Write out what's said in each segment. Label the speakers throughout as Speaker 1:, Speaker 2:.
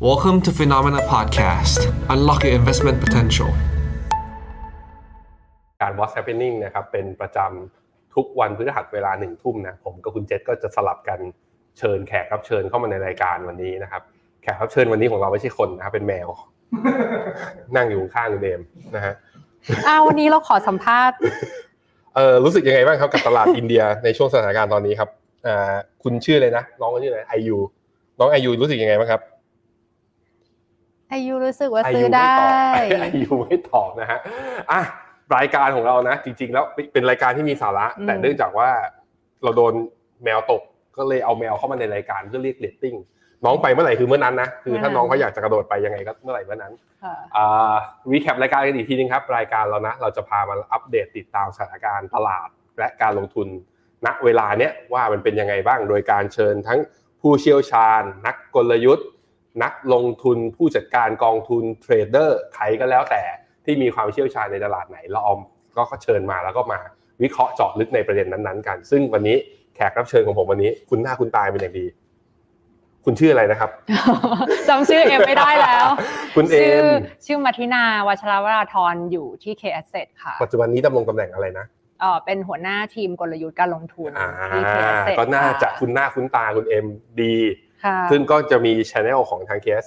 Speaker 1: Welcome to Phenomena Podcast. Unlock your investment potential.
Speaker 2: การ What's Happening นะครับเป็นประจำทุกวันพฤหัสเวลาหนึ่งทุ่มนะผมกับคุณเจษก็จะสลับกันเชิญแขกรับเชิญเข้ามาในรายการวันนี้นะครับ แขกรับเชิญวันนี้ของเราไม่ใช่คนนะครับเป็นแมว นั่งอยู่ข้างคุณเดมนะฮะ
Speaker 3: อ้าววันนี้เราขอสัมภาษณ์
Speaker 2: เออรู้สึกยังไงบ้างครับกับตลาด อินเดียในช่วงสถานการณ์ตอนนี้ครับอ่าคุณชื่อเลยนะน้องเขาชื่ออะไรไอยูน้องไอยูรู้สึกยังไงบ้างครับ
Speaker 3: อายุรู้สึกว่า
Speaker 2: อา
Speaker 3: ซื้
Speaker 2: ยุ
Speaker 3: อ
Speaker 2: ไม่ต
Speaker 3: ได้
Speaker 2: อบ อายุไม่ตอบนะฮะอ่ะรายการของเรานะ จริง ๆ แล้วเป็นรายการที่มีสาระ
Speaker 3: อืม
Speaker 2: แต่เนื่องจากว่าเราโดนแมวตกก็เลยเอาแมวเข้ามาในรายการเพื่อเรียกเลตติ้งน้องไปเมื่อไหร่คือเมื่อนั้นนะคือถ้าน้องเขาอยากจะกระโดดไปยังไงก็เมื่อไหร่เมื่อนั้น
Speaker 3: ค่ะ
Speaker 2: อ่ารีแคปรายการกันอีกทีนึงครับ รายการเรานะ เราจะพามาอัปเดตติดตามสถานการณ์ตลาดและการลงทุนณเวลาเนี้ยว่ามันเป็นยังไงบ้างโดยการเชิญทั้ง ผู้เชี่ยวชาญ นักกลยุทธ์ นักลงทุนผู้จัดการกองทุนเทรดเดอร์ใครก็แล้วแต่ที่มีความเชี่ยวชาญในตลาดไหนเราเอาก็เชิญมาแล้วก็มาวิเคราะห์เจาะลึกในประเด็นนั้นๆ กัน ซึ่งวันนี้แขกรับเชิญของผมวันนี้ คุณหน้าคุณตายเป็นอย่างดี คุณชื่ออะไรนะครับ
Speaker 3: จำชื่อเอ็มไม่ได้แล้ว
Speaker 2: คุณเอ
Speaker 3: ชื่
Speaker 2: ม
Speaker 3: ชื่อมาทินาวัชรวราธรอยู่ที่ K Asset ค่ะ
Speaker 2: ปัจจุบันนี้ดำรงตำแหน่งอะไรนะ
Speaker 3: เออเป็นหัวหน้าทีมกลยุทธ์การลงทุน
Speaker 2: อ่า
Speaker 3: ที่ K Asset
Speaker 2: ก็น่าจะคุณหน้าคุณตาคุณเอมดี
Speaker 3: ค่ะ
Speaker 2: ซึ่งก็จะมีช anel ของทาง k s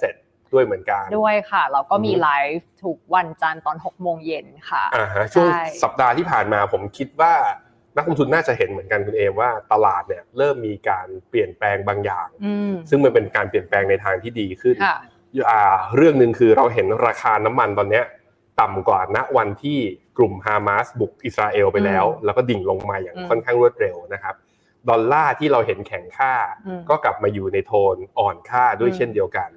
Speaker 2: ด้วยเหมือนกัน
Speaker 3: ด้วยค่ะ เราก็มี
Speaker 2: อืม
Speaker 3: ไลฟ์ทุกวันจันทร์ตอน6โมงเย็นค่ะ
Speaker 2: อ่าฮะช่วง
Speaker 3: ใช่
Speaker 2: สัปดาห์ที่ผ่านมาผมคิดว่านักลงทุนน่าจะเห็นเหมือนกันคุณเอมว่าตลาดเนี่ยเริ่มมีการเปลี่ยนแปลงบางอย่าง
Speaker 3: อืม
Speaker 2: ซึ่งมันเป็นการเปลี่ยนแปลงในทางที่ดีขึ้น
Speaker 3: ค่ะ
Speaker 2: อ่าเรื่องหนึ่งคือเราเห็นราคาน้ำมันตอนเนี้ยต่ำกว่าณวันที่กลุ่มฮามาสบุกอิสราเอลไปแล้ว
Speaker 3: อืม
Speaker 2: แล้วก็ดิ่งลงมาอย่าง
Speaker 3: อืม
Speaker 2: ค่อนข้างรวดเร็วนะครับดอลลาร์ที่เราเห็นแข็งค่า
Speaker 3: อืม
Speaker 2: ก็กลับมาอยู่ในโทนอ่อนค่าด้วย
Speaker 3: อืม
Speaker 2: เช่นเดียวกัน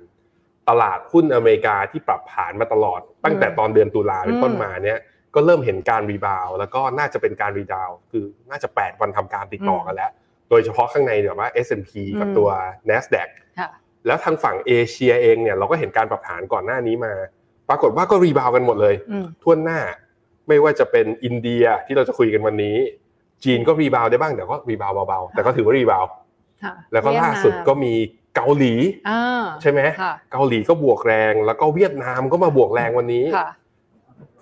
Speaker 2: ตลาดหุ้นอเมริกาที่ปรับฐานมาตลอด ตั้งแต่ตอนเดือนตุลาเป็นต้นมาเนี่ยก็เริ่มเห็นการรีบาวด์แล้วก็น่าจะเป็นการรีดาวด์คือน่าจะ 8 วันทำการติดต่อกันแล้ว โดยเฉพาะข้างในเนี่ยว่า S&P กับ
Speaker 3: อืม
Speaker 2: ตัว NASDAQ
Speaker 3: ค่ะ
Speaker 2: แล้วทางฝั่งเอเชียเองเนี่ยเราก็เห็นการปรับฐานก่อนหน้านี้มา ปรากฏว่าก็รีบาวด์กันหมดเลย
Speaker 3: อืม
Speaker 2: ทั่วหน้าไม่ว่าจะเป็นอินเดียที่เราจะคุยกันวันนี้ จีนก็รีบาวด์ได้บ้างแต่ก็รีบาวด์เบาๆแต่ก็ถือว่ารีบาวด์
Speaker 3: ค่ะ
Speaker 2: แล้วก็ล่าสุดก็มีเกาหลี
Speaker 3: อ่า
Speaker 2: ใช่ไหม
Speaker 3: ค่ะ
Speaker 2: เกาหลีก็บวกแรง แล้วก็เวียดนามก็มาบวกแรงวันนี้
Speaker 3: ค่ะ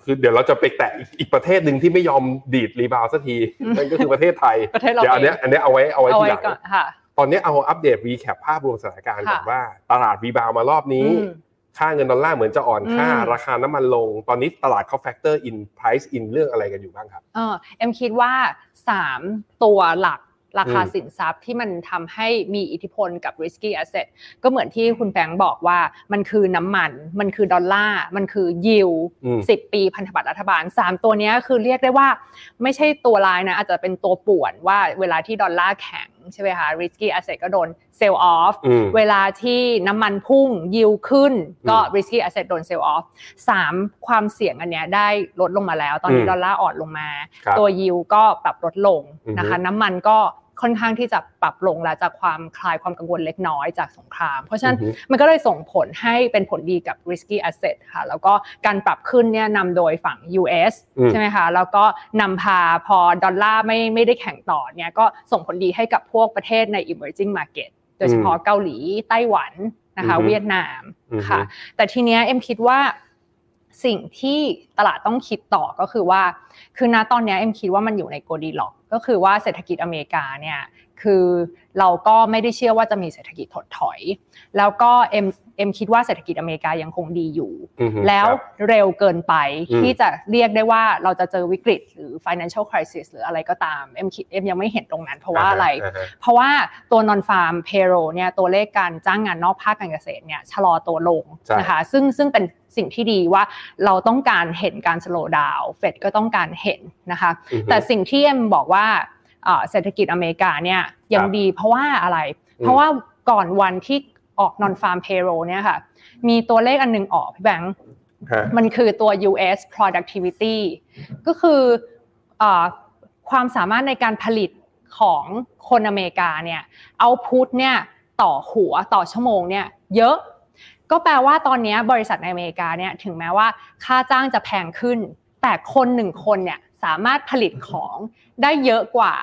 Speaker 2: คือเดี๋ยวเราจะไปแตะอีกอีกประเทศหนึ่งที่ไม่ยอมดีดรีบาวด์สักที
Speaker 3: อืม
Speaker 2: นั่นก็คือประเทศไทย
Speaker 3: ประเทศเรา
Speaker 2: เดี๋ยวอันเนี้ยอันเนี้ยเอาไว้เอาไว้
Speaker 3: เอา
Speaker 2: ที
Speaker 3: ไว้
Speaker 2: หลัง
Speaker 3: ก่อนค่ะ
Speaker 2: ตอนเนี้ยเอาอัปเดตรีแคปภาพรวมสถานการณ์ก่อน
Speaker 3: ค่ะ
Speaker 2: ว่า ตลาดรีบาวด์มารอบนี้
Speaker 3: อืม
Speaker 2: ค่าเงินดอลลาร์เหมือนจะอ่อนค่า
Speaker 3: อืม
Speaker 2: ราคาน้ำมันลง ตอนนี้ตลาดเขาแฟกเตอร์อินไพรซ์อินเรื่องอะไรกันอยู่บ้างครับ
Speaker 3: เออเอ็มคิดว่าสามตัวหลักราคา
Speaker 2: อืม
Speaker 3: สินทรัพย์ที่มันทำให้มีอิทธิพลกับ risky asset ก็เหมือนที่คุณแปงบอกว่ามันคือน้ำมัน มันคือดอลลาร์ มันคือยิว
Speaker 2: อืม
Speaker 3: สิบปีพันธบัตรรัฐบาล 3 ตัวเนี้ยคือเรียกได้ว่าไม่ใช่ตัวลายนะ อาจจะเป็นตัวป่วนว่าเวลาที่ดอลลาร์แข็งใช่ไหมคะ risky asset ก็โดน sell off
Speaker 2: อืม
Speaker 3: เวลาที่น้ำมันพุ่งยิวขึ้นก็
Speaker 2: อืม
Speaker 3: risky asset โดน sell off สามความเสี่ยงอันเนี้ยได้ลดลงมาแล้ว ตอนนี้
Speaker 2: อืม
Speaker 3: ดอลลาร์อ่อนลงมา
Speaker 2: ครับ
Speaker 3: ตัวยิวก็ปรับลดลงนะคะ
Speaker 2: อือฮึ
Speaker 3: น้ำมันก็ค่อนข้างที่จะปรับลงแล้วจากความคลายความกังวลเล็กน้อยจากสงคราม เพราะฉะนั้น
Speaker 2: อือฮึ
Speaker 3: มันก็เลยส่งผลให้เป็นผลดีกับ risky asset ค่ะ แล้วก็การปรับขึ้นเนี่ยนำโดยฝั่ง US
Speaker 2: อืม
Speaker 3: ใช่ไหมคะ แล้วก็นำพาพอดอลลาร์ไม่ไม่ได้แข็งต่อเนี่ยก็ส่งผลดีให้กับพวกประเทศใน emerging market โดยเฉพาะเกาหลีไต้หวันนะคะ
Speaker 2: อือฮึ
Speaker 3: เวียดนามค่ะ
Speaker 2: อือฮึ
Speaker 3: แต่ทีเนี้ยเอ็มคิดว่าสิ่งที่ตลาดต้องคิดต่อก็คือว่า คือณตอนเนี้ยเอ็มคิดว่ามันอยู่ในโกดีล็อก ก็คือว่าเศรษฐกิจอเมริกาเนี่ยคือเราก็ไม่ได้เชื่อว่าจะมีเศรษฐกิจถดถอย แล้วก็เอ็มเอ็มคิดว่าเศรษฐกิจอเมริกายังคงดีอยู่
Speaker 2: อือฮึ
Speaker 3: แล้ว
Speaker 2: ครับ
Speaker 3: เร็วเกินไป
Speaker 2: อืม
Speaker 3: ที่จะเรียกได้ว่าเราจะเจอวิกฤต หรือ financial crisis หรืออะไรก็ตามเอ็มคิดเอ็มยังไม่เห็นตรงนั้นเพราะว่าอะไร
Speaker 2: ฮฮ
Speaker 3: เพราะว่าตัว non farm payroll เนี่ยตัวเลขการจ้างงานนอกภาคการเกษตรเนี่ยชะลอตัวลง
Speaker 2: ใช่
Speaker 3: นะคะซึ่งซึ่งเป็นสิ่งที่ดีว่าเราต้องการเห็นการ slow down เฟดก็ต้องการเห็นนะคะ
Speaker 2: อือฮึ
Speaker 3: แต่สิ่งที่เอ็มบอกว่าเอ่อเศรษฐกิจอเมริกาเนี่ยยัง
Speaker 2: ครับ
Speaker 3: ดีเพราะว่าอะไร
Speaker 2: อืม
Speaker 3: เพราะว่าก่อนวันที่ออก non farm payroll เนี่ยค่ะมีตัวเลขอันหนึงออกพี่แบงค์
Speaker 2: ฮะ
Speaker 3: มันคือตัว US productivity ก็คือเออความสามารถในการผลิตของคนอเมริกาเนี่ยเอาพุทเนี่ยต่อหัวต่อชั่วโมงเนี่ยเยอะ ก็แปลว่าตอนเนี้ยบริษัทในอเมริกาเนี่ยถึงแม้ว่าค่าจ้างจะแพงขึ้น แต่คนหนึ่งคนเนี่ยสามารถผลิตของได้เยอะกว่า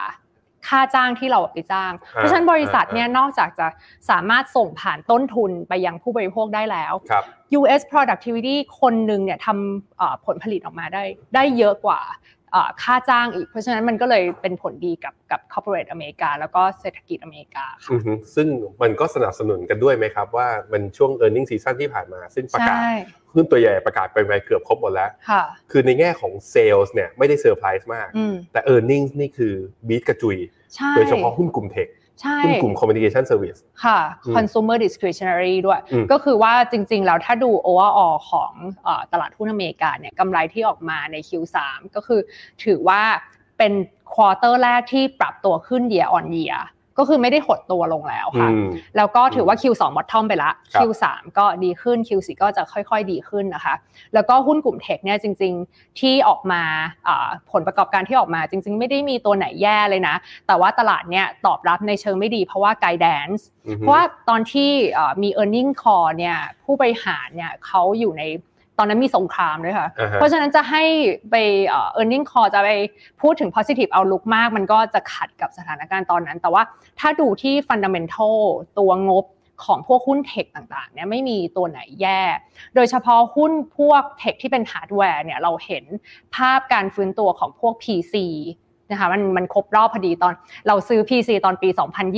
Speaker 3: ค่าจ้างที่เราไปจ้าง เพราะฉะนั้นบริษัทเนี่ยนอกจากจะสามารถส่งผ่านต้นทุนไปยังผู้บริโภคได้แล้ว
Speaker 2: ครับ
Speaker 3: US productivity คนหนึ่งเนี่ยทำเอ่อผลผลิตออกมาได้ได้เยอะกว่าเอ่อค่าจ้างอีก เพราะฉะนั้นมันก็เลยเป็นผลดีกับกับ corporate อเมริกา แล้วก็เศรษฐกิจอเมริกาค่ะ
Speaker 2: อือฮึซึ่งมันก็สนับสนุนกันด้วยไหมครับ ว่ามันช่วง e a r n i n g season ที่ผ่านมา ซึ่งประกาศ
Speaker 3: ใช่
Speaker 2: ขึ้นตัวใหญ่ประกาศไปไปเกือบครบหมดแล้ว
Speaker 3: ค่ะ
Speaker 2: คือในแง่ของ Sales เนี่ยไม่ได้เซอร์ไพรส์มาก
Speaker 3: อืม
Speaker 2: แต่ e a r n i n g นี่คือบีทกระจุย
Speaker 3: ใช่
Speaker 2: โดยเฉพาะหุ้นกลุ่มเทค
Speaker 3: ใช่
Speaker 2: หุ้นกลุ่ม communication service
Speaker 3: ค่ะ
Speaker 2: อืม
Speaker 3: consumer discretionary ด้วย
Speaker 2: อืม
Speaker 3: ก็คือว่าจริง ๆ แล้วถ้าดู overall ของเอ่อตลาดหุ้นอเมริกาเนี่ยกำไรที่ออกมาใน Q3 ก็คือถือว่าเป็นควอเตอร์แรกที่ปรับตัวขึ้น year on year ก็คือไม่ได้หดตัวลงแล้วค่ะ
Speaker 2: อืม
Speaker 3: แล้วก็ถือว่า Q2 bottom ไปละ
Speaker 2: ครับ
Speaker 3: Q3 ก็ดีขึ้น Q4 ก็จะค่อยๆ ดีขึ้นนะคะ แล้วก็หุ้นกลุ่มเทคเนี่ยจริงๆที่ออกมาอ่าผลประกอบการที่ออกมาจริงๆ ไม่ได้มีตัวไหนแย่เลยนะ แต่ว่าตลาดเนี่ยตอบรับในเชิงไม่ดีเพราะว่า guidance
Speaker 2: อือ
Speaker 3: เพ
Speaker 2: ฮึ
Speaker 3: ราะว่าตอนที่เอ่อมี e a r n i n g call เนี่ยผู้บริหารเนี่ยเขาอยู่ในตอนนั้นมีสงครามด้วยค่ะ
Speaker 2: อ่าฮะ
Speaker 3: เพราะฉะนั้นจะให้ไปเอ่อ earning call จะไปพูดถึง positive outlook มาก มันก็จะขัดกับสถานการณ์ตอนนั้น แต่ว่าถ้าดูที่ fundamental ตัวงบของพวกหุ้นเทคต่างๆเนี่ยไม่มีตัวไหนแย่ โดยเฉพาะหุ้นพวกเทคที่เป็นฮาร์ดแวร์เนี่ยเราเห็นภาพการฟื้นตัวของพวก PC นะคะมันมันครบรอบพอดีตอนเราซื้อ PC ตอนปี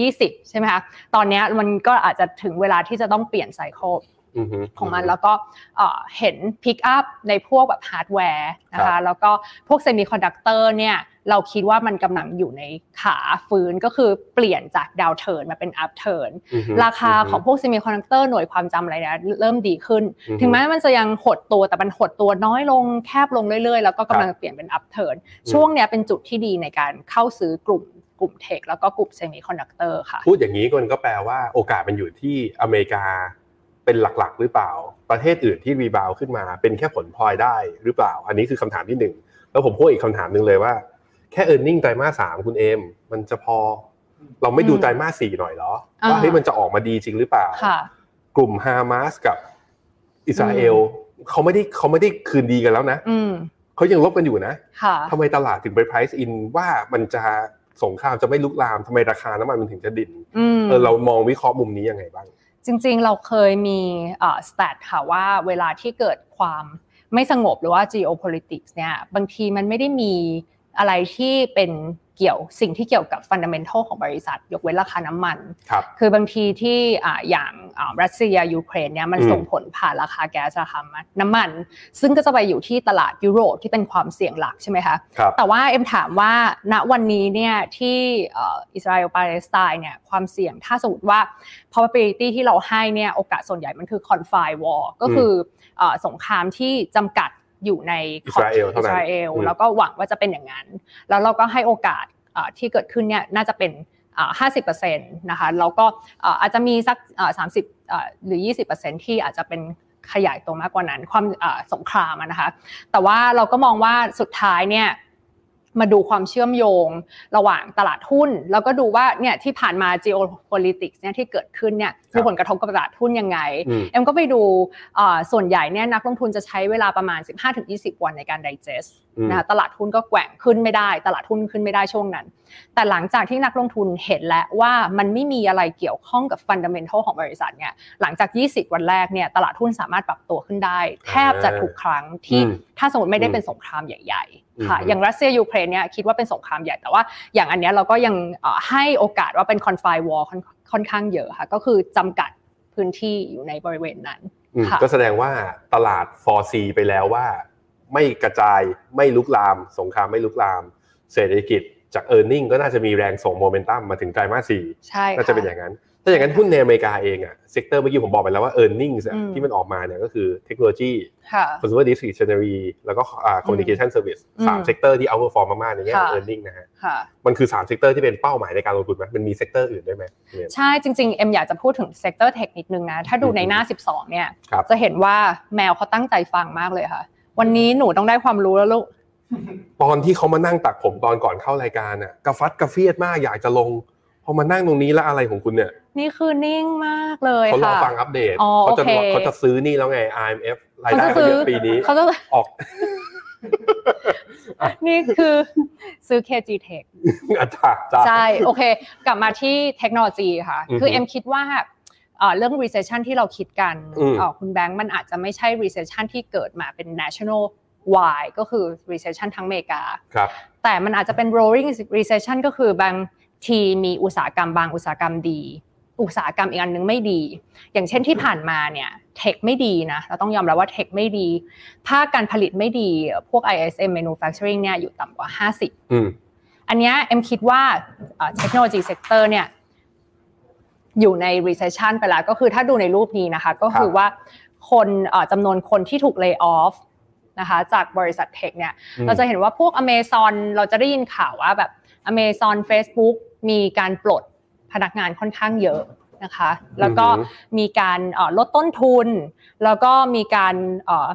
Speaker 3: 2020 ใช่ไหมคะ ตอนเนี้ยมันก็อาจจะถึงเวลาที่จะต้องเปลี่ยนไซเคิล
Speaker 2: อืฮึ
Speaker 3: ของมันแล้วก็เอ่อเห็นพิกอัพในพวกแบบฮาร์ดแวร์นะ
Speaker 2: ครั
Speaker 3: คะ
Speaker 2: บ
Speaker 3: แล้วก็พวกเซมิคอนดักเตอร์เนี่ยเราคิดว่ามันกำลังอยู่ในขาฟื้นก็คือเปลี่ยนจากดาวเทิร์นมาเป็นอัพเทิร์น
Speaker 2: อือฮึ
Speaker 3: ราคาของพวกเซมิคอนดักเตอร์หน่วยความจำอะไรเนี่ยเริ่มดีขึ้น
Speaker 2: อือฮึ
Speaker 3: ถึงแม้มันจะยังหดตัวแต่มันหดตัวน้อยลงแคบลงเรื่อยๆ แล้วก็กำลังเปลี่ยนเป็นอัพเทิร์นช่วงเนี้ยเป็นจุดที่ดีในการเข้าซื้อกลุ่มกลุ่มเทคแล้วก็กลุ่มเซมิคอนดักเตอร์ค่ะ
Speaker 2: พูดอย่างนี้มันก็แปลว่าโอกาสมันอยู่ที่อเมริกาเป็นหลักๆ หรือเปล่า ประเทศอื่นที่รีบาวด์ขึ้นมาเป็นแค่ผลพลอยได้หรือเปล่า อันนี้คือคำถามที่หนึ่งแล้วผมพูดอีกคำถามหนึ่งเลยว่าแค่ e a r n i n g ไตรมาสสามคุณเอมมันจะพอ เราไม่ดู
Speaker 3: อืม
Speaker 2: ไตรมาสสี่หน่อยเหรอ
Speaker 3: อ่า
Speaker 2: ว่าเฮ้ยมันจะออกมาดีจริงหรือเปล่า
Speaker 3: ค่ะ
Speaker 2: กลุ่มฮามาสกับอิสราเอลเขาไม่ได้เขาไม่ได้คืนดีกันแล้วนะ
Speaker 3: อืม
Speaker 2: เขายังลบกันอยู่นะ
Speaker 3: ค่ะ
Speaker 2: ทำไมตลาดถึงไป price in ว่ามันจะสงครามจะไม่ลุกลามทำไมราคาน้ำมันมันถึงจะดิ่น
Speaker 3: อืม
Speaker 2: เออเรามองวิเคราะห์มุมนี้ยังไงบ้าง
Speaker 3: จริงๆ เราเคยมีสแตทค่ะว่าเวลาที่เกิดความไม่สงบหรือว่า geopolitics เนี่ยบางทีมันไม่ได้มีอะไรที่เป็นเกี่ยวสิ่งที่เกี่ยวกับ fundamental ของบริษัท ยกเว้นราคาน้ำมัน
Speaker 2: ครับ
Speaker 3: คือบางทีที่อ่าอย่างอ่ารัสเซียยูเครนเนี่ยมัน
Speaker 2: อืม
Speaker 3: ส่งผลผ่านราคาแก๊สราคาน้ำมัน ซึ่งก็จะไปอยู่ที่ตลาดยุโรปที่เป็นความเสี่ยงหลักใช่ไหมคะ
Speaker 2: ครับ
Speaker 3: แต่ว่าเอ็มถามว่าณวันนี้เนี่ยที่เอ่ออิสราเอลปาเลสไตน์เนี่ยความเสี่ยงถ้าสมมติว่า probability ที่เราให้เนี่ยโอกาสส่วนใหญ่มันคือ confine war ก็คือเอ่อสงครามที่จำกัดอยู่ใน
Speaker 2: อิสราเอล
Speaker 3: ขบ
Speaker 2: เท่านั้น
Speaker 3: สราเอล
Speaker 2: อืม
Speaker 3: แล้วก็หวังว่าจะเป็นอย่างนั้น แล้วเราก็ให้โอกาสเอ่อที่เกิดขึ้นเนี่ยน่าจะเป็นอ่า50%นะคะแล้วก็เอ่ออาจจะมีสักเอ่อ30เอ่อหรือ 20%ที่อาจจะเป็นขยายตัวมากกว่านั้นความเอ่อสงครามอะนะคะ แต่ว่าเราก็มองว่าสุดท้ายเนี่ยมาดูความเชื่อมโยงระหว่างตลาดหุ้น แล้วก็ดูว่าเนี่ยที่ผ่านมา geopolitics เนี่ยที่เกิดขึ้นเนี่ย
Speaker 2: ครับ
Speaker 3: มีผลกระทบกับตลาดหุ้นยังไง
Speaker 2: อืม
Speaker 3: เอ็มก็ไปดูเอ่อส่วนใหญ่เนี่ยนักลงทุนจะใช้เวลาประมาณ 15-20 วันในการ digest
Speaker 2: อืม
Speaker 3: นะคะตลาดหุ้นก็แกว่งขึ้นไม่ได้ ตลาดหุ้นขึ้นไม่ได้ช่วงนั้น แต่หลังจากที่นักลงทุนเห็นแล้วว่ามันไม่มีอะไรเกี่ยวข้องกับฟันดัมเบลทัลของบริษัทเนี่ยหลังจาก 20 วันแรกเนี่ยตลาดหุ้นสามารถปรับตัวขึ้นได้ แทบจะทุกครั้งที่
Speaker 2: อืม
Speaker 3: ถ้าสมมติไม่ได้เป็นสงครามใหญ่ๆค่ะอย่างรัสเซียยูเครนเนี่ยคิดว่าเป็นสงครามใหญ่แต่ว่าอย่างอันเนี้ยเราก็ยังเอ่อให้โอกาสว่าเป็นคอนไฟวอลค่อนข้างเยอะค่ะก็คือจำกัดพื้นที่อยู่ในบริเวณนั้น
Speaker 2: อืม
Speaker 3: ค่ะ
Speaker 2: ก็แสดงว่าตลาด 4C ไปแล้วว่า ไม่กระจายไม่ลุกลาม สงครามไม่ลุกลาม เศรษฐกิจจาก e a r n i n g ก็น่าจะมีแรงส่งโมเมนตัมมาถึงไตรมาสสี่
Speaker 3: ใช่
Speaker 2: น่าจะเป็นอ
Speaker 3: ค่ะ
Speaker 2: ย่างนั้น ถ้าอย่างนั้นหุ้นในอเมริกาเองอะเซกเตอร์เมื่อกี้ผมบอกไปแล้วว่า e a r n i n g
Speaker 3: อืม
Speaker 2: ที่มันออกมาเนี่ยก็คือเทคโนโลยี
Speaker 3: ค่ะ
Speaker 2: consumer discretionary แล้วก็อ่า communication service สาม
Speaker 3: อืม
Speaker 2: เซกเตอร์ที่ outperform มากๆในแง่ของ
Speaker 3: ค่ะ
Speaker 2: e a r n i n g นะฮะ
Speaker 3: ค่ะ
Speaker 2: มันคือสามเซกเตอร์ที่เป็นเป้าหมายในการลงทุนไหมมันมีเซกเตอร์อื่นด้วยไหมเนี่ย
Speaker 3: ใช่จริงๆ เอ็มอยากจะพูดถึงเซกเตอร์เทคนิคนึงนะ ถ้าดูในหน้า 12 เนี่ย
Speaker 2: ครับ
Speaker 3: จะเห็นว่าแมวเขาตั้งใจฟังมากเลยค่ะ วันนี้หนูต้องได้ความรู้แล้วลูก
Speaker 2: ตอนที่เขามานั่งตักผมตอนก่อนเข้ารายการน่ะกระฟัดกระเฟียดมากอยากจะลงพอมานั่งตรงนี้แล้วอะไรของคุณเนี่ย
Speaker 3: นี่คือนิ่งมากเลย
Speaker 2: เขารอ
Speaker 3: ค่ะ
Speaker 2: ฟังอัปเดต
Speaker 3: อ๋อ
Speaker 2: เขาจะ
Speaker 3: โอเค
Speaker 2: เขาจะซื้อนี่แล้วไง IMF รายได้
Speaker 3: จะ
Speaker 2: เขาเยอะปีนี้
Speaker 3: เขาจะ
Speaker 2: ออก
Speaker 3: นี่คือซื้อ KG Tech
Speaker 2: อาจารย์จ้า
Speaker 3: ใช่ โอเค กลับมาที่เทคโนโลยีค่ะ
Speaker 2: อือฮึ
Speaker 3: คือเอ็มคิดว่าเอ่อเรื่อง recession ที่เราคิดกัน
Speaker 2: อืม
Speaker 3: เอ่อคุณแบงค์มันอาจจะไม่ใช่ recession ที่เกิดมาเป็น national wide ก็คือ recession ทั้งอเมริกา
Speaker 2: ครับ
Speaker 3: แต่มันอาจจะเป็น roaring recession ก็คือบางทีมีอุตสาหกรรมบางอุตสาหกรรมดี อุตสาหกรรมอีกอันนึงไม่ดี อย่างเช่นที่ผ่านมาเนี่ยเทคไม่ดีนะ เราต้องยอมรับว่าเทคไม่ดี ภาคการผลิตไม่ดี พวก ISM manufacturing เนี่ยอยู่ต่ำกว่า 50
Speaker 2: อืม
Speaker 3: อันเนี้ยเอ็มคิดว่าเทคโนโลยีเซกเตอร์เนี่ยอยู่ใน recession ไปแล้วก็คือถ้าดูในรูปนี้นะคะ ก็คือว่าคนเอ่อจำนวนคนที่ถูก lay off นะคะจากบริษัทเทคเนี่ย
Speaker 2: อืม
Speaker 3: เราจะเห็นว่าพวก Amazon เราจะได้ยินข่าวว่าแบบ Amazon Facebook มีการปลดพนักงานค่อนข้างเยอะนะคะ แล้วก็มีการเอ่อลดต้นทุน แล้วก็มีการเอ่อ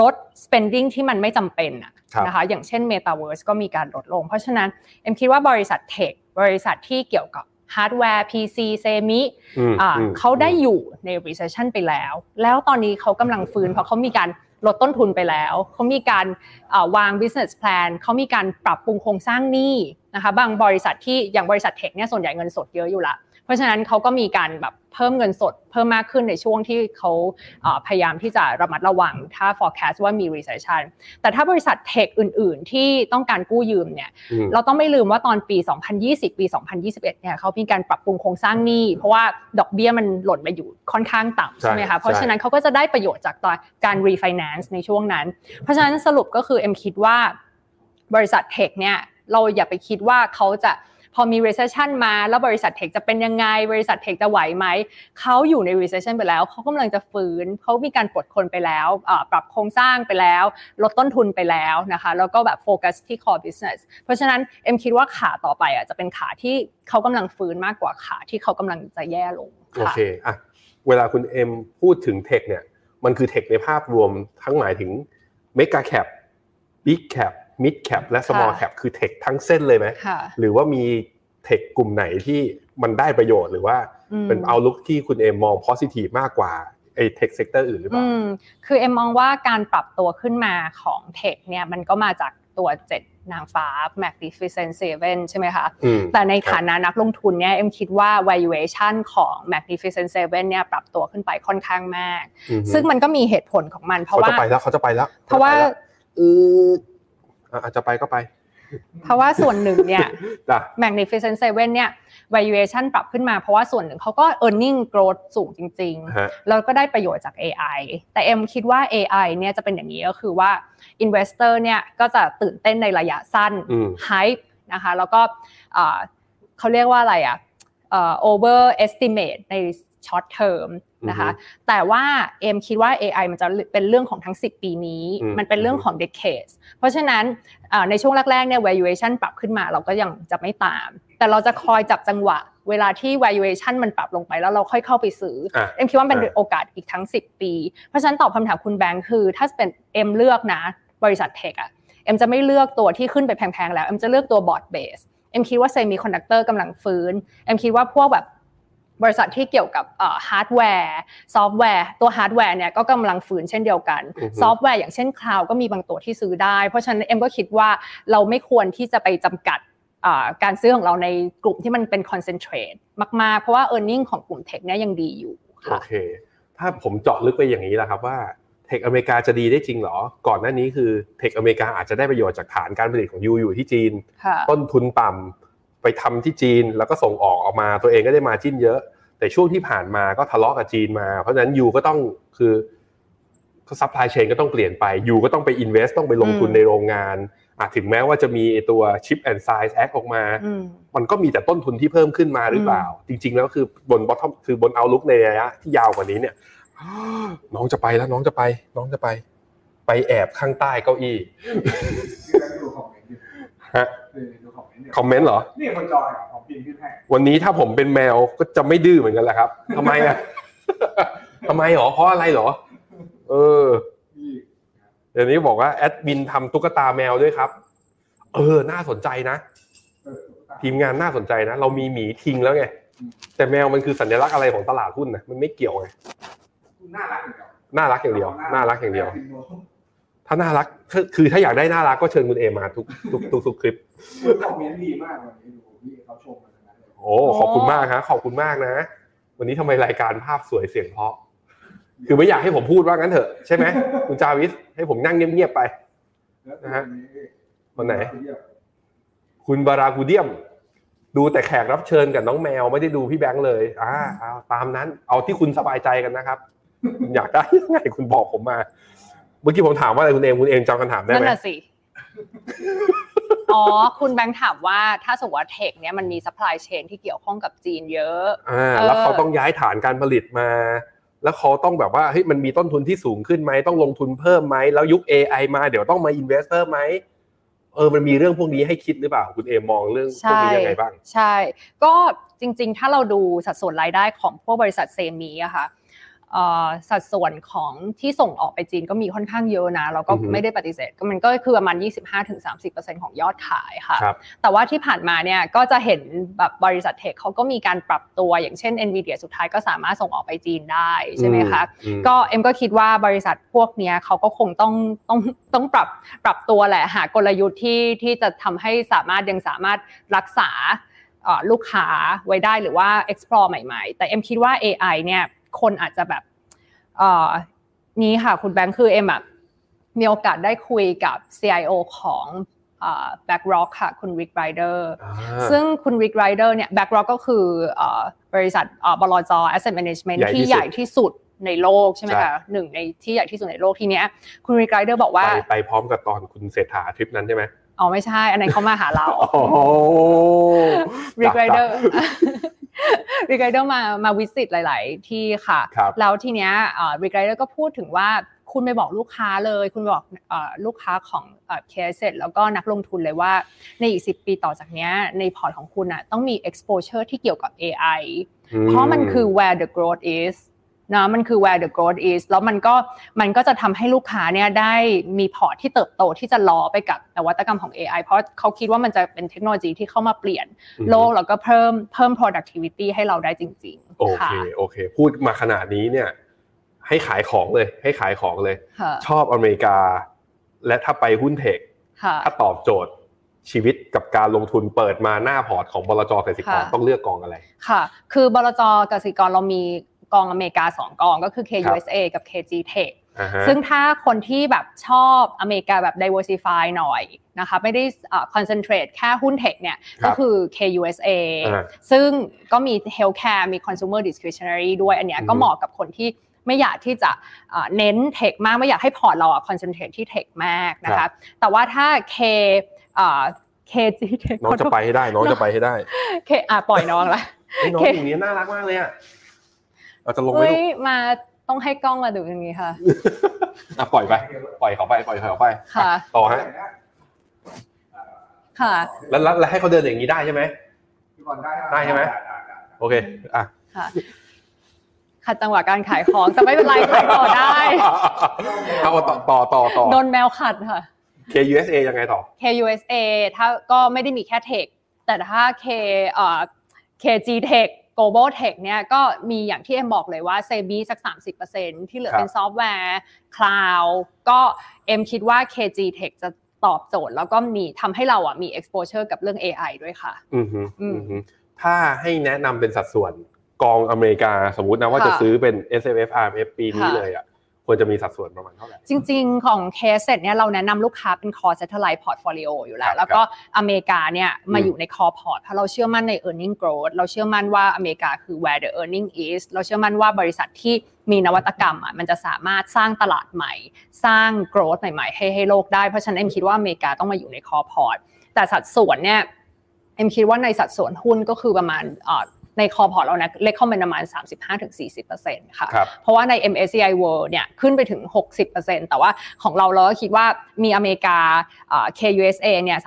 Speaker 3: ลด spending ที่มันไม่จำเป็นอะ
Speaker 2: ครับ
Speaker 3: นะคะอย่างเช่น Metaverse ก็มีการลดลง เพราะฉะนั้นเอ็มคิดว่าบริษัทเทคบริษัทที่เกี่ยวกับฮาร์ดแวร์ PC เซมิ
Speaker 2: อืม
Speaker 3: อ่า
Speaker 2: อืม
Speaker 3: เขาได้อยู่ใน Recession ไปแล้ว แล้วตอนนี้เขากำลังฟื้นเพราะเขามีการลดต้นทุนไปแล้ว เขามีการเอ่อวาง business plan เขามีการปรับปรุงโครงสร้างหนี้นะคะบางบริษัทที่อย่างบริษัทเทคเนี่ยส่วนใหญ่เงินสดเยอะอยู่ละ เพราะฉะนั้นเขาก็มีการแบบเพิ่มเงินสดเพิ่มมากขึ้นในช่วงที่เขาเอ่อพยายามที่จะระมัดระวังถ้า forecast ว่ามี recession แต่ถ้าบริษัทเทคอื่น ๆ ที่ต้องการกู้ยืมเนี่ย
Speaker 2: อืม
Speaker 3: เราต้องไม่ลืมว่าตอนปี 2020 ปี 2021 เนี่ยเขามีการปรับปรุงโครงสร้างหนี้ เพราะว่าดอกเบี้ยมันหล่นไปอยู่ค่อนข้างต่ำ
Speaker 2: ใช่
Speaker 3: ใช่ไหม
Speaker 2: ใช่
Speaker 3: คะเพราะฉะนั้นเขาก็จะได้ประโยชน์จากตอนการ refinance ในช่วงนั้น เพราะฉะนั้นสรุปก็คือเอ็มคิดว่าบริษัทเทคเนี่ยเราอย่าไปคิดว่าเขาจะพอมี recession มาแล้วบริษัทเทคจะเป็นยังไง บริษัทเทคจะไหวไหม เขาอยู่ใน recession ไปแล้วเขากำลังจะฟื้นเขามีการปลดคนไปแล้วเอ่อปรับโครงสร้างไปแล้ว ลดต้นทุนไปแล้วนะคะ แล้วก็แบบโฟกัสที่ core business เพราะฉะนั้นเอ็มคิดว่าขาต่อไปอ่ะจะเป็นขาที่เขากำลังฟื้นมากกว่าขาที่เขากำลังจะแย่ลง
Speaker 2: โอ
Speaker 3: ค่ะ
Speaker 2: เคอ่ะเวลาคุณเอ็มพูดถึงเทคเนี่ย มันคือเทคในภาพรวมทั้งหมายถึงเมกะแคปบิ๊กแคปมิดแคปและสมอลแคปคือเทคทั้งเส้นเลยไหม
Speaker 3: ค่ะ
Speaker 2: หรือว่ามีเทคกลุ่มไหนที่มันได้ประโยชน์หรือว่า
Speaker 3: อืม
Speaker 2: เป็นเอาลุกที่คุณเอมมอง positive มากกว่าไอ้เทคเซกเตอร์อื่นหรือเปล่า
Speaker 3: อืมคือเอ็มมองว่าการปรับตัวขึ้นมาของเทคเนี่ยมันก็มาจากตัวเจ็ดนางฟ้า Magnificent Seven ใช่ไหมคะ
Speaker 2: อืม
Speaker 3: แต่ในฐานะนักลงทุนเนี่ยเอ็มคิดว่า valuation ของ Magnificent Seven เนี่ยปรับตัวขึ้นไปค่อนข้างมาก
Speaker 2: อือฮึ
Speaker 3: ซึ่งมันก็มีเหตุผลของมันเพ
Speaker 2: เขา
Speaker 3: ราะว่า
Speaker 2: จะไปแล้วเขาจะไปแล้ว
Speaker 3: เพราะว่า
Speaker 2: เอออ่ะอาจจะไปก็ไป
Speaker 3: เพราะว่าส่วนหนึ่งเนี่ย
Speaker 2: จ้ะ
Speaker 3: Magnificent Seven เนี่ย valuation ปรับขึ้นมาเพราะว่าส่วนหนึ่งเขาก็ earning growth สูงจริง ๆ
Speaker 2: ฮะ
Speaker 3: แล้วก็ได้ประโยชน์จาก AI แต่เอ็มคิดว่า AI เนี่ยจะเป็นอย่างนี้ก็คือว่า Investor เนี่ยก็จะตื่นเต้นในระยะสั้น
Speaker 2: อืม
Speaker 3: Hype นะคะแล้วก็เอ่อเขาเรียกว่าอะไรอ่ะเอ่อ over estimate ใน short term นะคะแต่ว่าเอ็มคิดว่า AI มันจะเป็นเรื่องของทั้ง 10 ปีนี้
Speaker 2: อืม
Speaker 3: มันเป็นเรื่องของ decades เพราะฉะนั้นเอ่อในช่วงแรกๆเนี่ย valuation ปรับขึ้นมาเราก็ยังจะไม่ตาม แต่เราจะคอยจับจังหวะ เวลาที่ valuation มันปรับลงไปแล้วเราค่อยเข้าไปซื้อ
Speaker 2: อ่ะ
Speaker 3: เอ็มคิดว่ามันเป็น
Speaker 2: อ่า
Speaker 3: โอกาสอีกทั้ง 10 ปี เพราะฉะนั้นตอบคำถามคุณแบงค์คือถ้าเป็นเอ็มเลือกนะบริษัทเทคอะเอ็มจะไม่เลือกตัวที่ขึ้นไปแพงๆแล้วเอ็มจะเลือกตัวบอร์ดเบสเอ็มคิดว่าเซมิคอนดักเตอร์กำลังฟื้นเอ็มคิดว่าพวกแบบบริษัทที่เกี่ยวกับฮาร์ดแวร์ซอฟต์แวร์ตัวฮาร์ดแวร์เนี่ยก็กำลังฟื้นเช่นเดียวกัน
Speaker 2: อือฮึ
Speaker 3: ซอฟต์แวร์อย่างเช่นคลาวก็มีบางตัวที่ซื้อได้ เพราะฉะนั้นเอ็มก็คิดว่าเราไม่ควรที่จะไปจำกัด อ่าการซื้อของเราในกลุ่มที่มันเป็น concentrate มาก ๆ เพราะว่า e a r n i n g ของกลุ่มเทคเนี่ยยังดีอยู่
Speaker 2: โอ
Speaker 3: ค่ะ
Speaker 2: เค ถ้าผมเจาะลึกไปอย่างนี้ละครับว่าเทคอเมริกาจะดีได้จริงเหรอ ก่อนหน้านี้คือเทคอเมริกาอาจจะได้ประโยชน์จากฐานการผลิตของยูอยู่ที่จีน
Speaker 3: ค่ะ
Speaker 2: ต้นทุนต่ำไปทำที่จีนแล้วก็ส่งออกออกมาตัวเองก็ได้มาจิ้นเยอะ แต่ช่วงที่ผ่านมาก็ทะเลาะกับจีนมา เพราะฉะนั้นยูก็ต้องคือซัพพลายเชนก็ต้องเปลี่ยนไปยูก็ต้องไปอินเวสต์ต้องไปลงทุน
Speaker 3: อืม
Speaker 2: ในโรงงานอ่ะถึงแม้ว่าจะมีตัวชิปแอนด์ไซส์แอคออกมา
Speaker 3: อืม
Speaker 2: มันก็มีแต่ต้นทุนที่เพิ่มขึ้นมาหรือเปล่า จริง ๆ แล้วคือบน bottom คือบนเอาลุกในระยะที่ยาวกว่านี้เนี่ย น้องจะไปแล้วน้องจะไป น้องจะไป ไปแอบข้างใต้เก้าอี้
Speaker 4: คือแล้วดู
Speaker 2: ฮะ
Speaker 4: ของเมนต์อยู่คือดูของเมนต์อยู่
Speaker 2: คอมเมนต์เหรอ
Speaker 4: นี่คนจอยอะของพิมพ์ขึ้นให้
Speaker 2: วันนี้ถ้าผมเป็นแมวก็จะไม่ดื้อเหมือนกันแหละครับทำไมอ่ะ ทำไมหรอเพราะอะไรหรอ เออ
Speaker 4: มีอีก
Speaker 2: เดี๋ยวนี้บอกว่าแอดมินทำตุ๊กตาแมวด้วยครับ เออ น่าสนใจนะ
Speaker 4: เออตุ๊กตา
Speaker 2: ทีมงานน่าสนใจนะ เรามีหมีทิงแล้วไง แต่แมวมันคือสัญลักษณ์อะไรของตลาดหุ้นนะมันไม่เกี่ยวไง
Speaker 4: น่ารักอยู่แล้ว
Speaker 2: น่ารักอย่างเดียว น่ารักอย่างเดียว
Speaker 4: พิมพ์โน้ต
Speaker 2: ท ถ้าน่ารักคือคือถ้าอยากได้น่ารักก็เชิญคุณเอมาทุกทุกทุกทุกคลิป
Speaker 4: คือคอมเมนต์ดีมากวันนี้ดูพี่เขาชมกันนะ
Speaker 2: โอ้ขอบคุณมากฮะขอบคุณมากนะ วันนี้ทำไมรายการภาพสวยเสียงเพราะ คือไม่อยากให้ผมพูดว่างั้นเถอะใช่ไหมคุณจาวิสให้ผมนั่งเงียบๆไป
Speaker 4: แล้ว
Speaker 2: นะฮะ
Speaker 4: วั
Speaker 2: วันน
Speaker 4: ไห
Speaker 2: ไห
Speaker 4: น
Speaker 2: น คุณบารากูเดียม ดูแต่แขกรับเชิญกับน้องแมวไม่ได้ดูพี่แบงค์เลยอ่าเอาตามนั้นเอาที่คุณสบายใจกันนะครับคุณอยากได้ ยังไงคุณบอกผมมา เมื่อกี้ผมถามว่าอะไรคุณเองคุณเองจำคำถามได้
Speaker 3: นั่น
Speaker 2: ไหม
Speaker 3: น่ะสิ อ๋อ คุณแบงค์ถามว่าถ้าสมมติว่าเทคเนี่ยมันมี supply chain ที่เกี่ยวข้องกับจีนเยอะ
Speaker 2: อ่า แล้วเขาต้องย้ายฐานการผลิตมา แล้วเขาต้องแบบว่าเฮ้ยมันมีต้นทุนที่สูงขึ้นไหมต้องลงทุนเพิ่มไหมแล้วยุค AI มาเดี๋ยวต้องมาอินเวสเตอร์ไหมเออมันมีเรื่องพวกนี้ให้คิดหรือเปล่า คุณเอมองเรื่องพวกนี้ยังไงบ้าง
Speaker 3: ใช่ ก็จริงๆ ถ้าเราดูสัดส่วนรายได้ของพวกบริษัทเซมีอะค่ะเอ่อสัดส่วนของที่ส่งออกไปจีนก็มีค่อนข้างเยอะนะ แล้วก็
Speaker 2: อือฮึ
Speaker 3: ไม่ได้ปฏิเสธก็มันก็คือประมาณ 25-30%ของยอดขายค่ะ
Speaker 2: ครับ
Speaker 3: แต่ว่าที่ผ่านมาเนี่ยก็จะเห็นแบบบริษัทเทคเขาก็มีการปรับตัวอย่างเช่น NVIDIA สุดท้ายก็สามารถส่งออกไปจีนได้ใช่ไหมคะ
Speaker 2: อืม
Speaker 3: ก็เอ็มก็คิดว่าบริษัทพวกเนี้ยเขาก็คงต้องต้องต้องปรับปรับตัวแหละหากลยุทธ์ที่ที่จะทำให้สามารถยังสามารถรักษาเอ่อลูกค้าไว้ได้หรือว่า explore ใหม่ๆ แต่เอ็มคิดว่า AI เนี่ยคนอาจจะแบบเอ่อนี้ค่ะคุณแบงค์คือเอ็มอะมีโอกาสได้คุยกับ CIO ของเอ่อ BlackRock ค่ะ คุณวิกไรเดอร์
Speaker 2: อ่า
Speaker 3: ซึ่งคุณ Rick Rider เนี่ย BlackRock ก็คือเอ่อบริษัทเอ่อบลจ Asset Management
Speaker 2: ใหญ่ที่
Speaker 3: ที่
Speaker 2: สุด
Speaker 3: ใหญ่ที่สุดในโลกใช่ไหม
Speaker 2: ใช่
Speaker 3: คะหนึ่งในที่ใหญ่ที่สุดในโลกทีเนี้ยคุณ Rick Rider บอกว่า
Speaker 2: ไปไปพร้อมกับตอนคุณเศรษฐาทริปนั้นใช่ไหม
Speaker 3: อ๋อไม่ใช่ อันนั้นเขามาหา เรา
Speaker 2: โอ้โห
Speaker 3: Rick
Speaker 2: จัด
Speaker 3: Rider
Speaker 2: จั
Speaker 3: Rick Rider มามาวิสิตหลาย ๆ ที่ค่ะ
Speaker 2: ครับ
Speaker 3: แล้วทีเนี้ยเอ่อ Rick Rider ก็พูดถึงว่าคุณไปบอกลูกค้าเลย คุณบอกเอ่อลูกค้าของเคเซ็ตแล้วก็นักลงทุนเลยว่าในอีก 10 ปีต่อจากเนี้ยในพอร์ตของคุณอ่ะต้องมี exposure ที่เกี่ยวกับ AI เพราะมันคือ where the growth is นะมันคือ where the growth is แล้วมันก็มันก็จะทำให้ลูกค้าเนี่ยได้มีพอร์ตที่เติบโตที่จะล้อไปกับนวัตกรรมของ AI เพราะเขาคิดว่ามันจะเป็นเทคโนโลยีที่เข้ามาเปลี่ยน
Speaker 2: อืม
Speaker 3: โลกแล้วก็เพิ่มเพิ่ม productivity ให้เราได้จริง
Speaker 2: โอ
Speaker 3: ๆ
Speaker 2: เค
Speaker 3: ค่ะ
Speaker 2: โอเค พูดมาขนาดนี้เนี่ย ให้ขายของเลย ให้ขายของเลย
Speaker 3: ค่ะ
Speaker 2: ชอบอเมริกา และถ้าไปหุ้นเทค
Speaker 3: ค่ะ
Speaker 2: ถ้าตอบโจทย์ชีวิตกับการลงทุนเปิดมาหน้าพอร์ตของบลจกสิกร
Speaker 3: ค่ะ
Speaker 2: ต้องเลือกกองอะไร
Speaker 3: ค่ะ คือบลจกสิกรเรามีกองอเมริกา 2 กองก็คือ KUSA กับ KG Tech
Speaker 2: อ่าฮะ
Speaker 3: ซึ่งถ้าคนที่แบบชอบอเมริกาแบบ diversify หน่อยนะคะไม่ได้เอ่อ concentrate แค่หุ้นเทคเนี่ย
Speaker 2: ครับ
Speaker 3: ก็คือ KUSA
Speaker 2: อ่า
Speaker 3: ซึ่งก็มี healthcare มี consumer discretionary ด้วยอันเนี้ย
Speaker 2: อืม
Speaker 3: ก็เหมาะกับคนที่ไม่อยากที่จะเอ่อเน้นเทคมาก ไม่อยากให้พอร์ตเราอะ concentrate ที่เทคมากนะคะแต่ว่าถ้า K เอ่อ KG Tech
Speaker 2: น้องจะไปให้ได้ น้องจะไปให้ได้
Speaker 3: K อ่ะปล่อยน้องละ
Speaker 2: เฮ้ยน้อง
Speaker 3: โอเค
Speaker 2: อย่างนี้น่ารักมากเลยอ่ะเราจะลงไหม
Speaker 3: เฮ้
Speaker 2: ลู
Speaker 3: ย
Speaker 2: ก
Speaker 3: มาต้องให้กล้องมาดูอย่างนี้ค่ะ
Speaker 2: อ่ะปล่อยไป ปล่อยเขาไป ปล่อยเขาไป
Speaker 3: ค่ะ
Speaker 2: ต่อฮะ
Speaker 3: ค่ะ
Speaker 2: แล้วแล้วแล้วให้เขาเดินอย่างนี้ได้ใช่ไหม ได้ใช่ไหม โอเค อ่ะ
Speaker 3: ค่ะขัดจังหวะการขายของ แต่ไม่เป็นไรขายต่อได้
Speaker 2: เอาต่อต่อต่อต่อ
Speaker 3: โดนแมวขัดค่ะ
Speaker 2: KUSA ยังไงต่อ
Speaker 3: KUSA ถ้าก็ไม่ได้มีแค่เทค แต่ถ้า K เอ่อ KG Tech Global Tech เนี่ยก็มีอย่างที่เอ็มบอกเลยว่า SEBI สัก 30%ที่เหลือ
Speaker 2: ครับ
Speaker 3: เป็นซอฟต์แวร์ Cloud ก็เอ็มคิดว่า KG Tech จะตอบโจทย์ แล้วก็มีทำให้เราอ่ะมี exposure กับเรื่อง AI ด้วยค่ะ
Speaker 2: อือหือ
Speaker 3: อืม
Speaker 2: อือหือถ้าให้แนะนำเป็นสัดส่วนกองอเมริกาสมมตินะว่า
Speaker 3: ค่ะ
Speaker 2: จะซื้อเป็น S F F R F ปีนี้
Speaker 3: ค่ะ
Speaker 2: เลยอ่ะควรจะมีสัดส่วนประมาณเท่าไหร่
Speaker 3: จริงๆ ของ c a s e เนี่ยเราแนะนำลูกค้าเป็น core satellite portfolio อยู่แล้
Speaker 2: ครั
Speaker 3: ว
Speaker 2: บ
Speaker 3: แล้วก็อเมริกาเนี่ยมา
Speaker 2: อืม
Speaker 3: อยู่ใน core port เพราะเราเชื่อมั่นใน earning growth เราเชื่อมั่นว่าอเมริกาคือ where the earning is เราเชื่อมั่นว่าบริษัทที่มีนวัตกรรมอ่ะมันจะสามารถสร้างตลาดใหม่ สร้าง growth ใหม่ๆ ให้ให้โลกได้ เพราะฉะนั้นเอ็มคิดว่าอเมริกาต้องมาอยู่ใน core port แต่สัดส่วนเนี่ยเอ็มคิดว่าในสัดส่วนหุ้นก็คือประมาณเอ่อในคอพอร์ตเรานะเลคคอมเมนประมาณ 35-40%ค่ะ
Speaker 2: ครับ
Speaker 3: เพราะว่าใน MSCI World เนี่ยขึ้นไปถึง 60%แต่ว่าของเราเราก็คิดว่ามีอเมริกาเอ่อ KUSA เนี่ย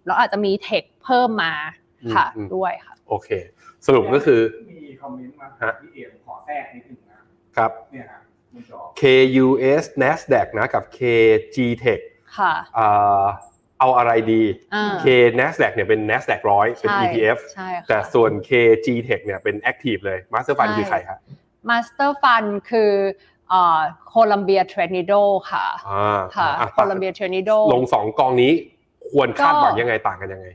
Speaker 3: 35-40 แล้วอาจจะมีเทคเพิ่มมาค่ะ
Speaker 2: อืมอืม
Speaker 3: ด้วยค่ะ
Speaker 2: โอเค สรุปก็คือ
Speaker 4: มีคอมเมนต์มา
Speaker 2: ฮะ
Speaker 4: พี่เอ๋ขอแทรกนิดหนึ่งนะครับ เนี่ยครับคุณจอ
Speaker 2: KUS Nasdaq นะกับ KG Tech
Speaker 3: ค่ะ
Speaker 2: อ่าเอาอะไรดี
Speaker 3: อ่า
Speaker 2: K Nasdaq เนี่ยเป็น Nasdaq ร้อยเป็น
Speaker 3: ใช่
Speaker 2: ETF
Speaker 3: ใช่
Speaker 2: แต่
Speaker 3: ค่ะ
Speaker 2: ส่วน KG Tech เนี่ยเป็น Active เลย Master Fund
Speaker 3: ใช่
Speaker 2: คือใครฮะ
Speaker 3: Master Fund คือ โคลัมเบียเทรนิโดค่ะ
Speaker 2: อ่า
Speaker 3: ค่ะ
Speaker 2: อ่ะ
Speaker 3: โคลัมเบียเทรนิโด
Speaker 2: ลงสองกองนี้ควรคาด
Speaker 3: ก็
Speaker 2: หวังยังไงต่างกันยังไง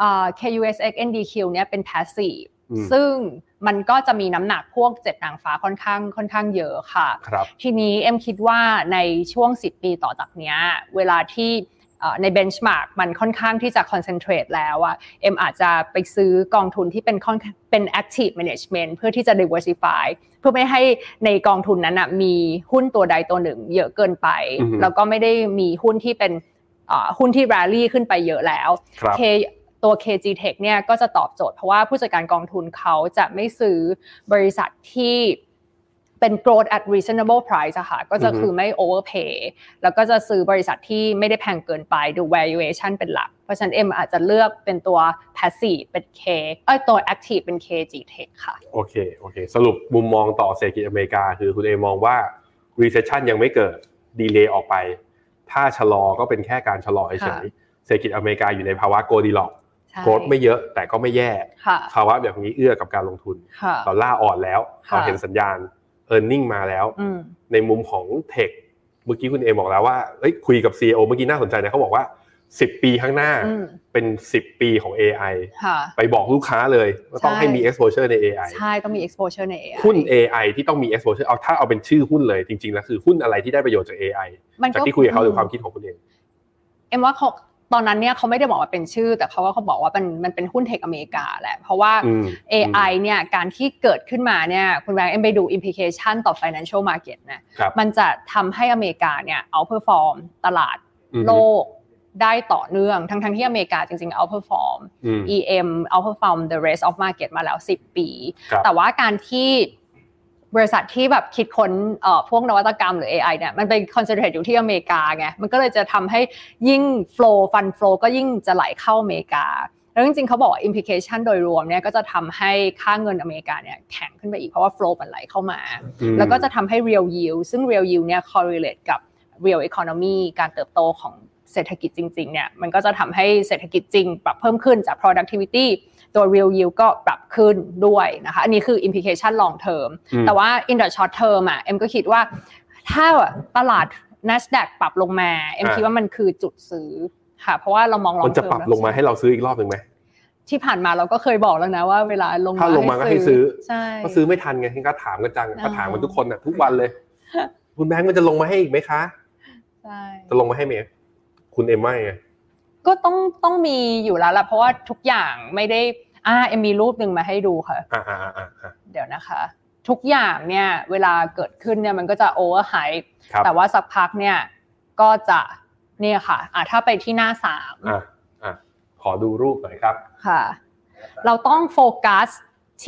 Speaker 3: อ่า KUSXNDQ เนี่ยเป็น passive
Speaker 2: อืม
Speaker 3: ซึ่งมันก็จะมีน้ำหนักพวกเจ็ดนางฟ้าค่อนข้างค่อนข้างเยอะค่ะ
Speaker 2: ครับ
Speaker 3: ทีนี้เอ็มคิดว่าในช่วง 10 ปีต่อจากเนี้ยเวลาที่เอ่อในเบนช์มาร์กมันค่อนข้างที่จะคอนเซนเทรตแล้วอะเอ็มอาจจะไปซื้อกองทุนที่เป็นค่อนเป็น active management เพื่อที่จะ diversify เพื่อไม่ให้ในกองทุนนั้นอะมีหุ้นตัวใดตัวหนึ่งเยอะเกินไป
Speaker 2: อือฮึ
Speaker 3: แล้วก็ไม่ได้มีหุ้นที่เป็นเอ่อหุ้นที่ rally ขึ้นไปเยอะแล้ว
Speaker 2: ครับ
Speaker 3: K ตัว KG Tech เนี่ยก็จะตอบโจทย์เพราะว่าผู้จัดการกองทุนเขาจะไม่ซื้อบริษัทที่เป็น growth at reasonable price อะค่ะก็จะ
Speaker 2: อือฮึ
Speaker 3: คือไม่ overpay แล้วก็จะซื้อบริษัทที่ไม่ได้แพงเกินไปดู valuation เป็นหลัก เพราะฉะนั้น M อาจจะเลือกเป็นตัว passive เป็น K เอ้ยตัว active เป็น KG Tech ค่ะ
Speaker 2: โอเคโอเค สรุปมุมมองต่อเศรษฐกิจอเมริกา คือคุณเอมองว่า recession ยังไม่เกิดดีเลย์ออกไป ถ้าชะลอก็เป็นแค่การชะลอเฉ
Speaker 3: ค่ะ
Speaker 2: ยๆเศรษฐกิจอเมริกาอยู่ในภาวะโกดีล็อก
Speaker 3: ใช่
Speaker 2: โกรธไม่เยอะแต่ก็ไม่แย่
Speaker 3: ค่ะ
Speaker 2: ภาวะแบบนี้เอื้อกับการลงทุน
Speaker 3: ค่ะ
Speaker 2: เราล่าอ่อนแล้วเรา
Speaker 3: ค่ะ
Speaker 2: เห็นสัญญาณ e a r n i n g มาแล้ว
Speaker 3: อืม
Speaker 2: ในมุมของเทคเมื่อกี้คุณเอบอกแล้วว่าเอ้ยคุยกับ CEO เมื่อกี้น่าสนใจนะเขาบอกว่า 10 ปีข้างหน้า
Speaker 3: อืม
Speaker 2: เป็น 10 ปีของ AI
Speaker 3: ค่ะ
Speaker 2: ไปบอกลูกค้าเลยว่าต้อง
Speaker 3: ใช่
Speaker 2: ให้มี exposure ใน AI
Speaker 3: ใช่ต้องมี exposure ใน AI
Speaker 2: หุ้น AI ที่ต้องมี exposure เอาถ้าเอาเป็นชื่อหุ้นเลยจริงๆแล้วคือหุ้นอะไรที่ได้ประโยชน์จาก AI
Speaker 3: มัน
Speaker 2: จากที่คุยกับเขาหรือความคิดของคุณเอง
Speaker 3: เอ็มว่าเขาตอนนั้นเนี่ยเขาไม่ได้บอกว่าเป็นชื่อ แต่เขาก็เขาบอกว่ามันมันเป็นหุ้นเทคอเมริกาแหละเพราะว่า
Speaker 2: อืม
Speaker 3: AI เนี่ยการที่เกิดขึ้นมาเนี่ยคุณแบงค์เอ็มไปดู implication ต่อ financial market นะครับ มันจะทำให้อเมริกาเนี่ย outperform ตลาด
Speaker 2: อืม
Speaker 3: โลกได้ต่อเนื่อง ทั้งๆทที่อเมริกาจริงๆ outperform
Speaker 2: อืม
Speaker 3: EM outperform the rest of market มาแล้ว 10 ปี
Speaker 2: ครับ
Speaker 3: แต่ว่าการที่บริษัทที่แบบคิดค้นเอ่อพวกนวัตกรรมหรือ AI เนี่ยมันไปคอนเซนเทรตอยู่ที่อเมริกาไง มันก็เลยจะทำให้ยิ่ง flow fund flow ก็ยิ่งจะไหลเข้าอเมริกา แล้วจริงๆเขาบอกว่า implication โดยรวมเนี่ยก็จะทำให้ค่าเงินอเมริกาเนี่ยแข็งขึ้นไปอีกเพราะว่า flow มันไหลเข้ามา
Speaker 2: อืม
Speaker 3: แล้วก็จะทำให้ real yield ซึ่ง real yield เนี่ย correlate กับ real economy การเติบโตของเศรษฐกิจจริงๆ เนี่ย มันก็จะทำให้เศรษฐกิจจริง ปรับเพิ่มขึ้นจาก productivity ตัว real yield ก็ปรับขึ้นด้วยนะคะ อันนี้คือ implication long term
Speaker 2: อืม
Speaker 3: แต่ว่า in the short term อ่ะ เอ็มก็คิดว่า ถ้าตลาด NASDAQ ปรับลงมา เอ็ม
Speaker 2: อ่า
Speaker 3: คิดว่ามันคือจุดซื้อค่ะ เพราะว่าเรามอง long
Speaker 2: มัน
Speaker 3: term
Speaker 2: จะปรับลงมาให้เราซื้ออีกรอบหนึ่งไหม
Speaker 3: ที่ผ่านมาเราก็เคยบอกแล้วนะว่าเวลาลง
Speaker 2: ถ้าลงมาก็ให้ซื้อ
Speaker 3: ใช่
Speaker 2: ก็ซื้อไม่ทันไงก็ถามกันจัง
Speaker 3: อ่า
Speaker 2: ก็ถามกันทุกคนอ่ะทุกวันเลย คุณแบงค์มันจะลงมาให้อีกไหมคะ
Speaker 3: ใช่
Speaker 2: จะลงมาให้ไหมคุณเอ็มว่าไง
Speaker 3: ก็ต้องต้องมีอยู่แล้วล่ะเพราะว่าทุกอย่างไม่ได้อ่าเอ็มมีรูปหนึ่งมาให้ดูค่ะ
Speaker 2: อ่าอ่าอ่าอ่า
Speaker 3: เดี๋ยวนะคะ ทุกอย่างเนี่ยเวลาเกิดขึ้นเนี่ยมันก็จะโอเวอร์ไฮ
Speaker 2: ครับ
Speaker 3: แต่ว่าสักพักเนี่ยก็จะเนี่ยค่ะอ่าถ้าไปที่หน้าสาม
Speaker 2: อ่าอ่าขอดูรูปหน่อยครับ
Speaker 3: ค่ะ เราต้องโฟกัส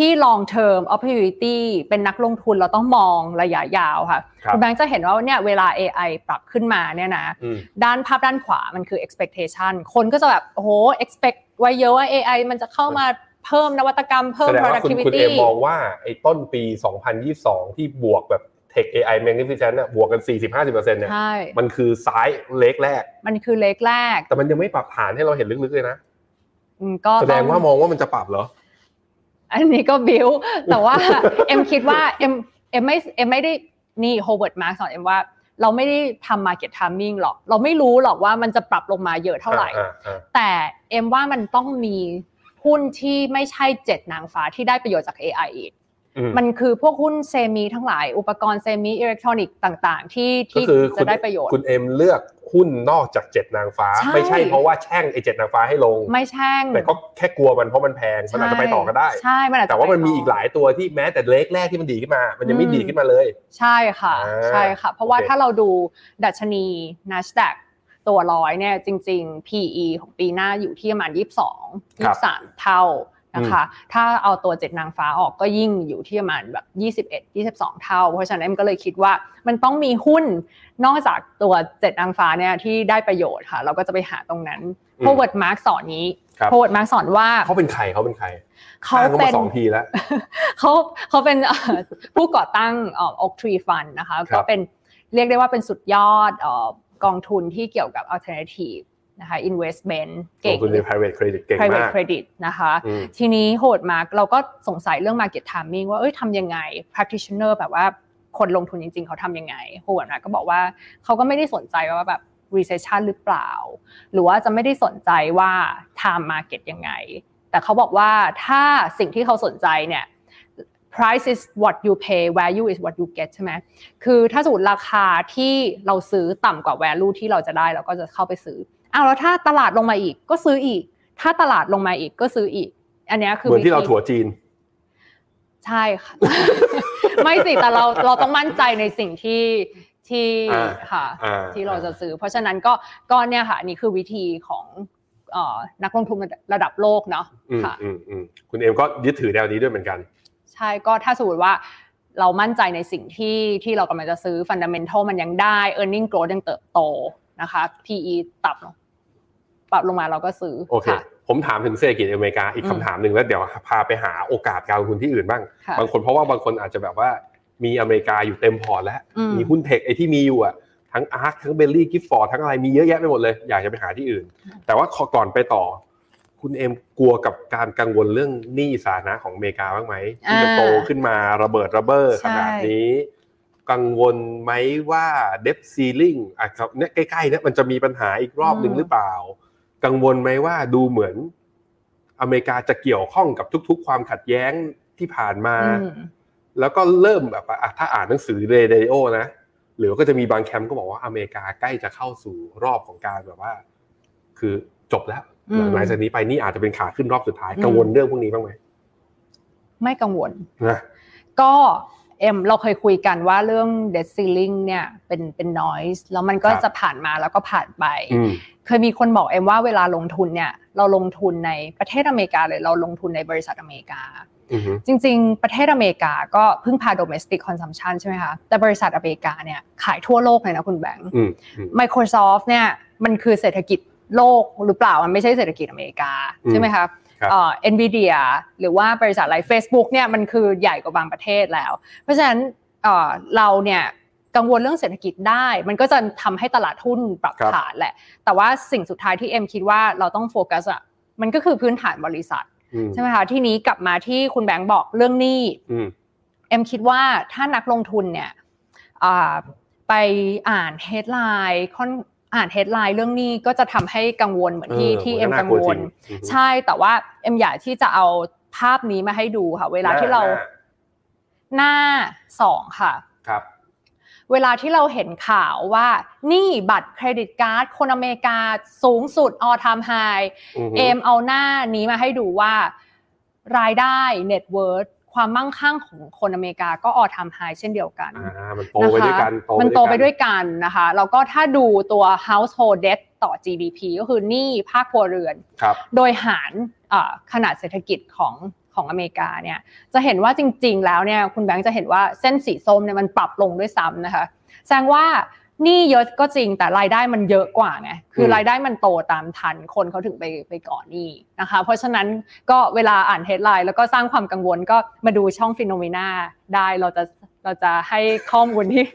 Speaker 3: ที่ long term opportunity เป็นนักลงทุนเราต้องมองระยะยาวค่ะ
Speaker 2: ครับ
Speaker 3: ณแบงค์จะเห็นว่าเนี่ยเวลา AI ปรับขึ้นมาเนี่ยนะ
Speaker 2: อืม
Speaker 3: ด้านภาพด้านขวามันคือ expectation คนก็จะแบบ โอ้โห expect ไว้เยอะว่า AI มันจะเข้ามาเพิ่มนวัตกรรมเพิ่ม
Speaker 2: แสดงว่าคุณคุณเอ
Speaker 3: productivity
Speaker 2: มองว่าไอ้ต้นปี 2022 ที่บวกแบบ Tech AI Magnificent น่ะบวกกัน 40-50%เนี่ย
Speaker 3: ใช่
Speaker 2: มันคือซ้ายเล็กแรก
Speaker 3: มันคือเล็กแรก
Speaker 2: แต่มันยังไม่ปรับฐานให้เราเห็นลึกๆเลยนะ
Speaker 3: อืมก็
Speaker 2: แสดงว่า
Speaker 3: ต้อง
Speaker 2: มองว่ามันจะปรับเหรอ
Speaker 3: อันนี้ก็บิวแต่ว่า เอ็มคิดว่าเอ็มเอ็มไม่เอ็มไม่ได้นี่โฮเวิร์ดมาร์กสอนเอ็มว่า เราไม่ได้ทำ market timing หรอก เราไม่รู้หรอกว่ามันจะปรับลงมาเยอะเท่าไหร่
Speaker 2: อ่อ่า
Speaker 3: แต่เอ็มว่ามันต้องมีหุ้นที่ไม่ใช่เจ็ดนางฟ้าที่ได้ประโยชน์จาก AI อีก
Speaker 2: อืม
Speaker 3: มันคือพวกหุ้นเซมิทั้งหลาย อุปกรณ์เซมิอิเล็กทรอนิกส์ต่าง ๆ ที่
Speaker 2: ก็
Speaker 3: ที่
Speaker 2: คือคุ
Speaker 3: จะ
Speaker 2: ณ
Speaker 3: ได้ประโยชน์
Speaker 2: คุณเอ็มเลือกหุ้นนอกจากเจ็ดนางฟ้า
Speaker 3: ใช่
Speaker 2: ไม่ใช่เพราะว่าแช่งไอ้เจ็ดนางฟ้าให้ลง
Speaker 3: ไม่แช่ง
Speaker 2: แต่ก็แค่กลัวมันเพราะมันแพงมันอาจจะไปต่อก็ได้
Speaker 3: ใช่มันอาจจะ
Speaker 2: แต่ว่ามันมี
Speaker 3: ไปต่
Speaker 2: อีกหลายตัวที่แม้แต่เล็กแรกที่มันดีขึ้นมา มันยังไม่
Speaker 3: อืม
Speaker 2: ดีขึ้นมาเลย
Speaker 3: ใช่ค่ะ
Speaker 2: อ่า
Speaker 3: ใช่ค่ะ เพราะว่า
Speaker 2: โอเค
Speaker 3: ถ้าเราดูดัชนี NASDAQ ตัวร้อยเนี่ยจริง ๆ PE ของปีหน้าอยู่ที่ประมาณ 22 23 เท่านะคะ ถ้าเอาตัวเจ็ดนางฟ้าออกก็ยิ่งอยู่ที่ประมาณแบบ 21 22 เท่า เพราะฉะนั้นเอ็มก็เลยคิดว่ามันต้องมีหุ้นนอกจากตัวเจ็ดนางฟ้าเนี่ยที่ได้ประโยชน์ค่ะ เราก็จะไปหาตรงนั้น
Speaker 2: อืม
Speaker 3: โฮเวิร์ดมาร์กสอนนี้
Speaker 2: ครับ
Speaker 3: โฮเวิร์ดมาร์กสอนว่า
Speaker 2: เขาเป็นใครเขาเป็นใคร
Speaker 3: เขา
Speaker 2: อ้ง
Speaker 3: เป็
Speaker 2: มาน สองทีแล้ว
Speaker 3: เขาเขาเป็นเอ่อผู้ก่อตั้งเอ่อ Oak Tree Fund นะคะ
Speaker 2: ครับ
Speaker 3: ก็เป็นเรียกได้ว่าเป็นสุดยอดเอ่อกองทุนที่เกี่ยวกับ alternative นะคะ investment
Speaker 2: ล
Speaker 3: เก่
Speaker 2: ง
Speaker 3: ง
Speaker 2: ทุนใน private credit เก่งมาก
Speaker 3: private credit นะคะ
Speaker 2: อืม
Speaker 3: ทีนี้โหดมากเราก็สงสัยเรื่อง market timing ว่าเอ้ยทำยังไง practitioner แบบว่า คนลงทุนจริง ๆ เขาทำยังไงโฮเวิร์ดนะก็บอกว่าเขาก็ไม่ได้สนใจว่าแบบ recession หรือเปล่า หรือว่าจะไม่ได้สนใจว่า time market ยังไง แต่เขาบอกว่าถ้าสิ่งที่เขาสนใจเนี่ย price is what you pay value is what you get ใช่ไหม คือถ้าสมมติราคาที่เราซื้อต่ำกว่า value ที่เราจะได้เราก็จะเข้าไปซื้อ อ้าวแล้วถ้าตลาดลงมาอีกก็ซื้ออีก ถ้าตลาดลงมาอีกก็ซื้ออีก อันเนี้ยคือ
Speaker 2: เหมือนที่เรา
Speaker 3: วิธี
Speaker 2: ถั่วจีน
Speaker 3: ใช่ค่ะ ไม่สิ แต่เราเราต้องมั่นใจในสิ่งที่ที่
Speaker 2: อ่า
Speaker 3: ค่ะ
Speaker 2: อ่
Speaker 3: ที่เราจะซื้อ เพราะฉะนั้นก็ก็เนี่ยค่ะอันนี่คือวิธีของเอ่อนักลงทุนระดับโลกเนาะ
Speaker 2: อืม
Speaker 3: ค่ะ
Speaker 2: อืมอืมคุณเอ็มก็ยึดถือแนวนี้ด้วยเหมือนกัน
Speaker 3: ใช่ก็ถ้าสมมติว่าเรามั่นใจในสิ่งที่ที่เรากำลังจะซื้อ fundamental มันยังได้ earning growth ยังเติบโตนะคะ PE ตับลงปรับลงมาเราก็ซื้อ
Speaker 2: โอเค
Speaker 3: ค่ะ
Speaker 2: ผมถามถึงเศรษฐกิจอเมริกาอีก
Speaker 3: อืม
Speaker 2: คำถามหนึ่งแล้วเดี๋ยวพาไปหาโอกาสการลงทุนที่อื่นบ้าง
Speaker 3: ค่ะ
Speaker 2: บางคนเพราะว่าบางคนอาจจะแบบว่ามีอเมริกาอยู่เต็มพอร์ตแล้ว
Speaker 3: อืม
Speaker 2: มีหุ้นเทคไอที่มีอยู่อะทั้งอาร์คทั้งเบลลี่กิฟฟอร์ทั้งอะไรมีเยอะแยะไปหมดเลย อยากจะไปหาที่อื่น แต่ว่าขอก่อนไปต่อ คุณเอ็มกลัวกับการกังวลเรื่องหนี้สาธารณะของอเมริกาบ้างไหมที่จะ
Speaker 3: อ่า
Speaker 2: โตขึ้นมาระเบิดระเบ้อขนาด
Speaker 3: ใช่
Speaker 2: นี้ กังวลไหมว่าเดฟซีลิงอ่ะครับเนี่ยใกล้ๆเนี่ยมันจะมีปัญหาอีกรอบหนึ่งหรือเปล่า กังวลไหมว่าดูเหมือน อเมริกาจะเกี่ยวข้องกับทุก ๆ ความขัดแย้งที่ผ่านมา
Speaker 3: อืม
Speaker 2: แล้วก็เริ่มแบบว่าอ่ะถ้าอ่านหนังสือเรเดโอนะ หรือก็จะมีบางแคมป์ก็บอกว่าอเมริกาใกล้จะเข้าสู่รอบของการแบบว่า คือจบแล้ว
Speaker 3: อืม
Speaker 2: หลังจากนี้ไปนี่อาจจะเป็นขาขึ้นรอบสุดท้าย
Speaker 3: อืม
Speaker 2: กังวลเรื่องพวกนี้บ้างไหม
Speaker 3: ไม่กังวล
Speaker 2: นะ
Speaker 3: ก็เอ็มเราเคยคุยกันว่าเรื่อง dead ceiling เนี่ยเป็นเป็น noise แล้วมันก็จะผ่านมาแล้วก็ผ่านไป
Speaker 2: อืม
Speaker 3: เคยมีคนบอกเอ็มว่าเวลาลงทุนเนี่ยเราลงทุนในประเทศอเมริกาเลยเราลงทุนในบริษัทอเมริกา
Speaker 2: อือหือ
Speaker 3: จริง ๆ ประเทศอเมริกาก็พึ่งพา domestic consumption ใช่ไหมคะ แต่บริษัทอเมริกาเนี่ยขายทั่วโลกเลยนะคุณแบงค์
Speaker 2: อืม
Speaker 3: Microsoft เนี่ยมันคือเศรษฐกิจโลกหรือเปล่ามันไม่ใช่เศรษฐกิจอเมริกา ใช่ไหมคะ
Speaker 2: ครับ
Speaker 3: เอ่อ็นวีเดียหรือว่าบริษัทอะไร Facebook เนี่ยมันคือใหญ่กว่าบางประเทศแล้ว เพราะฉะนั้นเอ่อเราเนี่ยกังวลเรื่องเศรษฐกิจได้ มันก็จะทำให้ตลาดหุ้นปรับ
Speaker 2: ครับ
Speaker 3: ฐานแหละ แต่ว่าสิ่งสุดท้ายที่เอ็มคิดว่าเราต้องโฟกัสอะมันก็คือพื้นฐานบริษัท
Speaker 2: อืม
Speaker 3: ใช่ไหมคะทีนี้กลับมาที่คุณแบงค์บอกเรื่องหนี้
Speaker 2: อืม
Speaker 3: เอ็มคิดว่าถ้านักลงทุนเนี่ยอ่าไปอ่านเฮดไลน์ค่อนอ่านเฮดไลน์เรื่องนี้ก็จะทำให้กังวลเหมือนที่ที่เอ็มกังวล ใช่แต่ว่าเอ็มอยากที่จะเอาภาพนี้มาให้ดูค่ะ เวลาที่เรา
Speaker 2: หน้า
Speaker 3: หน้าสองค่ะ
Speaker 2: ครับ
Speaker 3: เวลาที่เราเห็นข่าวว่าหนี่บัตรเครดิตการ์ดคนอเมริกาสูงสุดออทามไฮ เอมเอาหน้านี้มาให้ดูว่ารายได้ net worth ความมั่งคั่งของคนอเมริกาก็ออทำ high เช่นเดียวกัน
Speaker 2: อ่ามันโตไปด้วยกัน
Speaker 3: นะคะมันโตไปด้วยกันนะคะ แล้วก็ถ้าดูตัว household debt ต่อ GDP ก็คือหนี้ภาคครัวเรือน
Speaker 2: ครับ
Speaker 3: โดยหารเอ่อขนาดเศรษฐกิจของของอเมริกาเนี่ยจะเห็นว่าจริง ๆ แล้วเนี่ยคุณแบงค์จะเห็นว่าเส้นสีส้มเนี่ยมันปรับลงด้วยซ้ำนะคะแสดงว่าหนี่เยอะก็จริงแต่รายได้มันเยอะกว่าไงคือ
Speaker 2: ม
Speaker 3: รายได้มันโตตามทันคนเขาถึงไปไปก่อหนี้นะคะเพราะฉะนั้นก็เวลาอ่านเฮดไลน์แล้วก็สร้างความกังวลก็มาดูช่องฟิโนเมนาได้เราจะเราจะให้ข้อมูลที่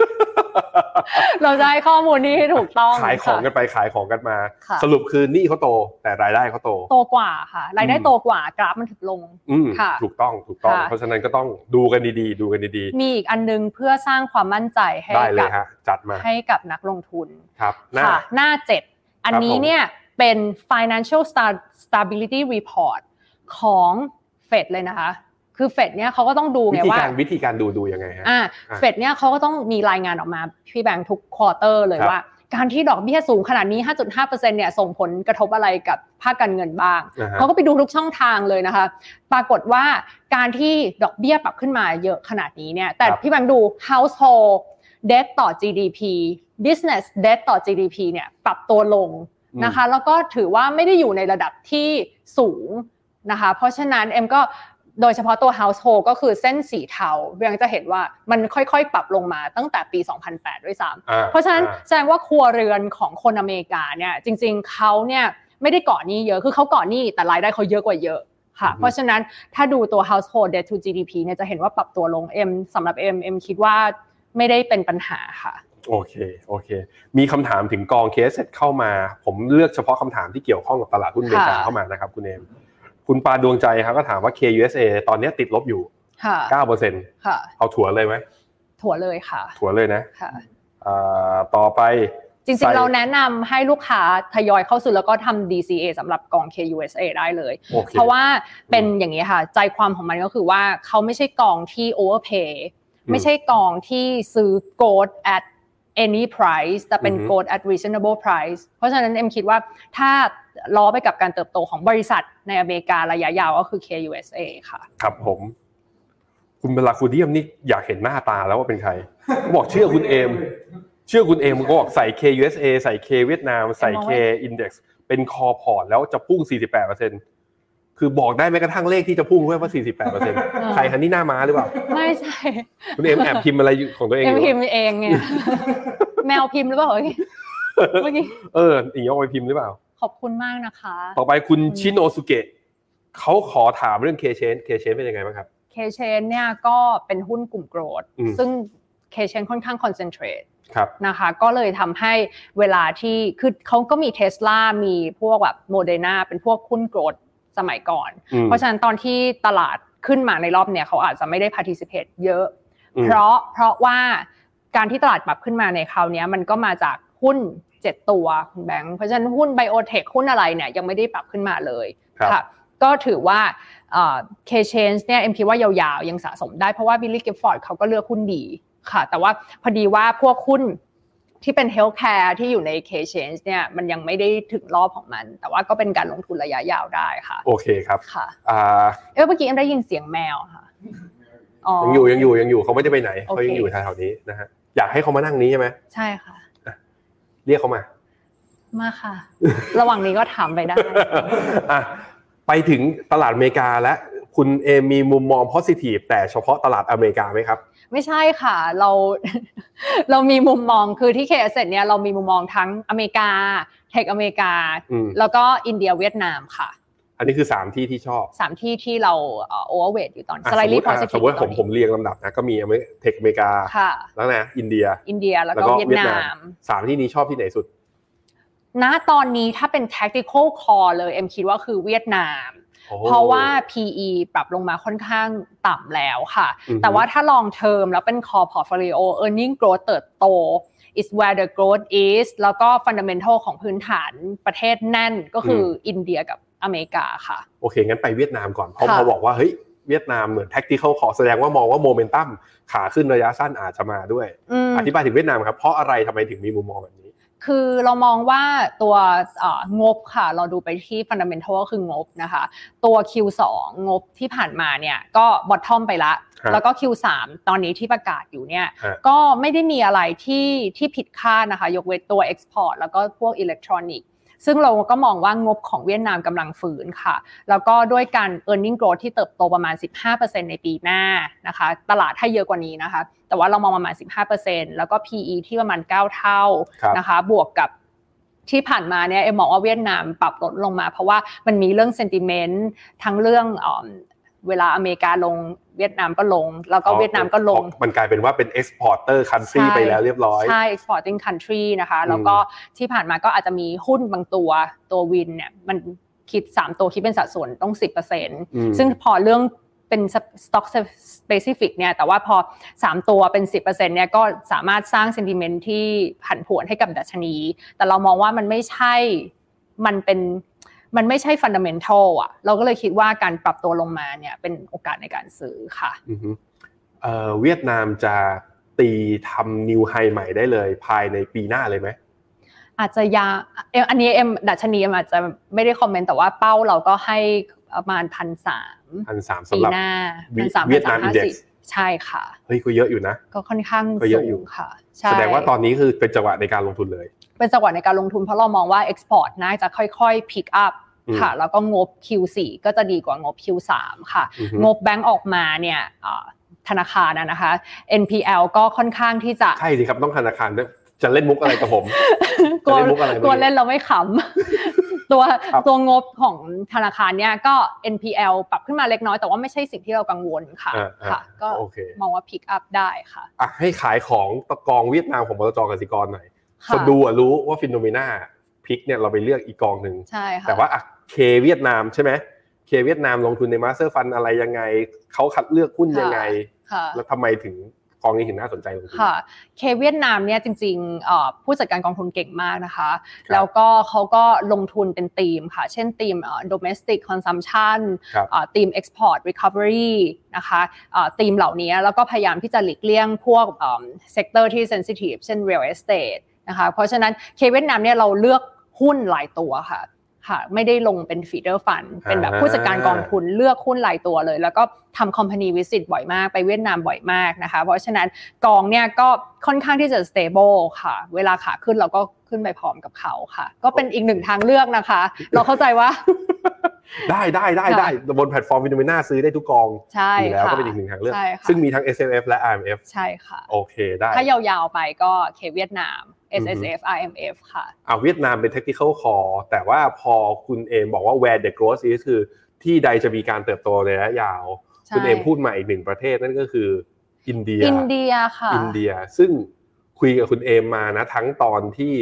Speaker 3: เราจะให้ข้อมูลที่ถูกต้อง
Speaker 2: ขายของ
Speaker 3: ค่ะ
Speaker 2: กันไปขายของกันมา
Speaker 3: ค่ะ
Speaker 2: สรุปคือหนี้เขาโต แต่รายได้เขาโต
Speaker 3: โตกว่าค่ะรายได้โตกว่ากราฟมันถึงลง
Speaker 2: อืม
Speaker 3: ค่ะ
Speaker 2: ถูกต้องถูกต้อง
Speaker 3: ค่ะ
Speaker 2: เพราะฉะนั้นก็ต้องดูกันดีๆ ดูกันดี
Speaker 3: มีอีกอันนึงเพื่อสร้างความมั่นใจให้
Speaker 2: ๆ ได้เล
Speaker 3: กั
Speaker 2: ยฮะ จัดมา
Speaker 3: ให้กับนักลงทุน
Speaker 2: ครับหน้า
Speaker 3: ค่ะหน้าเจ็ดอันนี้
Speaker 2: ผม
Speaker 3: เนี่ยเป็น financial Sta- stability report ของเฟดเลยนะคะ คือเฟดเนี่ยเขาก็ต้องดู
Speaker 2: วิ
Speaker 3: ไง
Speaker 2: ธี
Speaker 3: ว่า
Speaker 2: การวิธีการดูดูยังไงฮะ
Speaker 3: อ่า
Speaker 2: อ่ะ
Speaker 3: เฟดเนี่ยเขาก็ต้องมีรายงานออกมาพี่แบงค์ทุกควอเตอร์เลย
Speaker 2: ครับ
Speaker 3: ว่า การที่ดอกเบี้ยสูงขนาดนี้ 5.5%เนี่ยส่งผลกระทบอะไรกับภาคการเงินบ้าง
Speaker 2: อ่าฮะ
Speaker 3: เขาก็ไปดูทุกช่องทางเลยนะคะ ปรากฏว่าการที่ดอกเบี้ยปรับขึ้นมาเยอะขนาดนี้เนี่ย แต่
Speaker 2: ครับ
Speaker 3: พี่แบงค์ดู household debt ต่อ GDP business debt ต่อ GDP เนี่ยปรับตัวลงนะคะ แล้วก็ถือว่าไม่ได้อยู่ในระดับที่สูงนะคะ เพราะฉะนั้นเอ็มก็โดยเฉพาะตัว household ก็คือเส้นสีเทาเบียงจะเห็นว่ามันค่อยๆ ปรับลงมาตั้งแต่ปี 2008 ด้วยซ้ำ
Speaker 2: อ่
Speaker 3: เพราะฉะนั้น
Speaker 2: อ่
Speaker 3: แสดงว่าครัวเรือนของคนอเมริกาเนี่ยจริงๆเขาเนี่ยไม่ได้ก่อหนี้เยอะคือเขาก่อหนี้แต่รายได้เขาเยอะกว่าเยอะค่ะเพราะฉะนั้นถ้าดูตัว household debt to GDP เนี่ยจะเห็นว่าปรับตัวลง M สำหรับ M M คิดว่าไม่ได้เป็นปัญหาค่ะ
Speaker 2: โอเคโอเค มีคำถามถึงกองเคสเสร็จเข้ามา ผมเลือกเฉพาะคำถามที่เกี่ยวข้องกับตลาดหุ้นอเมริกา
Speaker 3: ค่ะ
Speaker 2: เข้ามานะครับคุณเอมคุณปาดวงใจครับก็ถามว่า KUSA ตอนเนี้ยติดลบอยู่
Speaker 3: ค่ะ
Speaker 2: 9%
Speaker 3: ค่ะ
Speaker 2: เอาถั่วเลยไหม
Speaker 3: ถั่วเลยค่ะ
Speaker 2: ถั่วเลยนะ
Speaker 3: ค่ะ
Speaker 2: อ่าต่อไป
Speaker 3: จริ
Speaker 2: ใส่
Speaker 3: งๆ เราแนะนำให้ลูกค้าทยอยเข้าซื้อแล้วก็ทำ DCA สำหรับกอง KUSA ได้เลย
Speaker 2: โอเค
Speaker 3: เพราะว่าเป็นอย่างนี้ค่ะ ใจความของมันก็คือว่าเขาไม่ใช่กองที่ overpay
Speaker 2: ม
Speaker 3: ไม่ใช่กองที่ซื้อ gold at any price แต่เป็น
Speaker 2: อือฮึ
Speaker 3: gold at reasonable price เพราะฉะนั้นเอ็มคิดว่าถ้าล้อไปกับการเติบโตของบริษัทในอเมริการะยะยาวก็คือ KUSA ค่ะ
Speaker 2: ครับผม คุณเวลาคูเดียมนี่อยากเห็นหน้าตาแล้วว่าเป็นใครเขาบอกเชื่อคุณเอม เชื่อคุณเอมก็บอกใส่ KUSA ใส่ K เวียดนาม ใส่ K Index เป็นคอพอร์ตแล้วจะพุ่ง 48%คือบอกได้แม้กระทั่งเลขที่จะพุ่งด้วยว่า 48%ใครฮันนี่หน้าม้าหรือเปล่า
Speaker 3: ไม่ใช่
Speaker 2: คุณเอมแอบพิมพ์อะไรอยู่ของตัวเองอ
Speaker 3: เอ็ม
Speaker 2: ยู่
Speaker 3: พิมพ์เองเนี่ยแมวพิมพ์หรือเปล่าเอ้ยเมื่อกี้
Speaker 2: เอออีกเอาไปพิมพ์หรือเปล่า
Speaker 3: ขอบคุณมากนะคะ
Speaker 2: ต่อไปคุณชินโอสุเกะเขาขอถามเรื่อง K Change K Change เป็นยังไงบ้างครับ
Speaker 3: เคเชนเนี่ยก็เป็นหุ้นกลุ่มโกรด
Speaker 2: อืม
Speaker 3: ซึ่งเคเชนค่อนข้างคอนเซนเทรต
Speaker 2: ครับ
Speaker 3: นะคะก็เลยทำให้เวลาที่คือเขาก็มีเทสลามีพวกแบบโมเดนาเป็นพวกหุ้นโกรดสมัยก่อน
Speaker 2: อืม
Speaker 3: เพราะฉะนั้นตอนที่ตลาดขึ้นมาในรอบเนี่ยเขาอาจจะไม่ได้ participate เยอะ
Speaker 2: อืม
Speaker 3: เพราะเพราะว่าการที่ตลาดปรับขึ้นมาในคราวเนี้ยมันก็มาจากหุ้น 7 ตัวคุณแบงค์เพราะฉะนั้นหุ้นไบโอเทคหุ้นอะไรเนี่ยยังไม่ได้ปรับขึ้นมาเลย
Speaker 2: ครับ
Speaker 3: ก็ถือว่าเคเชนส์เนี่ยเอ็มคิดว่ายาวๆ ยังสะสมได้เพราะว่าบิลลี่กิฟฟอร์ดเขาก็เลือกหุ้นดีค่ะ แต่ว่าพอดีว่าพวกหุ้นที่เป็นเฮลท์แคร์ที่อยู่ในเคเชนส์เนี่ยมันยังไม่ได้ถึงรอบของมัน แต่ว่าก็เป็นการลงทุนระยะยาวได้ค่ะ
Speaker 2: โอเคครับ
Speaker 3: ค่ะ
Speaker 2: อ่า
Speaker 3: เอ้ยเมื่อกี้เอ็มได้ยินเสียงแมวค่ะอ๋อ
Speaker 2: ยังอยู่ยังอยู่ยังอยู่เขาไม่ได้ไปไหน
Speaker 3: โอเค
Speaker 2: เขายังอยู่แถวๆนี้นะฮะอยากให้เขามานั่งนี้ใช่ไหม
Speaker 3: ใช่ค่ะ
Speaker 2: เรียกเขามา
Speaker 3: มาค่ะ ระหว่างนี้ก็ถามไปได้
Speaker 2: อ่ะไปถึงตลาดอเมริกาและคุณเอมีมุมมอง positive แต่เฉพาะตลาดอเมริกาไหมครับ
Speaker 3: ไม่ใช่ค่ะ เรา เรามีมุมมองคือที่เคเซ็เนี่ยเรามีมุมมองทั้งอเมริกา เทคอเมริกา
Speaker 2: อืม
Speaker 3: แล้วก็อินเดียเวียดนามค่ะ
Speaker 2: อันนี้คือ 3 ที่ที่ชอบ
Speaker 3: สามที่ที่เราโอเวอร์เวทอยู่ตอน
Speaker 2: อ่ะ
Speaker 3: สไลด์รีพอ
Speaker 2: อ่ะ
Speaker 3: สิ
Speaker 2: สม
Speaker 3: ที
Speaker 2: มติผมผมเรียงลำดับนะ ก็มีเทคอเมริกา
Speaker 3: ค่ะ
Speaker 2: แล้วนะอินเดีย
Speaker 3: อินเดียแล้วก็
Speaker 2: แล้วก็
Speaker 3: เวีย
Speaker 2: เวี
Speaker 3: ด
Speaker 2: ยดนาม
Speaker 3: นาม
Speaker 2: สามที่นี้ชอบที่ไหนสุด
Speaker 3: ณตอนนี้ถ้าเป็น tactical call เลย เอ็มคิดว่าคือเวียดนาม เพราะว่า PE ปรับลงมาค่อนข้างต่ำแล้วค่ะ
Speaker 2: อือฮึ
Speaker 3: แต่ว่าถ้าลองเทอมแล้วเป็น core portfolio earning growth เติบโต is where the growth is แล้วก็ fundamental ของพื้นฐานประเทศแน่นก็คือออินเดียกับอเมริกาค่ะ
Speaker 2: โอเค งั้นไปเวียดนามก่อน เพราะ
Speaker 3: ค่ะ
Speaker 2: เขาบอกว่า เฮ้ย เวียดนามเหมือน tactical call แสดงว่ามองว่าโมเมนตัมขาขึ้นระยะสั้นอาจจะมาด้วย
Speaker 3: อืม
Speaker 2: อธิบายถึงเวียดนามครับ เพราะอะไรทำไมถึงมีมุมมองแบบนี้
Speaker 3: คือเรามองว่าตัวเอ่องบค่ะ เราดูไปที่ fundamental ก็คืองบนะคะ ตัว Q2 งบที่ผ่านมาเนี่ยก็ bottom ไปละ
Speaker 2: ครับ
Speaker 3: แล้วก็ Q3 ตอนนี้ที่ประกาศอยู่เนี่ย
Speaker 2: ฮะ
Speaker 3: ก็ไม่ได้มีอะไรที่ที่ผิดคาดนะคะ ยกเว้นตัว export แล้วก็พวกอิเล็กทรอนิกส์ซึ่งเราก็มองว่างบของเวียดนามกำลังฝืนค่ะ แล้วก็ด้วยการ earning growth ที่เติบโตประมาณ 15%ในปีหน้านะคะ ตลาดให้เยอะกว่านี้นะคะ แต่ว่าเรามองประมาณ 15%แล้วก็ PE ที่ประมาณ 9 เท่า
Speaker 2: ครับ
Speaker 3: นะคะบวกกับที่ผ่านมาเนี่ยเอ็มมองว่าเวียดนามปรับลดลงมา เพราะว่ามันมีเรื่องเซนติเมนต์ทั้งเรื่องเอิ่มเวลาอเมริกาลงเวียดนามก็ลง แล้วก็เวียดนามก็ลง
Speaker 2: มันกลายเป็นว่าเป็น exporter country
Speaker 3: ใช่
Speaker 2: ไปแล้วเรียบร้อย
Speaker 3: ใช่ exporting country นะคะ แล้วก็ที่ผ่านมาก็อาจจะมีหุ้นบางตัวตัววินเนี่ยมันคิด 3 ตัวคิดเป็นสัดส่วนต้อง 10%
Speaker 2: อืม
Speaker 3: ซึ่งพอเรื่องเป็น stock specific เนี่ยแต่ว่าพอ 3 ตัวเป็น 10%เนี่ยก็สามารถสร้าง sentiment ที่ผันผวนให้กับดัชนี แต่เรามองว่ามันไม่ใช่มันเป็นมันไม่ใช่ fundamental อ่ะ เราก็เลยคิดว่าการปรับตัวลงมาเนี่ยเป็นโอกาสในการซื้อค่ะ
Speaker 2: อือฮึเอ่อเวียดนามจะตีทำนิวไฮใหม่ได้เลยภายในปีหน้าเลยไหม
Speaker 3: อาจจะยาเอ็มอันนี้เอ็มดัชนีเอ็มอาจจะไม่ได้คอมเมนต์แต่ว่าเป้าเราก็ให้ประมาณพันสาม
Speaker 2: พันสาม
Speaker 3: ปี
Speaker 2: สำหรับ
Speaker 3: หน้า
Speaker 2: เวี
Speaker 3: พันสาม
Speaker 2: เวีย
Speaker 3: พันสา
Speaker 2: ดา
Speaker 3: น
Speaker 2: ม
Speaker 3: ม
Speaker 2: Index
Speaker 3: สิบใช่ค่ะ
Speaker 2: เฮ้ยก็เยอะอยู่นะ
Speaker 3: ก็ค่อนข้าง
Speaker 2: ก็เยอะ
Speaker 3: สู
Speaker 2: อยู่
Speaker 3: งค่ะใช่
Speaker 2: แสดงว่าตอนนี้คือเป็นจังหวะในการลงทุนเลย
Speaker 3: เป็นจังหวะในการลงทุนเพราะเรามองว่าเอ็กซ์พอร์ตน่าจะค่อยๆ pick up
Speaker 2: อืม
Speaker 3: ค่ะ แล้วก็งบ Q4 ก็จะดีกว่างบ Q3 ค่ะ
Speaker 2: อือฮึ
Speaker 3: งบแบงก์ออกมาเนี่ยอ่าธนาคารนะนะคะ NPL ก็ค่อนข้างที่จะ
Speaker 2: ใช่สิครับต้องธนาคารด้วยจะเล่นมุกอะไรกับผม
Speaker 3: กลัว
Speaker 2: จะเล่นมุกอะไรไม่รู้
Speaker 3: กลัวเล่นเราไม่ขำ ตัว
Speaker 2: ครับ
Speaker 3: ตัวงบของธนาคารเนี่ยก็ NPL ปรับขึ้นมาเล็กน้อยแต่ว่าไม่ใช่สิ่งที่เรากังวลค่ะ
Speaker 2: อ่าอ่า
Speaker 3: ค่ะ ก็
Speaker 2: โอเค
Speaker 3: มองว่า pick up ได้ค่ะ
Speaker 2: อ่ะให้ขายของตะกองเวียดนามของบลจกสิกรหน่อยคน
Speaker 3: ค่ะ
Speaker 2: ดูอะรู้ว่าฟินโนเมนาพิกเนี่ยเราไปเลือกอีกกองหนึ่ง
Speaker 3: ใช่ค่ะ
Speaker 2: แต่ว่าอ่ะเคเวียดนามใช่ไหมเคเวียดนามลงทุนในมาสเตอร์ฟันอะไรยังไง เขาคัดเลือกหุ้นยังไง
Speaker 3: ค่ะ
Speaker 2: แล้วทำไมถึง กองนี้เห็นน่าสนใจลงทุน
Speaker 3: ค่ะ เคเวียดนามเนี่ยจริงๆเอ่อผู้จัดการกองทุนเก่งมากนะคะ แล้วก็เขาก็ลงทุนเป็นธีมค่ะ เช่นธีมเอ่อ domestic consumption
Speaker 2: ครับ
Speaker 3: เอ่อธีม export recovery นะคะเอ่อธีมเหล่านี้แล้วก็พยายามที่จะหลีกเลี่ยงพวกเอ่อ sector ที่ sensitive เช่น real estate นะคะ เพราะฉะนั้นเคเวียดนามเนี่ยเราเลือกหุ้นหลายตัวค่ะ ค่ะ ไม่ได้ลงเป็นฟีเดอร์ฟัน เป็นแบบผู้จัดการกองทุนเลือกหุ้นรายตัวเลย แล้วก็ทำคอมพานีวิสิตบ่อยมาก ไปเวียดนามบ่อยมากนะคะ เพราะฉะนั้นกองเนี่ยก็ค่อนข้างที่จะสเตเบิลค่ะ เวลาขาขึ้นเราก็ขึ้นไปพร้อมกับเขาค่ะ ก็เป็นอีกหนึ่งทางเลือกนะคะ เราเข้าใจว่า
Speaker 2: ได้ได้ได้ได้บนแพลตฟอร์มวินโดมิน่าซื้อได้ทุกกอง
Speaker 3: ใช่
Speaker 2: อยู่แล้ว
Speaker 3: ค่ะ
Speaker 2: ก็เป็นอีกหนึ่งทางเลือก
Speaker 3: ใช่ค่ะ
Speaker 2: ซึ่งมีทั้ง S F F และ I M F
Speaker 3: ใช่ค่ะ
Speaker 2: โอเคได้
Speaker 3: ถ้ายาวๆไปก็เคเวียดนาม
Speaker 2: อือฮึ
Speaker 3: S S F R M F ค่ะ
Speaker 2: เอาเวียดนามเป็น technical core แต่ว่าพอคุณเอมบอกว่า where the growth is คือที่ใดจะมีการเติบโตในระยะยาว
Speaker 3: ใช่
Speaker 2: คุณเอมพูดมาอีกหนึ่งประเทศนั่นก็คืออินเดีย
Speaker 3: อินเดียค่ะ
Speaker 2: อินเดียซึ่งคุยกับคุณเอมมานะ ทั้งตอนที่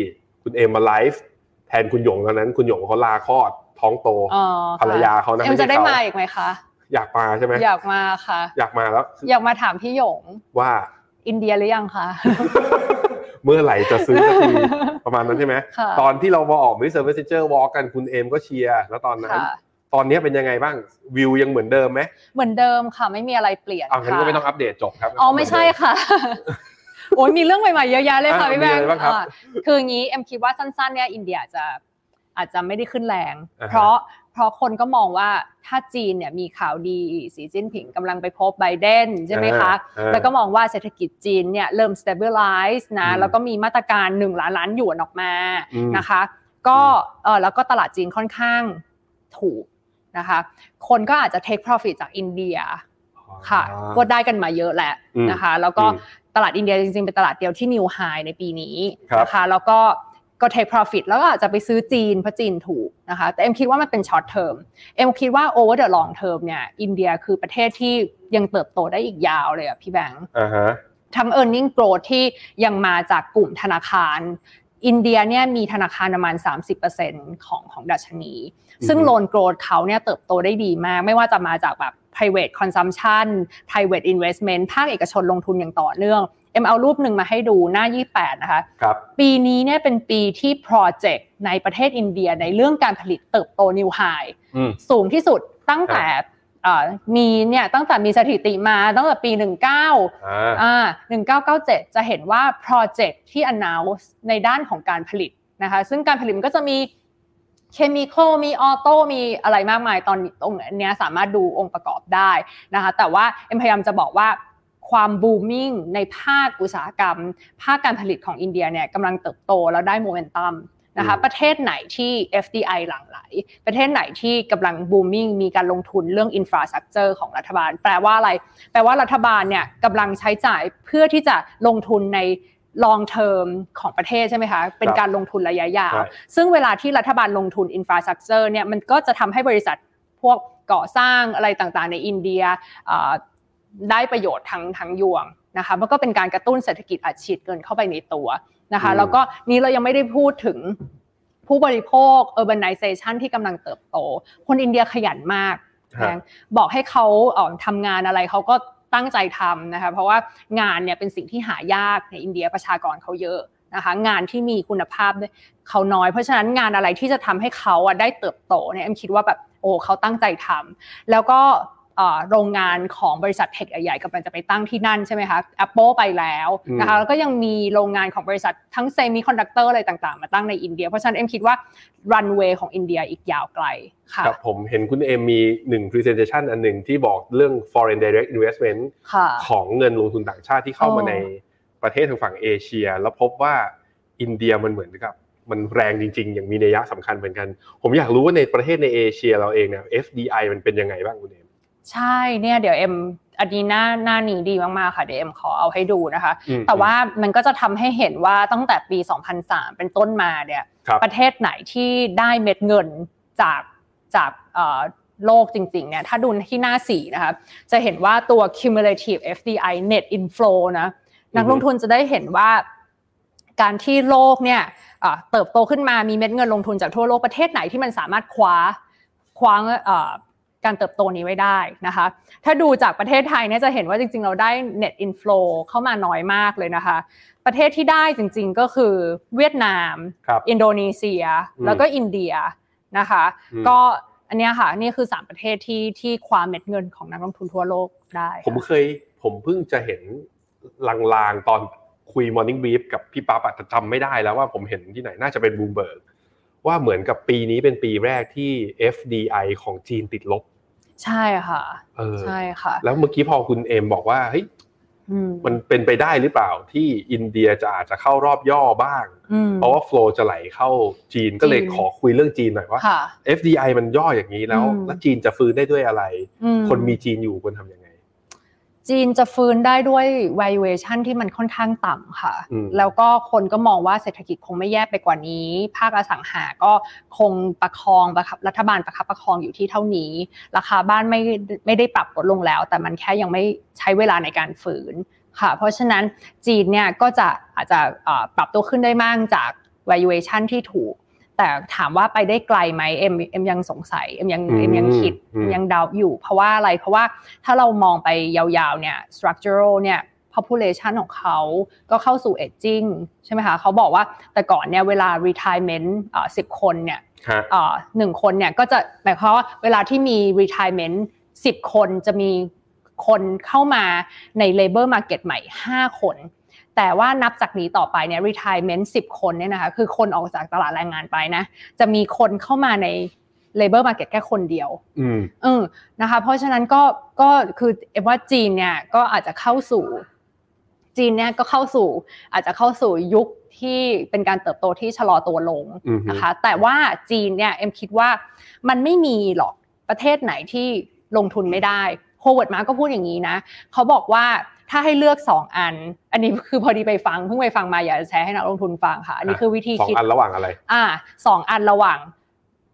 Speaker 2: คุณเอมมาไลฟ์แทนคุณหยงตอนนั้นคุณหยงเขาลาคลอดท้องโต
Speaker 3: อ๋อ
Speaker 2: ภรรยาเขานะ
Speaker 3: เอ็ม
Speaker 2: ไม่ใช่
Speaker 3: จะได้
Speaker 2: เขา
Speaker 3: มาอีกไหมคะ
Speaker 2: อยากมาใช่ไหม
Speaker 3: อยากมาค่ะ
Speaker 2: อยากมาแล้วคือ
Speaker 3: อยากมาถามพี่หยง
Speaker 2: ว่า
Speaker 3: อินเดียหรือยังคะ
Speaker 2: เมื่อไหร่จะซื้อสักที ประมาณนั้นใช่ไหม
Speaker 3: ค่ะ
Speaker 2: ตอนที่เรามาออกมิสเตอร์เวสเจอร์วอลกันคุณเอมก็เชียร์แล้วตอนนั้น
Speaker 3: ค่ะ
Speaker 2: ตอนนี้เป็นยังไงบ้างวิวยังเหมือนเดิมไหม
Speaker 3: เหมือนเดิมค่ะ ไม่มีอะไรเปลี่ยน
Speaker 2: เอางั้น
Speaker 3: ค่ะ
Speaker 2: ก็ไม่ต้องอัปเดตจบครับ
Speaker 3: อ๋อไม่ใช่ค่ะ โอ้ยมีเรื่องใหม่ๆเยอะแยะเลยค่ะ
Speaker 2: อ่ะ
Speaker 3: พี่แบ
Speaker 2: มี
Speaker 3: ง
Speaker 2: อะไรบ้างครับ
Speaker 3: อ่ะคืออย่างนี้เอ็มคิดว่าสั้นๆเนี่ยอินเดียจะอาจจะไม่ได้ขึ้นแรง
Speaker 2: อ่าฮะ
Speaker 3: เพราะเพราะคนก็มองว่าถ้าจีนเนี่ยมีข่าวดีสีจิ้นผิงกำลังไปพบไบเดนใช่ไหมคะ
Speaker 2: เออ
Speaker 3: แล้วก็มองว่าเศรษฐกิจจีนเนี่ยเริ่ม stabilize นะ
Speaker 2: อืม
Speaker 3: แล้วก็มีมาตรการ 1 ล้านล้านหยวนออกมา
Speaker 2: อืม
Speaker 3: นะคะ ก็เออแล้วก็ตลาดจีนค่อนข้างถูกนะคะ คนก็อาจจะ take profit จากอินเดียค่ะ ก็ได้กันมาเยอะแหละ
Speaker 2: อืม
Speaker 3: นะคะ แล้วก็
Speaker 2: อืม
Speaker 3: ตลาดอินเดียจริงๆ เป็นตลาดเดียวที่ new high ในปีนี้
Speaker 2: ครับ
Speaker 3: นะคะ แล้วก็ก็ take profit แล้วก็อาจจะไปซื้อจีนเพราะจีนถูกนะคะ แต่เอ็มคิดว่ามันเป็น short term เอ็มคิดว่า over the long term เนี่ย อินเดียคือประเทศที่ยังเติบโตได้อีกยาวเลยอะพี่แบงค์
Speaker 2: อ่าฮะ
Speaker 3: ทั้ง e a r n i n g growth ที่ยังมาจากกลุ่มธนาคาร อินเดียเนี่ยมีธนาคารประมาณ 30%ของของดัชนี
Speaker 2: อืม
Speaker 3: ซึ่งโลนโกรดเขาเนี่ยเติบโตได้ดีมาก ไม่ว่าจะมาจากแบบ private consumption private investment ภาคเอกชนลงทุนอย่างต่อเนื่อง เอ็มเอารูปหนึ่งมาให้ดูหน้า 28 นะคะ
Speaker 2: ครับ
Speaker 3: ปีนี้เนี่ยเป็นปีที่ project ในประเทศอินเดียในเรื่องการผลิตเติบโต new high
Speaker 2: อืม
Speaker 3: สูงที่สุดตั้งแต่เอ่อมีเนี่ยตั้งแต่มีสถิติมาตั้งแต่ปี
Speaker 2: อ
Speaker 3: 19
Speaker 2: ่า
Speaker 3: อ่า1997 จะเห็นว่า Project ที่ announce ในด้านของการผลิตนะคะ ซึ่งการผลิตมันก็จะมีเคมีคอลมีออโต้มีอะไรมากมายตอนนี้ตรงเนี้ยสามารถดูองค์ประกอบได้นะคะ แต่ว่าเอ็มพยายามจะบอกว่าความบูมมิ่งในภาคอุตสาหกรรม ภาคการผลิตของอินเดียเนี่ยกำลังเติบโตแล้วได้โมเมนตัมนะคะ
Speaker 2: อืม
Speaker 3: ประเทศไหนที่ FDI หลั่งไหล ประเทศไหนที่กำลังบูมมิ่งมีการลงทุนเรื่องอินฟราส r ั c เจอร์ของรัฐบาล แปลว่าอะไร แปลว่ารัฐบาลเนี่ยกำลังใช้จ่ายเพื่อที่จะลงทุนใน long term ของประเทศใช่ไหมคะ เป็นการลงทุนระยะยาว
Speaker 2: ใช่
Speaker 3: ซึ่งเวลาที่รัฐบาลลงทุน infrastructure เนี่ยมันก็จะทำให้บริษัทพวกก่อสร้างอะไรต่างๆ ในอินเดียเอ่อได้ประโยชน์ทั้งทั้งยวงนะคะมันก็เป็นการกระตุ้นเศรษฐกิจอัดฉีดเงินเข้าไปในตัวนะคะ
Speaker 2: อืม
Speaker 3: แล้วก็นี้เรายังไม่ได้พูดถึงผู้บริโภค urbanization ที่กำลังเติบโต คนอินเดียขยันมาก
Speaker 2: ฮะ
Speaker 3: บอกให้เขาเอ่อทำงานอะไรเขาก็ตั้งใจทำนะคะเพราะว่างานเนี่ยเป็นสิ่งที่หายากในอินเดียประชากรเขาเยอะนะคะงานที่มีคุณภาพเนี่ยเขาน้อย เพราะฉะนั้นงานอะไรที่จะทำให้เขาอ่ะได้เติบโตเนี่ยเอ็มคิดว่าแบบโอ้เขาตั้งใจทำแล้วก็เอ่อโรงงานของบริษัทเทคใหญ่ๆกำลังจะไปตั้งที่นั่นใช่ไหมคะ Apple ไปแล้วนะคะ
Speaker 2: อืม
Speaker 3: แล้วก็ยังมีโรงงานของบริษัททั้งเซมิคอนดักเตอร์อะไรต่างๆ มาตั้งในอินเดีย เพราะฉะนั้นเอ็มคิดว่ารันเวย์ของอินเดียอีกยาวไกลค่ะ
Speaker 2: ครับผมเห็นคุณเอมมีหนึ่ง presentation อันหนึ่งที่บอกเรื่อง foreign direct investment
Speaker 3: ค่ะ
Speaker 2: ของเงินลงทุนต่างชาติที่เข้ามา
Speaker 3: อ๋อ
Speaker 2: ในประเทศทางฝั่งเอเชีย แล้วพบว่าอินเดียมันเหมือนกับ มันแรงจริง ๆ อย่างมีนัยยะสำคัญเหมือนกัน ผมอยากรู้ว่าในประเทศในเอเชียเราเองเนี่ย FDI มันเป็นยังไงบ้างคุณเอม
Speaker 3: ใช่เนี่ยเดี๋ยวเอ็มอันนี้หน้าหน้านี้ดีมากๆค่ะเดี๋ยวเอ็มขอเอาให้ดูนะคะ แต่ว่ามันก็จะทำให้เห็นว่าตั้งแต่ปี 2003 เป็นต้นมาเนี่ย
Speaker 2: ครับ
Speaker 3: ประเทศไหนที่ได้เม็ดเงินจากจากเอ่อโลกจริงๆเนี่ยถ้าดูที่หน้าสีนะคะจะเห็นว่าตัว cumulative FDI net inflow นะนักลงทุนจะได้เห็นว่าการที่โลกเนี่ยเอ่อเติบโตขึ้นมามีเม็ดเงินลงทุนจากทั่วโลกประเทศไหนที่มันสามารถคว้าคว้าเอ่อ การเติบโตนี้ไว้ได้นะคะ ถ้าดูจากประเทศไทยเนี่ยจะเห็นว่าจริงๆ เราได้ net inflow เข้ามาน้อยมากเลยนะคะ ประเทศที่ได้จริงๆก็คือเวียดนาม
Speaker 2: ครับ
Speaker 3: อินโดนีเซีย
Speaker 2: อืม
Speaker 3: แล้วก็อินเดียนะคะ
Speaker 2: อืม
Speaker 3: ก็อันเนี้ยค่ะนี่คือ 3 ประเทศที่ที่ความเม็ดเงินของนักลงทุนทั่วโลกได้
Speaker 2: ผมเคยผมเพิ่งจะเห็นลางๆตอนคุย Morning Brief กับพี่ปั๊บอะแต่จำไม่ได้แล้วว่าผมเห็นที่ไหนน่าจะเป็นบูมเบิร์กว่าเหมือนกับปีนี้เป็นปีแรกที่ FDI ของจีนติดลบ
Speaker 3: ใช่ค่ะ
Speaker 2: เออ
Speaker 3: ใช่ค่ะ
Speaker 2: แล้วเมื่อกี้พอคุณเอมบอกว่าเฮ้ย
Speaker 3: อืม
Speaker 2: มันเป็นไปได้หรือเปล่าที่อินเดียจะอาจจะเข้ารอบย่อบ้าง
Speaker 3: อืม
Speaker 2: เพราะว่าโฟลจะไหลเข้าจีนก็เลย
Speaker 3: จีน
Speaker 2: ขอคุยเรื่องจีนหน่อยว่า
Speaker 3: ค่ะ
Speaker 2: FDI มันย่ออย่างนี้แล้ว
Speaker 3: อืม
Speaker 2: แล้วจีนจะฟื้นได้ด้วยอะไร
Speaker 3: อื
Speaker 2: คนมีจีนอยู่ควรทำยังไง
Speaker 3: จีนจะฟื้นได้ด้วย valuation ที่มันค่อนข้างต่ำค่ะ
Speaker 2: อืม
Speaker 3: แล้วก็คนก็มองว่าเศรษฐกิจคงไม่แย่ไปกว่านี้ ภาคอสังหาก็คงประคองประคับรัฐบาลประคับประคองอยู่ที่เท่านี้ ราคาบ้านไม่ไม่ได้ปรับลดลงแล้ว แต่มันแค่ยังไม่ใช้เวลาในการฝืนค่ะ เพราะฉะนั้นจีนเนี่ยก็จะอาจจะเอ่อปรับตัวขึ้นได้มากจาก valuation ที่ถูก แต่ถามว่าไปได้ไกลไหมเอ็มเอ็มยังสงสัยเอ็มยัง
Speaker 2: อืม
Speaker 3: เอ็มยังคิด
Speaker 2: อืม
Speaker 3: ยังเดาอยู่ เพราะว่าอะไรเพราะว่าถ้าเรามองไปยาวๆเนี่ย structural เนี่ย population ของเขาก็เข้าสู่ aging ใช่ไหมคะเขาบอกว่าแต่ก่อนเนี่ยเวลา retirement สิบคนเนี่ย
Speaker 2: ฮะ
Speaker 3: เอ่อหนึ่งคนเนี่ยก็จะหมายความว่าเวลาที่มี retirement 10 คนจะมีคนเข้ามาใน labor market ใหม่ 5 คน แต่ว่านับจากนี้ต่อไปเนี่ย retirement 10 คนเนี่ยนะคะคือคนออกจากตลาดแรงงานไปนะจะมีคนเข้ามาใน labor market แค่คนเดียว
Speaker 2: อืม
Speaker 3: เออนะคะเพราะฉะนั้นก็ก็คือเอ็มว่าจีนเนี่ยก็อาจจะเข้าสู่จีนเนี่ยก็เข้าสู่ อาจจะเข้าสู่ยุคที่เป็นการเติบโตที่ชะลอตัวลง
Speaker 2: อือฮึ
Speaker 3: นะคะแต่ว่าจีนเนี่ยเอ็มคิดว่ามันไม่มีหรอกประเทศไหนที่ลงทุนไม่ได้โฮเวิร์ดมาก็พูดอย่างนี้นะ เขาบอกว่าถ้าให้เลือก 2 อัน อันนี้คือพอดีไปฟังเพิ่งไปฟังมาอยากจะแชร์ให้นักลงทุนฟังค่ะ อันนี้คือวิธี
Speaker 2: สอง
Speaker 3: คิด
Speaker 2: อันระหว่างอะไร
Speaker 3: อ่าสองอันระหว่าง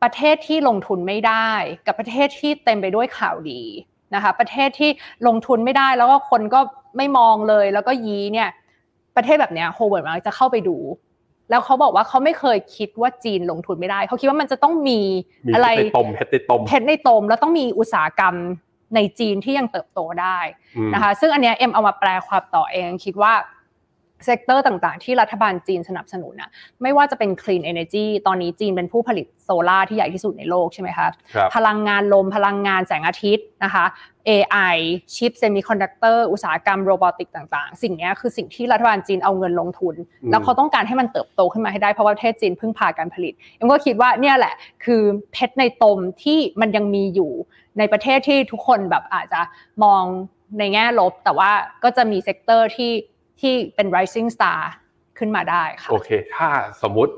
Speaker 3: ประเทศที่ลงทุนไม่ได้ กับประเทศที่เต็มไปด้วยข่าวดีนะคะประเทศที่ลงทุนไม่ได้แล้วก็คนก็ไม่มองเลยแล้วก็ยีเนี่ยประเทศแบบเนี้ยโฮเวิร์ดมาร์กจะเข้าไปดู แล้วเขาบอกว่าเขาไม่เคยคิดว่าจีนลงทุนไม่ได้ เขาคิดว่ามันจะต้องมี
Speaker 2: มี
Speaker 3: อะไร
Speaker 2: เห็ดในตมเห็ดในตม
Speaker 3: เพชรในตมแล้วต้องมีอุตสาหกรรมในจีนที่ยังเติบโตได้
Speaker 2: อืม
Speaker 3: นะคะซึ่งอันเนี้ยเอ็มเอามาแปลความต่อเองคิดว่าเซกเตอร์ต่างๆ ที่รัฐบาลจีนสนับสนุนนะไม่ว่าจะเป็น Clean Energy ตอนนี้จีนเป็นผู้ผลิตโซลาร์ที่ใหญ่ที่สุดในโลกใช่ไหมคะ
Speaker 2: ครับ
Speaker 3: พลังงานลมพลังงานแสงอาทิตย์นะคะ AI ชิปเซมิคอนดักเตอร์อุตสาหกรรมโรบอติกต่างๆ สิ่งเนี้ยคือสิ่งที่รัฐบาลจีนเอาเงินลงทุน
Speaker 2: อืม
Speaker 3: แล้วเขาต้องการให้มันเติบโตขึ้นมาให้ได้เพราะว่าประเทศจีนพึ่งพาการผลิตเอ็มก็คิดว่าเนี่ยแหละคือเพชรในตมที่มันยังมีอยู่ ในประเทศที่ทุกคนแบบอาจจะมองในแง่ลบ แต่ว่าก็จะมีเซกเตอร์ที่ที่เป็น rising star ขึ้นมาได้ค่ะ
Speaker 2: โอเค ถ้าสมมุติ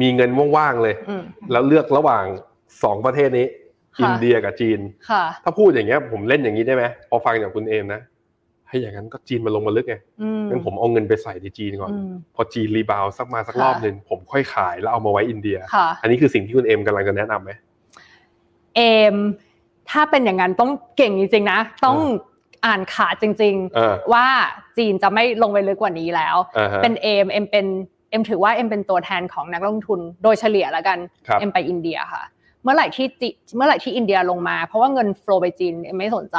Speaker 2: มีเงินว่างๆเลย
Speaker 3: อืม
Speaker 2: แล้วเลือกระหว่างสองประเทศนี้
Speaker 3: ค่ะ
Speaker 2: อินเดียกับจีน
Speaker 3: ค่ะ
Speaker 2: ถ้าพูดอย่างเงี้ย ผมเล่นอย่างนี้ได้ไหมพอฟังจากคุณเอมนะให้อย่างนั้นก็จีนมาลงมาลึกไง
Speaker 3: อืม
Speaker 2: งั้นผมเอาเงินไปใส่ในจีนก่อน
Speaker 3: อืม
Speaker 2: พอจีนรีบาวด์สักมาสัก
Speaker 3: ค่ะ
Speaker 2: รอบหนึ่งผมค่อยขายแล้วเอามาไว้อินเดีย
Speaker 3: ค่ะ
Speaker 2: อันนี้คือสิ่งที่คุณเอมกำลังจะแนะนำไหม
Speaker 3: เอม ถ้าเป็นอย่างนั้นต้องเก่งจริงๆนะ ต้องอ่านขาดจริง
Speaker 2: เออ
Speaker 3: ๆ ว่าจีนจะไม่ลงไปลึกกว่านี้แล้ว
Speaker 2: อ่าฮะ
Speaker 3: เป็นเอมเอ็มเป็นเอ็มถือว่าเอ็มเป็นตัวแทนของนักลงทุนโดยเฉลี่ยแล้วกัน
Speaker 2: ครับ
Speaker 3: เอ็มไปอินเดียค่ะ เมื่อไหร่ที่จิเมื่อไหร่ที่อินเดียลงมา เพราะว่าเงินฟลอไปจีนเอ็มไม่สนใจ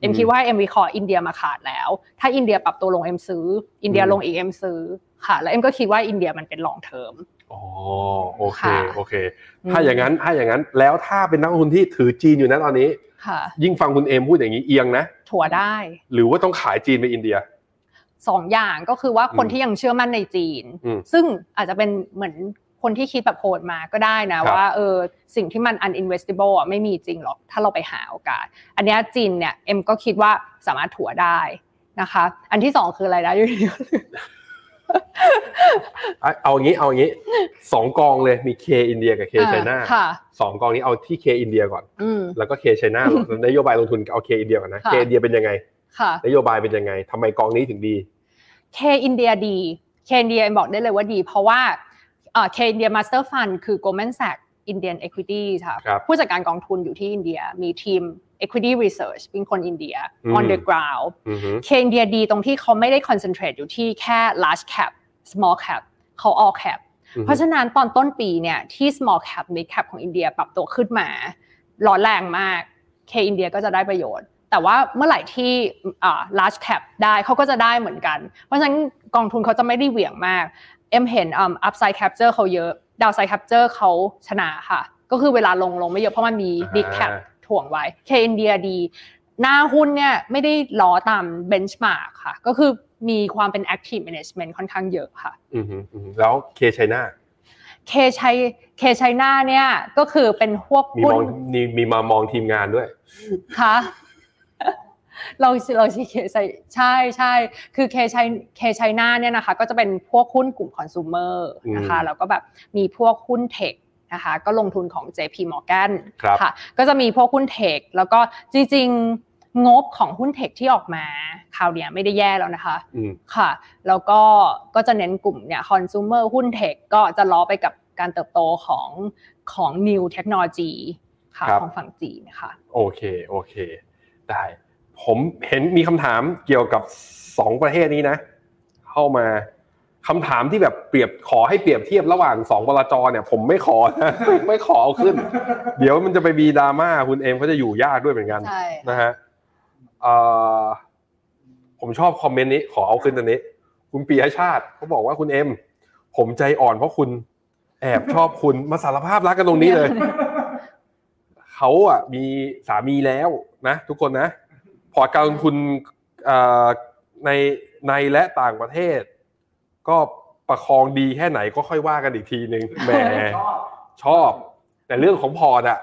Speaker 3: เอ็ม
Speaker 2: อืม
Speaker 3: คิดว่าเอ็มวิเคราะห์อินเดียมาขาดแล้ว ถ้าอินเดียปรับตัวลงเอ็มซื้อ อินเดีย
Speaker 2: อืม
Speaker 3: ลงอีกเอ็มซื้อค่ะ แล้วเอ็มก็คิดว่าอินเดียมันเป็นลองเทอม
Speaker 2: อ๋อโอเค
Speaker 3: ค่ะ
Speaker 2: โอเค
Speaker 3: อืม
Speaker 2: ถ้าอย่างนั้นถ้าอย่างนั้นแล้วถ้าเป็นนักลงทุนที่ถือจีนอยู่นะตอนนี้
Speaker 3: ค่ะ
Speaker 2: ยิ่งฟังคุณเอมพูดอย่างนี้เอียงนะ
Speaker 3: ถั่วได้
Speaker 2: หรือว่าต้องขายจีนไปอินเดีย
Speaker 3: สองอย่างก็คือว่าคน
Speaker 2: อืม
Speaker 3: ที่ยังเชื่อมั่นในจีน
Speaker 2: อืม
Speaker 3: ซึ่งอาจจะเป็นเหมือนคนที่คิดแบบโหดมาก็ได้นะครับ ว่าเออสิ่งที่มัน uninvestable อ่ะไม่มีจริงหรอก ถ้าเราไปหาโอกาส อันเนี้ยจีนเนี่ยเอ็มก็คิดว่าสามารถถัวได้นะคะ อันที่สองคืออะไรนะ อยู่ดี
Speaker 2: เอาเอาอย่างนี้เอาอย่างนี้ สองกองเลยมีเคอินเดียกับเคไชน่า
Speaker 3: อ่ค่ะ
Speaker 2: สองกองนี้เอาที่เคอินเดียก่อน
Speaker 3: อืม
Speaker 2: แล้วก็เคไช น่านโยบายลงทุนเอาเคอินเดียก่อนนะ
Speaker 3: ค่ะ
Speaker 2: เคอินเดียเป็นยังไง
Speaker 3: ค่ะ
Speaker 2: นโยบายเป็นยังไงทำไมกองนี้ถึงดี
Speaker 3: เคอินเดียดีเคอินเดียบอกได้เลยว่าดี เพราะว่าเคอินเดียมาสเตอร์ฟันคือ Goldman Sachs Indian Equity ค่ะ
Speaker 2: ครับ
Speaker 3: ผู้จัดการกองทุนอยู่ที่อินเดียมีทีม Equity Research เป็นคนอินเดีย
Speaker 2: อืม
Speaker 3: on the ground
Speaker 2: อือฮึ
Speaker 3: เคอินเดียดีตรงที่เขาไม่ได้ concentrate อยู่ที่แค่ large cap small cap เขา all cap
Speaker 2: อือฮึ
Speaker 3: เพราะฉะนั้นตอนต้นปีเนี่ยที่ small cap mid cap ของอินเดียปรับตัวขึ้นมา ร้อนแรงมาก K อินเดียก็จะได้ประโยชน์ แต่ว่าเมื่อไหร่ที่อ่า large cap ได้เขาก็จะได้เหมือนกัน เพราะฉะนั้นกองทุนเขาจะไม่ได้เหวี่ยงมาก เอ็มเห็นอ่า upside capture เขาเยอะ downside capture เขาชนะค่ะ ก็คือเวลาลงลงไม่เยอะเพราะมันมี big cap
Speaker 2: อ่า
Speaker 3: ถ่วงไว้ K อินเดียดี หน้าหุ้นเนี่ยไม่ได้ล้อตาม benchmark ค่ะ ก็คือมีความเป็น active management ค่อนข้างเยอะค่ะ
Speaker 2: อืมฮึอืมฮึแล้วเคชัยนา
Speaker 3: K ชัย K ชัยนาเนี่ยก็คือเป็นพวก
Speaker 2: มี
Speaker 3: หุ้
Speaker 2: ม
Speaker 3: น
Speaker 2: องมีมีมามองทีมงานด้วย
Speaker 3: คะ เราเราชี้เคชัยใช่ใช่คือเคชัยเคชัยนาเนี่ยนะคะ ก็จะเป็นพวกหุ้นกลุ่มคอน sumer นะคะ
Speaker 2: อืม
Speaker 3: แล้วก็แบบมีพวกหุ้นเทคนะคะ ก็ลงทุนของ JP Morgan
Speaker 2: ครับ
Speaker 3: ค่ะ ก็จะมีพวกหุ้นเทคแล้วก็จริงๆ งบของหุ้นเทคที่ออกมาคราวเนี้ยไม่ได้แย่แล้วนะคะ
Speaker 2: อืม
Speaker 3: ค่ะ แล้วก็ก็จะเน้นกลุ่มเนี่ยคอน sumer หุ้นเทคก็จะล้อไปกับการเติบโตของของ new technology ค่ะ
Speaker 2: ครับ
Speaker 3: ของฝั่งจีนค่ะ
Speaker 2: โอเค โอเค ได้ ผมเห็นมีคำถามเกี่ยวกับสองประเทศนี้นะ เข้ามาคำถามที่แบบเปรียบขอให้เปรียบเทียบระหว่างสองบลจเนี่ย ผมไม่ขอนะ ไม่ไม่ขอเอาขึ้น เดี๋ยวมันจะไปมีดราม่าคุณเอมเขาจะอยู่ยากด้วยเหมือนกัน
Speaker 3: ใช่
Speaker 2: นะฮะเอ่อผมชอบคอมเมนต์นี้ขอเอาขึ้นอันนี้ คุณปียชาติเขาบอกว่าคุณเอ็ม ผมใจอ่อนเพราะคุณ แอบชอบคุณมาสารภาพรักกันตรงนี้เลย เขาอ่ะมีสามีแล้วนะทุกคนนะพอร์ตการลงทุนเอ่อในในและต่างประเทศ ก็ประคองดีแค่ไหนก็ค่อยว่ากันอีกทีหนึ่งแหม
Speaker 4: ชอบ
Speaker 2: ชอบ แต่เรื่องของพอร์ตอ่ะ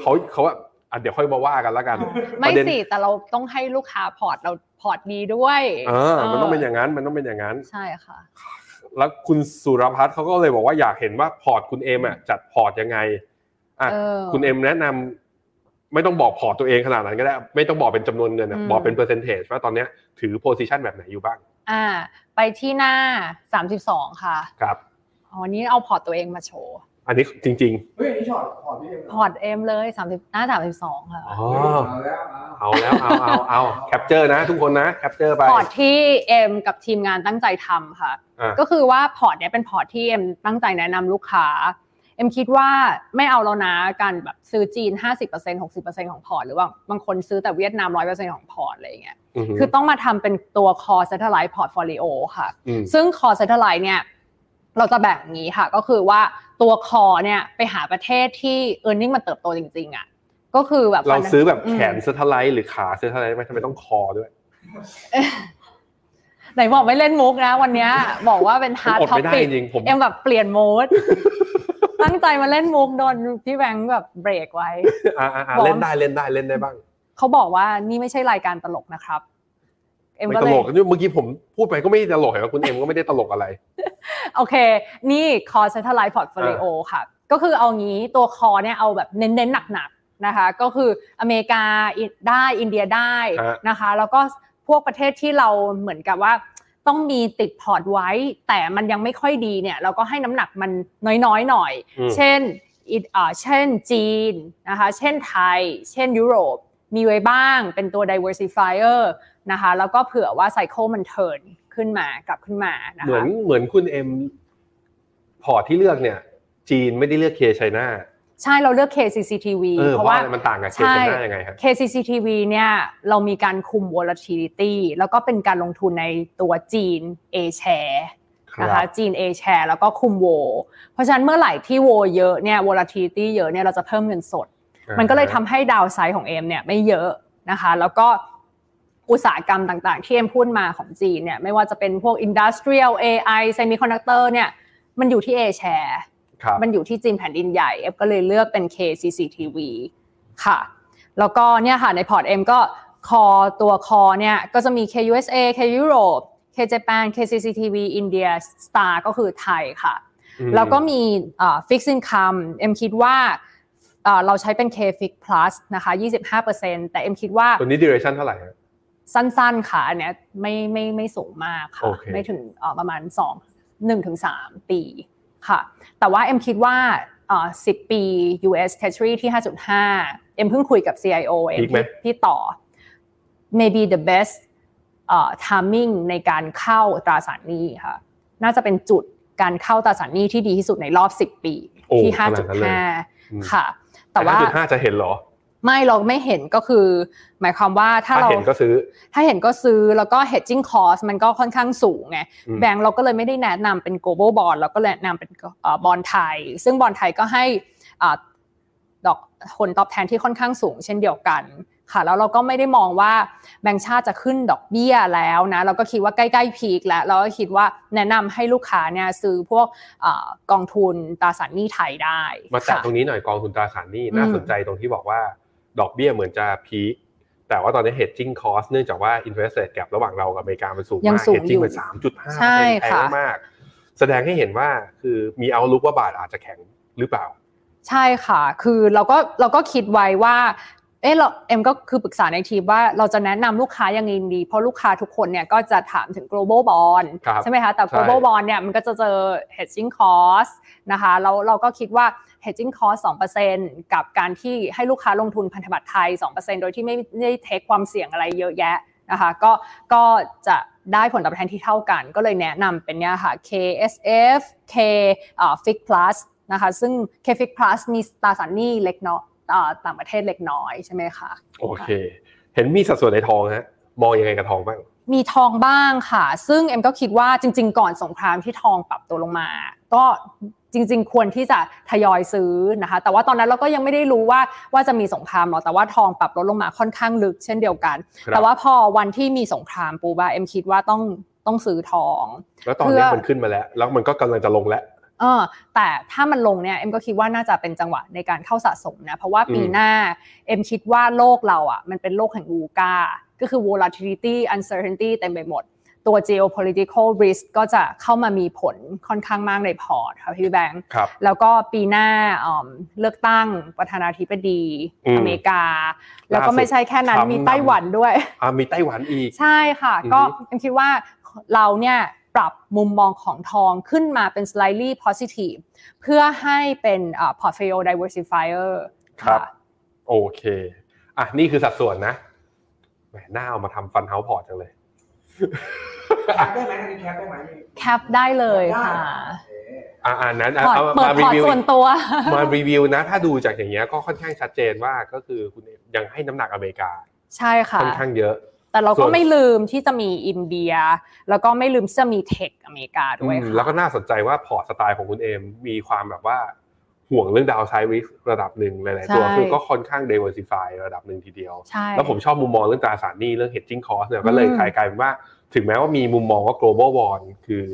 Speaker 2: เขาเขาอะอ่ะเดี๋ยวค่อยมาว่ากันแล้วกัน
Speaker 3: ไม่
Speaker 2: ประเด็น
Speaker 3: สิ แต่เราต้องให้ลูกค้าพอร์ตเราพอร์ตดีด้วย
Speaker 2: เออ มันต้องเป็นอย่างนั้น มันต้องเป็นอย่างนั้น
Speaker 3: ใช่ค่ะ
Speaker 2: แล้วคุณสุรพัฒน์เขาก็เลยบอกว่าอยากเห็นว่าพอร์ตคุณเอมอ่ะจัดพอร์ตยังไง อ่ะ
Speaker 3: เออ
Speaker 2: คุณเอมแนะนำไม่ต้องบอกพอร์ตตัวเองขนาดนั้นก็ได้ ไม่ต้องบอกเป็นจำนวนเงินอะ
Speaker 3: อืม
Speaker 2: บอกเป็นเปอร์เซนเทจว่าตอนเนี้ยถือโพซิชันแบบไหนอยู่บ้าง
Speaker 3: อ่า ไปที่หน้า 32 ค่ะ
Speaker 2: ครับ
Speaker 3: อ๋อวันนี้เอาพอร์ตตัวเองมาโชว์
Speaker 2: อันนี้จริง
Speaker 4: เฮ้ยอันนี้ชอบพอร์ตพี่เอ็ม
Speaker 3: พอร์ตเอ็มเลย 30 หน้า 32 ค่ะ
Speaker 2: ๆ อ๋อ
Speaker 4: เอาแล้วเอา
Speaker 2: เอาแล้ว เอาเอาเอาแคปเจอร์นะ ทุกคนนะ แคปเจอร์ไป
Speaker 3: พอร์ตที่เอ็มกับทีมงานตั้งใจทำค่ะ
Speaker 2: อ่ะ
Speaker 3: ก็คือว่าพอร์ตเนี่ยเป็นพอร์ตที่เอ็มตั้งใจแนะนำลูกค้า เอ็มคิดว่าไม่เอาแล้วนะการแบบซื้อจีน 50% 60%ของพอร์ตหรือว่าบางคนซื้อแต่เวียดนาม 100%ของพอร์ตอะไรอย่างเงี้ย
Speaker 2: อือหือ
Speaker 3: คือต้องมาทำเป็นตัว core satellite portfolio ค่ะ
Speaker 2: ม
Speaker 3: ซึ่ง core satellite เนี่ยเราจะแบ่งอย่างนี้ค่ะ ก็คือว่าตัว core เนี่ยไปหาประเทศที่ earning มันเติบโตจริงๆอ่ะ ก็คือแบบ
Speaker 2: เราซื้อแบบแขน
Speaker 3: อืม
Speaker 2: เซอร์ทไลท์หรือขาเซอร์ทไลท์ไหมทำไมต้องคอด้วย
Speaker 3: ไหนบอกไม่เล่นมุกนะวันเนี้ยบอกว่าเป็น
Speaker 2: ผม
Speaker 3: hard
Speaker 2: อดไม่ได้
Speaker 3: topic
Speaker 2: จริงๆผม
Speaker 3: เอ็มแบบเปลี่ยนโหมด ตั้งใจมาเล่นมุกโดนพี่แบงค์แบบเบรกไว้
Speaker 2: อ่าอ่าอ่า
Speaker 3: บอก
Speaker 2: เล่นได้เล่นได้เล่นได้บ้าง
Speaker 3: เขาบอกว่านี่ไม่ใช่รายการตลกนะครับ เอ็ม
Speaker 2: ไม่
Speaker 3: ก็
Speaker 2: ต
Speaker 3: เล
Speaker 2: ล
Speaker 3: ย
Speaker 2: กนี่เมื่อกี้ผมพูดไปก็ไม่ได้ตลกเหรอคุณเอ็มก็ไม่ได้ตลกอะไร
Speaker 3: โอเค นี่คอ satellite portfolio ค่ะ ก็คือเอางี้ตัวคอเนี่ยเอาแบบเน้นๆหนักๆนะคะ ก็คืออเมริกาอิได้อินเดียได้
Speaker 2: ฮะ
Speaker 3: นะคะ แล้วก็พวกประเทศที่เราเหมือนกับว่า ต้องมีติดพอร์ตไว้ แต่มันยังไม่ค่อยดีเนี่ย เราก็ให้น้ำหนักมันน้อยๆหน่อย
Speaker 2: อืม
Speaker 3: เช่นอิตอ่าเช่นจีนนะคะ เช่นไทย เช่นยุโรป มีไว้บ้าง เป็นตัว diversifier นะคะ แล้วก็เผื่อว่าไซเคิลมันเทิร์นขึ้นมากลับขึ้นมานะ
Speaker 2: เหมือ
Speaker 3: คะ
Speaker 2: นเหมือนคุณเอ็มพอร์ตที่เลือกเนี่ย จีนไม่ได้เลือกเคชัยนา
Speaker 3: ใช่เราเลือก KCCTV
Speaker 2: เออ
Speaker 3: เพ
Speaker 2: เพราะ
Speaker 3: ราะ
Speaker 2: ว่า
Speaker 3: ว่า
Speaker 2: มันต่างกับเค
Speaker 3: ใช่
Speaker 2: ชัยนายังไงครับ
Speaker 3: KCCTV เนี่ยเรามีการคุม volatility แล้วก็เป็นการลงทุนในตัวจีน A share นะคะจีน A share แล้วก็คุมโว เพราะฉะนั้นเมื่อไหร่ที่โวเยอะเนี่ย volatility เยอะเนี่ยเราจะเพิ่มเงินสด มันก็เลยทำให้ดาวไซด์ของเอมเนี่ยไม่เยอะนะคะ แล้วก็อุตสาหกรรมต่างๆ ที่เอ็มพูดมาของจีนเนี่ยไม่ว่าจะเป็นพวก Industrial AI Semiconductor เนี่ยมันอยู่ที่ A share
Speaker 2: ครับ
Speaker 3: มันอยู่ที่จีนแผ่นดินใหญ่เอฟก็เลยเลือกเป็น KCCTV ค่ะ แล้วก็เนี่ยค่ะในพอร์ตเอ็มก็คอตัวคอเนี่ยก็จะมี KUSA K Europe K Japan KCCTV India Star ก็คือไทยค่ะ แล้วก็มีเอ่อ fixed income เอ็มคิดว่าเอ่อเราใช้เป็น K fix plus นะคะ 25%แต่เอ็มคิดว่า
Speaker 2: ตัวนี้ duration เท่าไหร่ฮะ
Speaker 3: สั้นๆค่ะอันเนี้ยไม่ไม่ไม่สูงมากค่ะ
Speaker 2: โอเค
Speaker 3: ไม่ถึงเอ่อประมาณ 2 1ถึง3ปีค่ะ แต่ว่าเอ็มคิดว่าเอ่อ10 ปี US Treasury ที่ 5.5 เอ็มเพิ่งคุยกับ CIO เอ็ม
Speaker 2: พีคไหม
Speaker 3: ที่ต่อ maybe the best เอ่อ timing ในการเข้าตราสารหนี้ค่ะ น่าจะเป็นจุดการเข้าตราสารหนี้ที่ดีที่สุดในรอบ 10 ปี
Speaker 2: โอ้
Speaker 3: ที่
Speaker 2: ขนาดนั้นเลยอืม
Speaker 3: 5.5 ค่ะ แต่ว่า
Speaker 2: ห้าจะเห็นเหรอ
Speaker 3: ไม่เราไม่เห็นก็คือ หมายความว่าถ้า
Speaker 2: ถ้า
Speaker 3: เรา
Speaker 2: เห็นก็ซื้อ
Speaker 3: ถ้าเห็นก็ซื้อแล้วก็ hedging cost มันก็ค่อนข้างสูงไง
Speaker 2: อืม
Speaker 3: แบงก์เราก็เลยไม่ได้แนะนำเป็น global bond เราก็แนะนำเป็นบอลไทย ซึ่งบอลไทยก็ให้อ่าดอกผลตอบแทนที่ค่อนข้างสูง เช่นเดียวกันค่ะ แล้วเราก็ไม่ได้มองว่าแบงก์ชาติจะขึ้นดอกเบี้ยแล้วนะเราก็คิดว่าใกล้ๆพีคแล้วเราก็คิดว่าแนะนำให้ลูกค้าเนี่ยซื้อพวกอากองทุนตราสารหนี้ไทยได้
Speaker 2: มาแตะ
Speaker 3: ค่ะ
Speaker 2: ตรงนี้หน่อยกองทุนตราสารหนี้น่า
Speaker 3: อืม
Speaker 2: สนใจตรงที่บอกว่า ดอกเบี้ยเหมือนจะพีคแต่ว่าตอนนี้ hedging cost เนื่องจากว่า interest rate gap ระหว่างเรากับอเมริกามันสูง
Speaker 3: ยัง
Speaker 2: มาก
Speaker 3: สูง
Speaker 2: hedging
Speaker 3: อยู่
Speaker 2: มันสามจุดห้า
Speaker 3: ใช่
Speaker 2: แพ
Speaker 3: ค่ะ
Speaker 2: งมาก แสดงให้เห็นว่าคือมีเอาลุกว่าบาทอาจจะแข็งหรือเปล่า
Speaker 3: ใช่ค่ะ คือเราก็เราก็คิดไว้ว่า เออเราเอ็มก็คือปรึกษาในทีมว่าเราจะแนะนำลูกค้ายังไงดี เพราะลูกค้าทุกคนเนี่ยก็จะถามถึง global bond
Speaker 2: ครับ
Speaker 3: ใช่ไหมคะ แต่
Speaker 2: ใช่
Speaker 3: global bond เนี่ยมันก็จะเจอ hedging cost นะคะแล้วเราก็คิดว่า hedging cost 2%กับการที่ให้ลูกค้าลงทุนพันธบัตรไทย 2%โดยที่ไม่ได้เทคความเสี่ยงอะไรเยอะแยะนะคะก็ก็จะได้ผลตอบแทนที่เท่ากัน ก็เลยแนะนำเป็นเนี่ยค่ะ KSF K เอ่อ Fix Plus นะคะซึ่ง K Fix Plus มีตราสารหนี้เล็กน้อยเอ่อต่างประเทศเล็กน้อยใช่ไหมคะ
Speaker 2: โอเค เห็นมีสัดส่วนในทองฮะมองยังไงกับทองบ้าง
Speaker 3: มีทองบ้างค่ะ ซึ่งเอ็มก็คิดว่าจริง ๆ ก่อนสงครามที่ทองปรับตัวลงมา ก็จริง ๆ ควรที่จะทยอยซื้อนะคะ แต่ว่าตอนนั้นเราก็ยังไม่ได้รู้ว่าว่าจะมีสงครามหรอกแต่ว่าทองปรับลดลงมาค่อนข้างลึกเช่นเดียวกัน
Speaker 2: ครับ
Speaker 3: แต่ว่าพอวันที่มีสงครามปูบาเอ็มคิดว่าต้องต้องซื้อทอง
Speaker 2: แล้วตอนนี้
Speaker 3: เพื่อ
Speaker 2: มันขึ้นมาแล้ว แล้วมันก็กำลังจะลงแล้ว
Speaker 3: เออแต่ถ้ามันลงเนี่ยเอ็มก็คิดว่าน่าจะเป็นจังหวะในการเข้าสะสมนะ เพราะว่าปี
Speaker 2: อืม
Speaker 3: หน้าเอ็มคิดว่าโลกเราอ่ะมันเป็นโลกแห่งวูกาก็คือ volatility uncertainty เต็มไปหมด ตัว geopolitical risk ก็จะเข้ามามีผลค่อนข้างมากในพอร์ตค่ะพี่แบงค์
Speaker 2: ครับ
Speaker 3: แล้วก็ปีหน้าอืมเลือกตั้งประธานาธิบดี
Speaker 2: อืม
Speaker 3: อเมริกา แล้วก็
Speaker 2: ล่าสุด
Speaker 3: ไม่ใช่แค่นั้น
Speaker 2: ทรัมป์
Speaker 3: มีไต้หวัน
Speaker 2: นำ
Speaker 3: ด้วย
Speaker 2: อ่ามีไต้หวันอีก
Speaker 3: ใช่ค่ะ
Speaker 2: อือฮึ
Speaker 3: ก็ยังคิดว่าเราเนี่ยปรับมุมมองของทองขึ้นมาเป็น slightly positive เพื่อให้เป็นเอ่อ portfolio diversifier
Speaker 2: ครับ
Speaker 3: ะ
Speaker 2: โอเคอ่ะนี่คือสัดส่วนนะแหมหน้าเอามาทำฟันเฮาพอร์ตจังเลย
Speaker 4: แคปได้ไหมอันนี้แคปได้ไหมนี่
Speaker 3: แคปได้เลยค่ะ
Speaker 4: เอ๊ะ
Speaker 2: อ่ะอ่านั้นอ่ะ
Speaker 3: พอร์ต
Speaker 2: เอา
Speaker 3: เปิด
Speaker 2: มา
Speaker 3: พ
Speaker 2: รี
Speaker 3: อร์ต
Speaker 2: วิว
Speaker 3: ส่วนตัว
Speaker 2: มารีวิวนะ ถ้าดูจากอย่างเงี้ยก็ค่อนข้างชัดเจนว่าก็คือคุณเอกยังให้น้ำหนักอเมริกา
Speaker 3: ใช่ค่ะ
Speaker 2: ค่อนข้างเยอะ
Speaker 3: แต่เรา
Speaker 2: ส่
Speaker 3: ก็
Speaker 2: วน
Speaker 3: ไม่ลืมที่จะมีอินเดีย แล้วก็ไม่ลืมที่จะมีเทคอเมริกาด้วย
Speaker 2: อืม
Speaker 3: ค่ะ
Speaker 2: แล้วก็น่าสนใจว่าพอร์ตสไตล์ของคุณเอมมีความแบบว่าห่วงเรื่องดาวไซริสระดับหนึ่งหลาย ๆ ตัว
Speaker 3: ใช่
Speaker 2: คือก็ค่อนข้าง diversify ระดับหนึ่งทีเดียว
Speaker 3: ใช่
Speaker 2: แล้วผมชอบมุมมองเรื่องตราสารหนี้เรื่อง hedging cost เนี่ยก็เลย
Speaker 3: อืม
Speaker 2: กลายกลายเป็นว่า ถึงแม้ว่ามีมุมมองว่า global bond คือ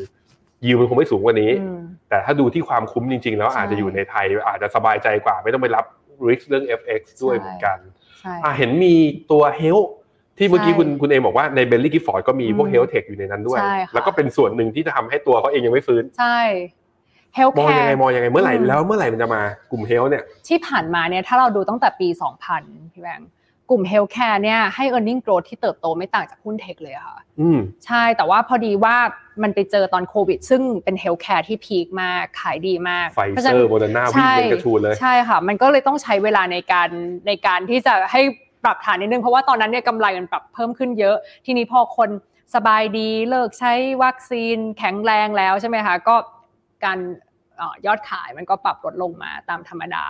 Speaker 2: ยิวมันคงไม่สูงกว่านี้
Speaker 3: อืม
Speaker 2: แต่ถ้าดูที่ความคุ้มจริง ๆ แล้ว
Speaker 3: ใช่
Speaker 2: อาจจะอยู่ในไทย อาจจะสบายใจกว่า ไม่ต้องไปรับ risk เรื่อง FX ด้วย
Speaker 3: ใช่
Speaker 2: เหมือนกัน
Speaker 3: ใช่
Speaker 2: อ่ะเห็นมีตัว health ที่เมื่อกี้
Speaker 3: ใช่
Speaker 2: คุณคุณเอมบอกว่าในเบลลี่กิฟฟอร์ดก็มีพวก
Speaker 3: อืม
Speaker 2: health tech อยู่ในนั้นด้วย
Speaker 3: ใช่ค่ะ
Speaker 2: แล้วก็เป็นส่วนหนึ่งที่จะทำให้ตัวเขาเองยังไม่ฟื้น
Speaker 3: ใช่
Speaker 2: มองยังไง
Speaker 3: healthcare
Speaker 2: มองยังไงเมื่อไหร่
Speaker 3: อืม
Speaker 2: แล้วเมื่อไหร่มันจะมากลุ่ม health เนี่ย
Speaker 3: ที่ผ่านมาเนี่ยถ้าเราดูตั้งแต่ปี 2000 พี่แบงค์กลุ่ม Healthcare เนี่ยให้ earning growth ที่เติบโตไม่ต่างจากหุ้นเทคเลยอะค่ะ
Speaker 2: อืม
Speaker 3: ใช่แต่ว่าพอดีว่ามันไปเจอตอนโควิด ซึ่งเป็น Healthcare ที่พีคมาก ขายดีมาก
Speaker 2: ไฟ
Speaker 3: พาะ
Speaker 2: เซอ
Speaker 3: ฉะนั้น
Speaker 2: ร์โมเดอร์นาวิ่งเป็นกระชูนเลย
Speaker 3: ใช่ค่ะ มันก็เลยต้องใช้เวลาในการในการที่จะให้ปรับฐานนิดนึง เพราะว่าตอนนั้นเนี่ยกำไรมันปรับเพิ่มขึ้นเยอะ ทีนี้พอคนสบายดีเลิกใช้วัคซีนแข็งแรงแล้วใช่ไหมคะ ก็การเอ่อยอดขายมันก็ปรับลดลงมาตามธรรมดา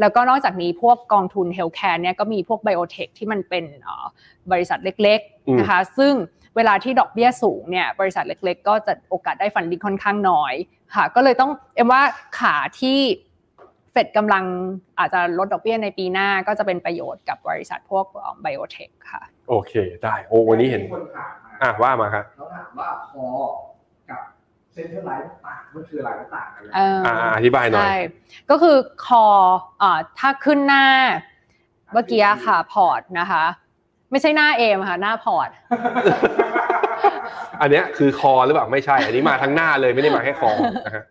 Speaker 3: แล้วก็นอกจากนี้พวกกองทุนเฮลท์แคร์เนี่ยก็มีพวกไบโอเทคที่มันเป็นเอ่อบริษัทเล็ก
Speaker 2: อืม
Speaker 3: ๆนะคะ ซึ่งเวลาที่ดอกเบี้ยสูงเนี่ยบริษัทเล็กๆ ก็จะโอกาสได้ฟันดิ้งค่อนข้างน้อยค่ะ ก็เลยต้องเอ็มว่าขาที่เฟดกำลังอาจจะลดดอกเบี้ยในปีหน้าก็จะเป็นประโยชน์กับบริษัทพวกไบโอเทคค่ะ
Speaker 2: โอเค ได้โอ้วันนี้เห็น
Speaker 4: มีคนถามมา
Speaker 2: อ่ะว่ามาครับ
Speaker 4: เขาถามว่าคอกับเซ็นเตอร์ไลท์ต่างมันคืออะไรมันต่างกันไหม
Speaker 3: เออ
Speaker 2: อ่าอธิบายหน่อย
Speaker 3: ใช่ ก็คือคอเอ่อถ้าขึ้นหน้าเมื่อกี้ค่ะพอร์ตนะคะ ไม่ใช่หน้าเอมค่ะหน้าพอร์ต
Speaker 2: อันเนี้ยคือคอหรือเปล่าไม่ใช่ อันนี้มาทั้งหน้าเลยไม่ได้มาแค่คอนะฮะ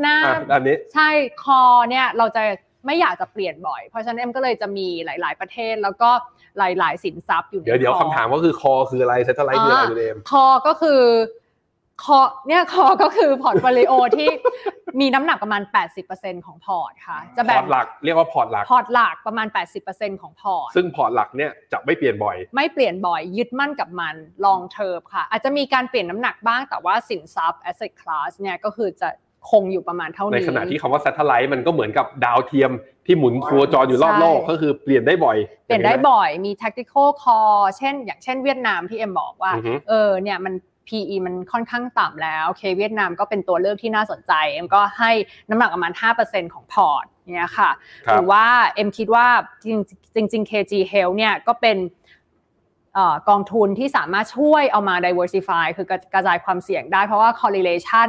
Speaker 3: หน้า
Speaker 2: อ่ะอันนี้
Speaker 3: ใช่คอเนี่ยเราจะไม่อยากจะเปลี่ยนบ่อย เพราะฉะนั้นเอ็มก็เลยจะมีหลาย ๆ ประเทศแล้วก็หลาย ๆ สินทรัพย์อยู่ใน
Speaker 2: เดี๋ยวเดี๋ยว
Speaker 3: อ
Speaker 2: คำถามก็คือคอคืออะไรเซตไลท์คืออะไร
Speaker 3: อ่า
Speaker 2: คุณเอม
Speaker 3: คอก็คือคอเนี่ยคอก็คือพอร์ตโฟลิโอ ที่มีน้ำหนักประมาณ 80%ของพอร์ตค่ะ จะ
Speaker 2: พ
Speaker 3: แบ่
Speaker 2: อง ร์ตหลักเรียกว่าพอร์ตหลัก
Speaker 3: พอร์ตหลักประมาณ 80%ของพอร์ต
Speaker 2: ซึ่งพอร์ตหลักเนี่ยจะไม่เปลี่ยนบ่อย
Speaker 3: ไม่เปลี่ยนบ่อยยึดมั่นกับมัน long term ค่ะ อาจจะมีการเปลี่ยนน้ำหนักบ้างแต่ว่าสินทรัพย์ asset class เนี่ยก็คือจะ คงอยู่ประมาณเท่า
Speaker 2: ใน
Speaker 3: นี้
Speaker 2: ขณะที่คำว่า satellite มันก็เหมือนกับดาวเทียมที่หมุนโครจรอยู่รอบโลก
Speaker 3: ใช่
Speaker 2: ก็คือเปลี่ยนได้บ่อย
Speaker 3: เปลี่ยนได้
Speaker 2: างหม
Speaker 3: บ่อยมี tactical call เช่น อย่างเช่นเวียดนามที่เอ็มบอกว่า
Speaker 2: อือฮึ
Speaker 3: เออเนี่ยมัน PE มันค่อนข้างต่ำแล้วโอเคเวียดนามก็เป็นตัวเลือกที่น่าสนใจ เอ็มก็ให้น้ำหนักประมาณ 5%ของพอร์ตเนี่ยค่ะ
Speaker 2: ครับ
Speaker 3: หรือว่าเอ็มคิดว่าจริงจริงๆ KG Health เนี่ยก็เป็นเอ่อกองทุนที่สามารถช่วยเอามา diversify คือกระกระจายความเสี่ยงได้เพราะว่า correlation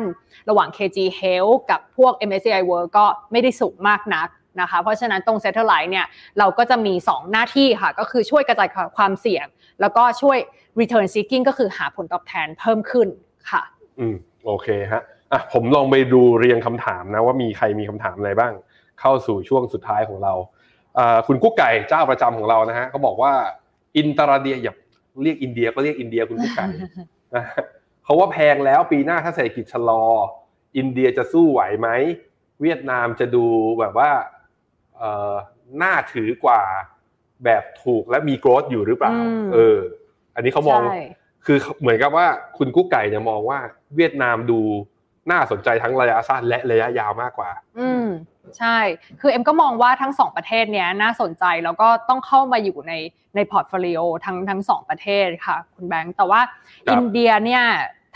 Speaker 3: ระหว่าง KG Health กับพวก MSCI World ก็ไม่ได้สูงมากนักนะคะ เพราะฉะนั้นตรง satellite เนี่ยเราก็จะมี 2 หน้าที่ค่ะ ก็คือช่วยกระจายความเสี่ยง แล้วก็ช่วย return seeking ก็คือหาผลตอบแทนเพิ่มขึ้นค่ะ
Speaker 2: อืมโอเคฮะอ่ะผมลองไปดูเรียงคำถามนะว่ามีใครมีคำถามอะไรบ้าง เข้าสู่ช่วงสุดท้ายของเราอ่าคุณกุ๊กไก่เจ้าประจำของเรานะฮะเขาบอกว่าอินตราเดียอย่าเรียกอินเดียก็เรียกอินเดียคุณกุ๊ก ไก่ นะฮะเขาว่าแพงแล้วปีหน้าถ้าเศรษฐกิจชะลอ อินเดียจะสู้ไหวไหม เวียดนามจะดูแบบว่าเอ่อน่าถือกว่าแบบถูกและมี growth อยู่หรือเปล่า
Speaker 3: อืม
Speaker 2: เออ อันนี้เขามอง
Speaker 3: ใช่
Speaker 2: คือเหมือนกับว่าคุณกุ๊กไก่เนี่ยมองว่าเวียดนามดูน่าสนใจทั้งระยะสั้นและระยะยาวมากกว่า
Speaker 3: อืมใช่ คือเอ็มก็มองว่าทั้งสองประเทศเนี้ยน่าสนใจแล้วก็ต้องเข้ามาอยู่ในในพอร์ตโฟลิโอทั้งทั้งสองประเทศค่ะคุณแบงค์แต่ว่า
Speaker 2: ครับ
Speaker 3: อินเดียเนี่ย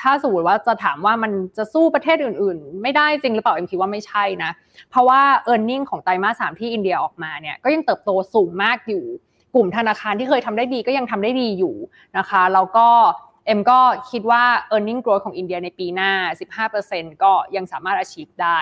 Speaker 3: ถ้าสมมติว่าจะถามว่ามันจะสู้ประเทศอื่นๆ ไม่ได้จริงหรือเปล่าเอ็มคิดว่าไม่ใช่นะ เพราะว่า e a r n i n g ของไตรมาสสามที่อินเดียออกมาเนี่ยก็ยังเติบโตสูงมากอยู่ กลุ่มธนาคารที่เคยทำได้ดีก็ยังทำได้ดีอยู่นะคะแล้วก็เอ็มก็คิดว่า e a r n i n g growth ของอินเดียในปีหน้า 15%ก็ยังสามารถ achieve ได้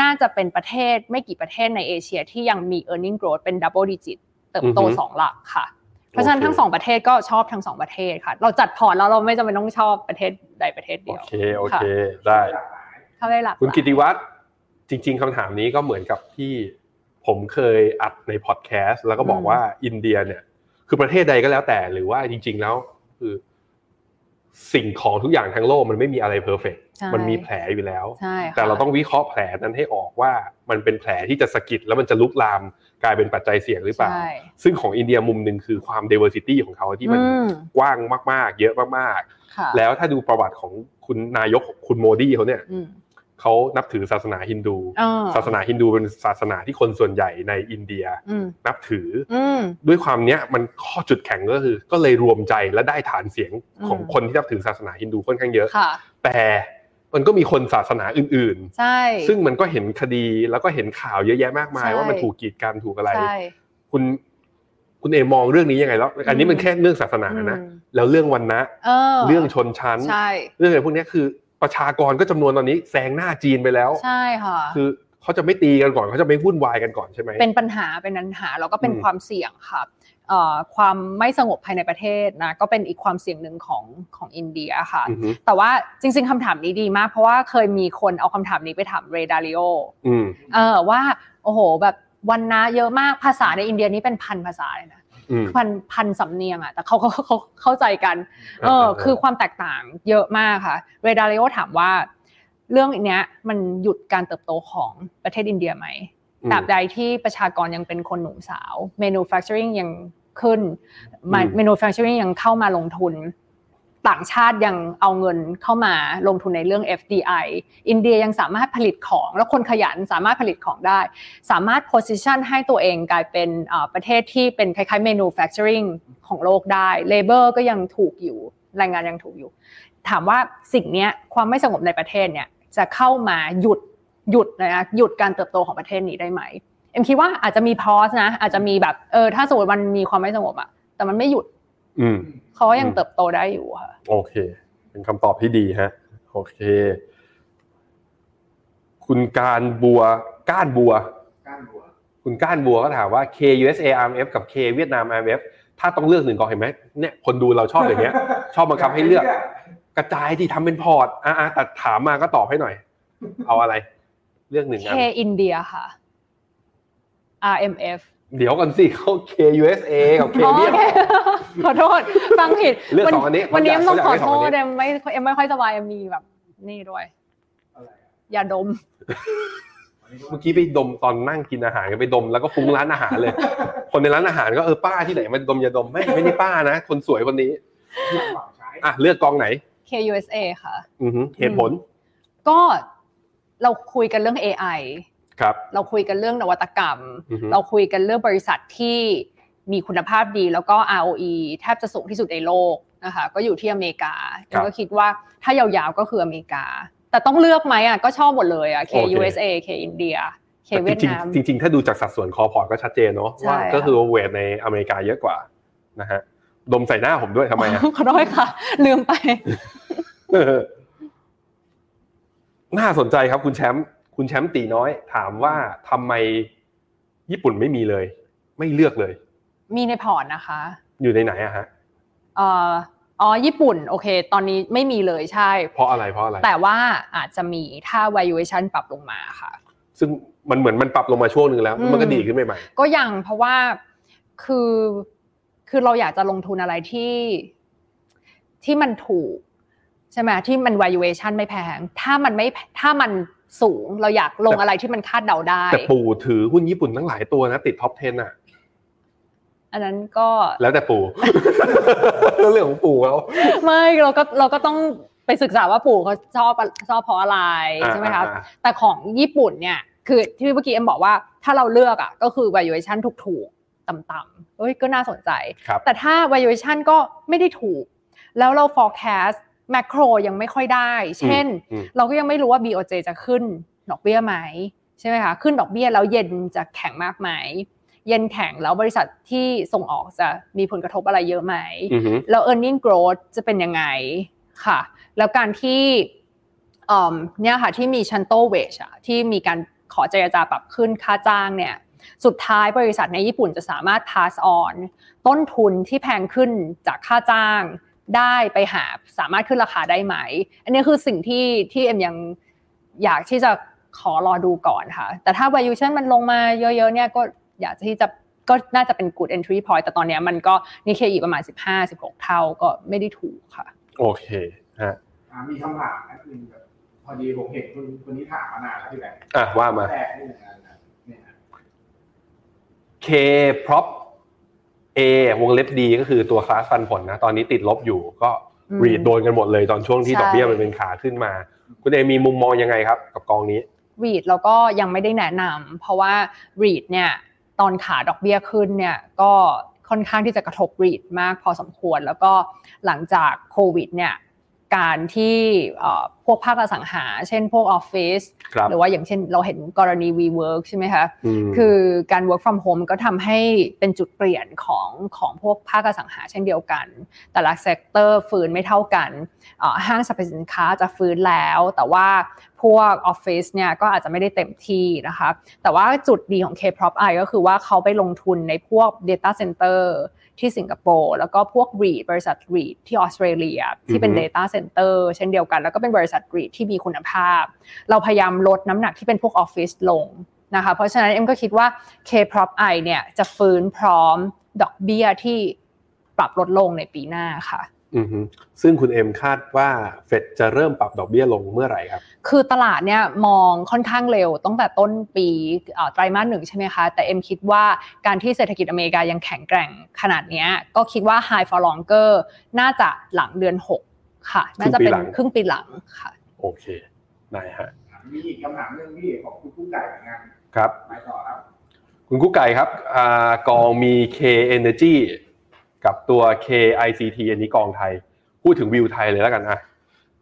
Speaker 3: น่าจะเป็นประเทศไม่กี่ประเทศในเอเชียที่ยังมี e a r n i n g growth เป็น double digit เติบโต
Speaker 2: อือฮึ
Speaker 3: สองหลักค่ะ เพราะฉะนั้นทั้งสองประเทศก็ชอบทั้งสองประเทศค่ะ เราจัดพอร์ตแล้วเราไม่จำเป็นต้องชอบประเทศใดประเทศ
Speaker 2: โอ
Speaker 3: เดียว
Speaker 2: เคโอเคได้
Speaker 4: หลากหลาย
Speaker 3: เข้าได้หลัก
Speaker 2: คุณกิติวัตรจริง ๆคำถามนี้ก็เหมือนกับที่ผมเคยอัดในพอดแคสต์แล้วก็บอกว่าอินเดียเนี่ย คือประเทศใดก็แล้วแต่หรือว่าจริง ๆ แล้ว คือ สิ่งของทุกอย่างทั้งโลกมันไม่มีอะไรเพอร์เฟก
Speaker 3: ใช่
Speaker 2: มันมีแผลอยู่แล้ว
Speaker 3: ใช่ค่ะ
Speaker 2: แต่เราต้องวิเคราะห์แผลนั้นให้ออกว่ามันเป็นแผลที่จะสะกิดแล้วมันจะลุกลามกลายเป็นปัจจัยเสี่ยงหรือเปล่า
Speaker 3: ใช่
Speaker 2: ซึ่งของอินเดียมุมหนึ่งคือความ diversity ของเขาที่มัน
Speaker 3: อืม
Speaker 2: กว้างมากๆ เยอะมาก
Speaker 3: ค่ะ
Speaker 2: ๆ แล้วถ้าดูประวัติของคุณนายกคุณโมดีเขาเนี่ย
Speaker 3: อืม
Speaker 2: เขานับถือศาสนาฮินดู
Speaker 3: อ่
Speaker 2: ศาสนาฮินดูเป็นศาสนาที่คนส่วนใหญ่ในอินเดีย
Speaker 3: อืม
Speaker 2: นับถืออ
Speaker 3: อืม
Speaker 2: ด้วยความเนี้ยมันข้อจุดแข็งก็คือ ก็เลยรวมใจและได้ฐานเสียงของ
Speaker 3: อืม
Speaker 2: คนที่นับถือศาสนาฮินดูค่อนข้างเยอะ
Speaker 3: ค่ะ
Speaker 2: แต่มันก็มีคนศาสนาอื่น ๆ
Speaker 3: ใช่
Speaker 2: ซึ่งมันก็เห็นคดีแล้วก็เห็นข่าวเยอะแยะมากมาย
Speaker 3: ใช่
Speaker 2: ว่ามันถูกกีดกันถูกอะไร
Speaker 3: ใช่
Speaker 2: คุณคุณเอมองเรื่องนี้ยังไงแล้ว อันนี้มันแค่เรื่องศาสนานะ
Speaker 3: อืม
Speaker 2: แล้วเรื่องวันนะ
Speaker 3: เออ
Speaker 2: เรื่องชนชั้น
Speaker 3: ใช่
Speaker 2: เรื่องอะไรพวกเนี้ยคือประชากรก็จำนวนตอนนี้แซงหน้าจีนไปแล้ว
Speaker 3: ใช่ค่ะ
Speaker 2: คือเขาจะไม่ตีกันก่อนเขาจะไม่วุ่นวายกันก่อนใช่ไหม
Speaker 3: เป็นปัญหาเป็นปัญหาแล้วก็เป็น
Speaker 2: อืม
Speaker 3: ความเสี่ยงค่ะเอ่อความไม่สงบภายในประเทศนะก็เป็นอีกความเสี่ยงหนึ่งของของอินเดียค่ะ
Speaker 2: อือฮึ
Speaker 3: แต่ว่าจริง ๆคำถามนี้ดีมาก เพราะว่าเคยมีคนเอาคำถามนี้ไปถามเรดาริโอ
Speaker 2: อืม
Speaker 3: เออว่าโอ้โหแบบวันนะเยอะมากภาษาในอินเดียนี่เป็นพันภาษาเลยนะ
Speaker 2: อืม
Speaker 3: พันพันสำเนียงอะแต่เขาเขาเขาเข้าใจกัน เอ
Speaker 2: อ่า
Speaker 3: อ
Speaker 2: อ่า
Speaker 3: คือความแตกต่างเยอะมากค่ะ เรดาริโอถามว่า เรื่องเนี้ยมันหยุดการเติบโตของประเทศอินเดียไหมตราบใดที่ประชากรยังเป็นคนหนุ่มสาว manufacturing ยังขึ้น
Speaker 2: อืม
Speaker 3: manufacturing ยังเข้ามาลงทุน ต่างชาติยังเอาเงินเข้ามาลงทุนในเรื่อง FDI อินเดียยังสามารถผลิตของแล้วคนขยันสามารถผลิตของได้ สามารถ position ให้ตัวเองกลายเป็นเอ่อประเทศที่เป็นคล้ายๆ manufacturing ของโลกได้ labor ก็ยังถูกอยู่แรงงานยังถูกอยู่ ถามว่าสิ่งเนี้ยความไม่สงบในประเทศเนี่ยจะเข้ามาหยุดหยุดนะหยุดการเติบโตของประเทศนี้ได้ไหมเอ็มคิดว่าอาจจะมีพอสนะ อาจจะมีแบบเออถ้าสมมติมันมีความไม่สงบอะแต่มันไม่หยุด
Speaker 2: อืม
Speaker 3: เขาก็ยัง
Speaker 2: อืม
Speaker 3: เติบโตได้อยู่อะค่ะ
Speaker 2: โอเค เป็นคำตอบที่ดีฮะ โอเค คุณการบัวก้านบัว
Speaker 4: ก้านบัว
Speaker 2: คุณก้านบัวก็ถามว่า K USA RMF กับ K เวียดนาม RMF ถ้าต้องเลือกหนึ่งกองเห็นไหมเนี่ยคนดูเราชอบอย่างเงี้ย ชอบบังคับให้เลือก กระจายที่ทำเป็นพอร์ตอ่าแต่ถามมาก็ตอบให้ หน่อย เอาอะไร เลือกหนึ่ง
Speaker 3: K
Speaker 2: อัน
Speaker 3: อินเดียค่ะ RMF
Speaker 2: เดี๋ยวกันสิ เขา K USA กับ K
Speaker 3: อ๋อ
Speaker 2: เวียด
Speaker 3: โอเค ขอโทษ ฟังผิด
Speaker 2: เลือก
Speaker 3: วั
Speaker 2: สองอันนี้
Speaker 3: วันนี้เอ็ม
Speaker 2: เขา
Speaker 3: ต้อง
Speaker 2: อยากได้ส
Speaker 3: ขอโท
Speaker 2: องอั
Speaker 3: ษ
Speaker 2: นนี้
Speaker 3: เอ็มไม่เอ็มไม่ค่อยสบายเอ็มมีแบบนี่ด้วย
Speaker 4: อะไรอะ
Speaker 3: ยาดม
Speaker 4: วันนี้ก็
Speaker 2: เมื่อกี้ไปดมตอนนั่งกินอาหารกันไปดมแล้วก็ฟุ้งร้านอาหารเลย คนในร้านอาหารก็เออป้าที่ไหนมาดมยาดมไม่ไม่ได้ป้านะ คนสวยคนนี้
Speaker 4: หวังใช้
Speaker 2: อ่ะเลือกกองไหน
Speaker 3: KUSA ค่ะ
Speaker 2: อือหือเหตุผล
Speaker 3: ก็ เราคุยกันเรื่อง AI
Speaker 2: ครับ
Speaker 3: เราคุยกันเรื่องนวัตกรรม
Speaker 2: อือฮึ
Speaker 3: เราคุยกันเรื่องบริษัทที่มีคุณภาพดีแล้วก็ ROE แทบจะสูงที่สุดในโลกนะคะก็อยู่ที่อเมริกาแล้วก็คิดว่าถ้ายาวๆก็คืออเมริกา แต่ต้องเลือกไหมอ่ะก็ชอบหมดเลยอ่ะ K USA K อินเดีย K เวียดนาม
Speaker 2: จริงๆจริง ๆ ถ้าดูจากสัดส่วนคอพอร์ตก็ชัดเจนเนาะ
Speaker 3: ใช่
Speaker 2: ว่า
Speaker 3: ค่ะ
Speaker 2: ก็คือเวทในอเมริกาเยอะกว่านะฮะดมใส่หน้าผมด้วยทำไมอะ
Speaker 3: ขอโทษค่ะ ลืมไป
Speaker 2: เออ น่าสนใจครับคุณแชมป์คุณแชมป์ตีน้อย ถามว่าทำไมญี่ปุ่นไม่มีเลย ไม่เลือกเลย
Speaker 3: มีในพอร์ตนะคะ
Speaker 2: อยู่ในไหนอะฮะ
Speaker 3: เอ่ออ๋อญี่ปุ่นโอเค ตอนนี้ไม่มีเลยใช่
Speaker 2: เพราะอะไรเพราะอะไร
Speaker 3: แต่ว่าอาจจะมีถ้า valuation ปรับลงมาค่ะ
Speaker 2: ซึ่งมันเหมือนมันปรับลงมาช่วงหนึ่งแล้ว
Speaker 3: อืม
Speaker 2: มันก็ดีขึ้นใหม่
Speaker 3: ก็ยังเพราะว่าคือคือเราอยากจะลงทุนอะไรที่ที่มันถูก ใช่ไหมที่มัน valuation ไม่แพง ถ้ามันไม่ถ้ามันสูงเราอยากลง
Speaker 2: แต่
Speaker 3: อะไรที่มันคาดเดาได้
Speaker 2: ๆ แต่ปู่ถือหุ้นญี่ปุ่นทั้งหลายตัวนะ ติดท็อป 10อะ
Speaker 3: อันนั้นก็
Speaker 2: แล้วแต่ ปู่ เรื่องของปู่เขา
Speaker 3: ไม่เราก็เราก็ต้องไปศึกษาว่าปู่เขาชอบชอบเพราะอะไรใช่ไหมครับ แต่ของญี่ปุ่นเนี่ยคือที่เมื่อกี้เอ็มบอกว่าถ้าเราเลือกอ่ะก็คือ valuation ถูกๆต่ำๆเอ้ยก็น่าสนใจ
Speaker 2: ครับ
Speaker 3: แต่ถ้า valuation ก็ไม่ได้ถูก แล้วเรา forecast macro ยังไม่ค่อยได้ เช่น
Speaker 2: อืม
Speaker 3: เราก็ยังไม่รู้ว่า BOJ จะขึ้นดอกเบี้ยไหมใช่ไหมคะขึ้นดอกเบี้ยแล้วเย็นจะแข็งมากไหมเย็นแข็งแล้วบริษัทที่ส่งออกจะมีผลกระทบอะไรเยอะไหม
Speaker 2: อือหือ
Speaker 3: แล้ว e a r n i n g growth จะเป็นยังไงค่ะ แล้วการที่เอิ่มเนี่ยค่ะที่มีชันโตเวชอะที่มีการขอเจรจาปรับขึ้นค่าจ้างเนี่ยสุดท้ายบริษัทในญี่ปุ่นจะสามารถ pass on ต้นทุนที่แพงขึ้นจากค่าจ้างได้ไปหาสามารถขึ้นราคาได้ไหม อันนี้คือสิ่งที่ที่เอ็มยังอยากที่จะขอรอดูก่อนค่ะ แต่ถ้า valuation มันลงมาเยอะๆเนี่ยก็อยากที่จะก็น่าจะเป็น good entry point แต่ตอนเนี้ยมันก็นิเคอีประมาณ 15-16 เท่าก็ไม่ได้ถูกค่ะ
Speaker 2: โอเคฮะ
Speaker 4: อ่ามีคำถามอันหนึงแบบพอดีผมเห็นคนคนนี้ถามมานานแล้วพี่แบงค์
Speaker 2: อ่ะว่ามา
Speaker 4: แตกนี่เหมือนกันนะเนี่ย
Speaker 2: K prop A วงเล็บ D ก็คือตัวคลาสฟันผลนะ ตอนนี้ติดลบอยู่ก็
Speaker 3: อืม
Speaker 2: รีดโดนกันหมดเลยตอนช่วงที่
Speaker 3: ใช่
Speaker 2: ดอกเบี้ยมันเป็นขาขึ้นมา คุณเอมีมุมมองยังไงครับ กับกองนี้
Speaker 3: รีดแล้วก็ยังไม่ได้แนะนำเพราะว่ารีดเนี่ยตอนขาดอกเบี้ยขึ้นเนี่ยก็ค่อนข้างที่จะกระทบรีดมากพอสมควร แล้วก็หลังจากโควิดเนี่ยการที่เอ่อพวกภาคอสังหา เช่นพวกออฟฟิศ
Speaker 2: ครับ
Speaker 3: หรือว่าอย่างเช่นเราเห็นกรณี WeWork ใช่ไหมคะ
Speaker 2: ม
Speaker 3: คือการ work from home ก็ทำให้เป็นจุดเปลี่ยนของของพวกภาคอสังหาเช่นเดียวกัน แต่ละเซกเตอร์ฟื้นไม่เท่ากันเอ่อห้างสรรพสินค้าจะฟื้นแล้ว แต่ว่าพวกออฟฟิศเนี่ยก็อาจจะไม่ได้เต็มที่นะคะ แต่ว่าจุดดีของ K-PROP I ก็คือว่าเขาไปลงทุนในพวก Data Center ที่สิงคโปร์แล้วก็พวก REIT บริษัท REIT ที่ออสเตรเลียที่เป็น Data Center เช่นเดียวกัน แล้วก็เป็นบริษัท REIT ที่มีคุณภาพ เราพยายามลดน้ำหนักที่เป็นพวกออฟฟิศลงนะคะ เพราะฉะนั้นเอ็มก็คิดว่า K-PROP I เนี่ยจะฟื้นพร้อมดอกเบี้ยที่ปรับลดลงในปีหน้าค่ะ
Speaker 2: อฮึซึ่งคุณเอ็มคาดว่าเฟดจะเริ่มปรับดอกเบี้ยลงเมื่อไหร่ครับ
Speaker 3: คือตลาดเนี่ยมองค่อนข้างเร็วตั้งแต่ต้นปีเอ่อไตรมาสหนึ่งใช่ไหมคะ แต่เอ็มคิดว่าการที่เศรษฐกิจอเมริกายังแข็งแกร่งขนาดเนี้ยก็คิดว่า High for longer น่าจะหลังเดือน 6 ค่ะ น่าจะเป็น
Speaker 2: ค
Speaker 3: ค
Speaker 2: รึ่
Speaker 3: รึ่
Speaker 2: ง
Speaker 3: ง
Speaker 2: ปี
Speaker 3: ปี
Speaker 2: ห
Speaker 3: ห
Speaker 2: ลั
Speaker 3: ลั
Speaker 2: ง
Speaker 3: งค่ะ
Speaker 2: โอเคได้ฮะ
Speaker 4: มีอีกคำถามหนึ่งพี่ของคุณผู้ใหญ่เหมือนกัน
Speaker 2: ครับ
Speaker 4: ไปต่อครับ
Speaker 2: คุณกุ๊กไก่ครับอ่ากองมี K Energy กับตัว K ICT อันนี้กองไทย พูดถึงวิวไทยเลยแล้วกันอะ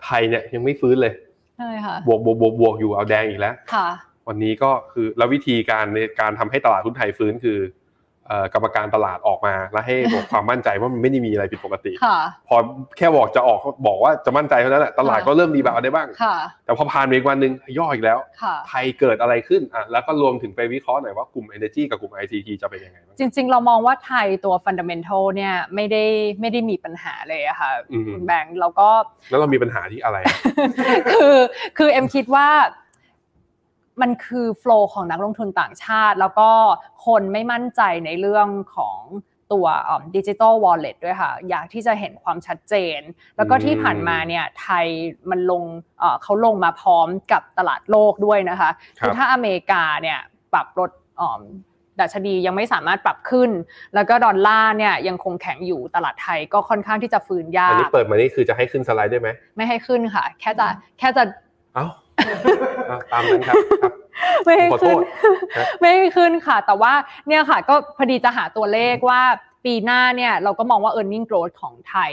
Speaker 2: ไทยเนี่ยยังไม่ฟื้นเลย
Speaker 3: ใช่ค่ะ
Speaker 2: บวกบวกบวกบวกอยู่เอาแดงอีกแล้ว
Speaker 3: ค่ะ
Speaker 2: วันนี้ก็คือแล้ววิธีการในการทำให้ตลาดหุ้นไทยฟื้นคือเอ่อกรรมการตลาดออกมา แล้วให้บอกความมั่นใจว่ามันไม่ได้มีอะไรผิดปกติ
Speaker 3: ค่ะ
Speaker 2: พอแค่บอกจะออกบอกว่าจะมั่นใจเท่านั้นแหละตลาดก็เริ่มมีแบบได้บ้าง
Speaker 3: ค่ะ
Speaker 2: แต่พอผ่านไปอีกวันหนึ่งย่ออีกแล้ว
Speaker 3: ค่ะ
Speaker 2: ไทยเกิดอะไรขึ้นอ่ะแล้วก็รวมถึงไปวิเคราะห์หน่อยว่ากลุ่ม Energy กับกลุ่ม ICT จะเป็นยังไงบ้าง
Speaker 3: จริงๆ เรามองว่าไทยตัวฟันเดเมนทัลเนี่ยไม่ได้ไม่ได้มีปัญหาเลยอะค่ะ
Speaker 2: อืม
Speaker 3: คุณแบงค์แล้วก็
Speaker 2: แล้วเรามีปัญหาที่อะไร
Speaker 3: คือคือเอ็มคิดว่ามันคือโฟล์ของนักลงทุนต่างชาติ แล้วก็คนไม่มั่นใจในเรื่องของตัวดิจิ t a ลวอลเล็ตด้วยค่ะ อยากที่จะเห็นความชัดเจน แล้วก็
Speaker 2: อืม
Speaker 3: ที่ผ่านมาเนี่ยไทยมันลงเอ่อเขาลงมาพร้อมกับตลาดโลกด้วยนะคะ คือถ้าอเมริกาเนี่ยปรับลดอ่อมดัชนียังไม่สามารถปรับขึ้น แล้วก็ดอลลาร์เนี่ยยังคงแข็งอยู่ตลาดไทยก็ค่อนข้างที่จะฟื้นยา
Speaker 2: อันนี้
Speaker 3: ก
Speaker 2: เปิดมานี่คือจะให้ขึ้นสไลด์ได้ไหม
Speaker 3: ไม่ให้ขึ้นค่ะ แค่จะแค่จะ
Speaker 2: เอ้า อ่ะตามนั้นครับครับ
Speaker 3: ไม่ให้
Speaker 2: ขอโท
Speaker 3: ขึ้
Speaker 2: ษ
Speaker 3: น
Speaker 2: ครับ
Speaker 3: ไม่ให้ขึ้นค่ะ แต่ว่าเนี่ยค่ะก็พอดีจะหาตัวเลขว่าปีหน้าเนี่ยเราก็มองว่า e a r n i n g growth ของไทย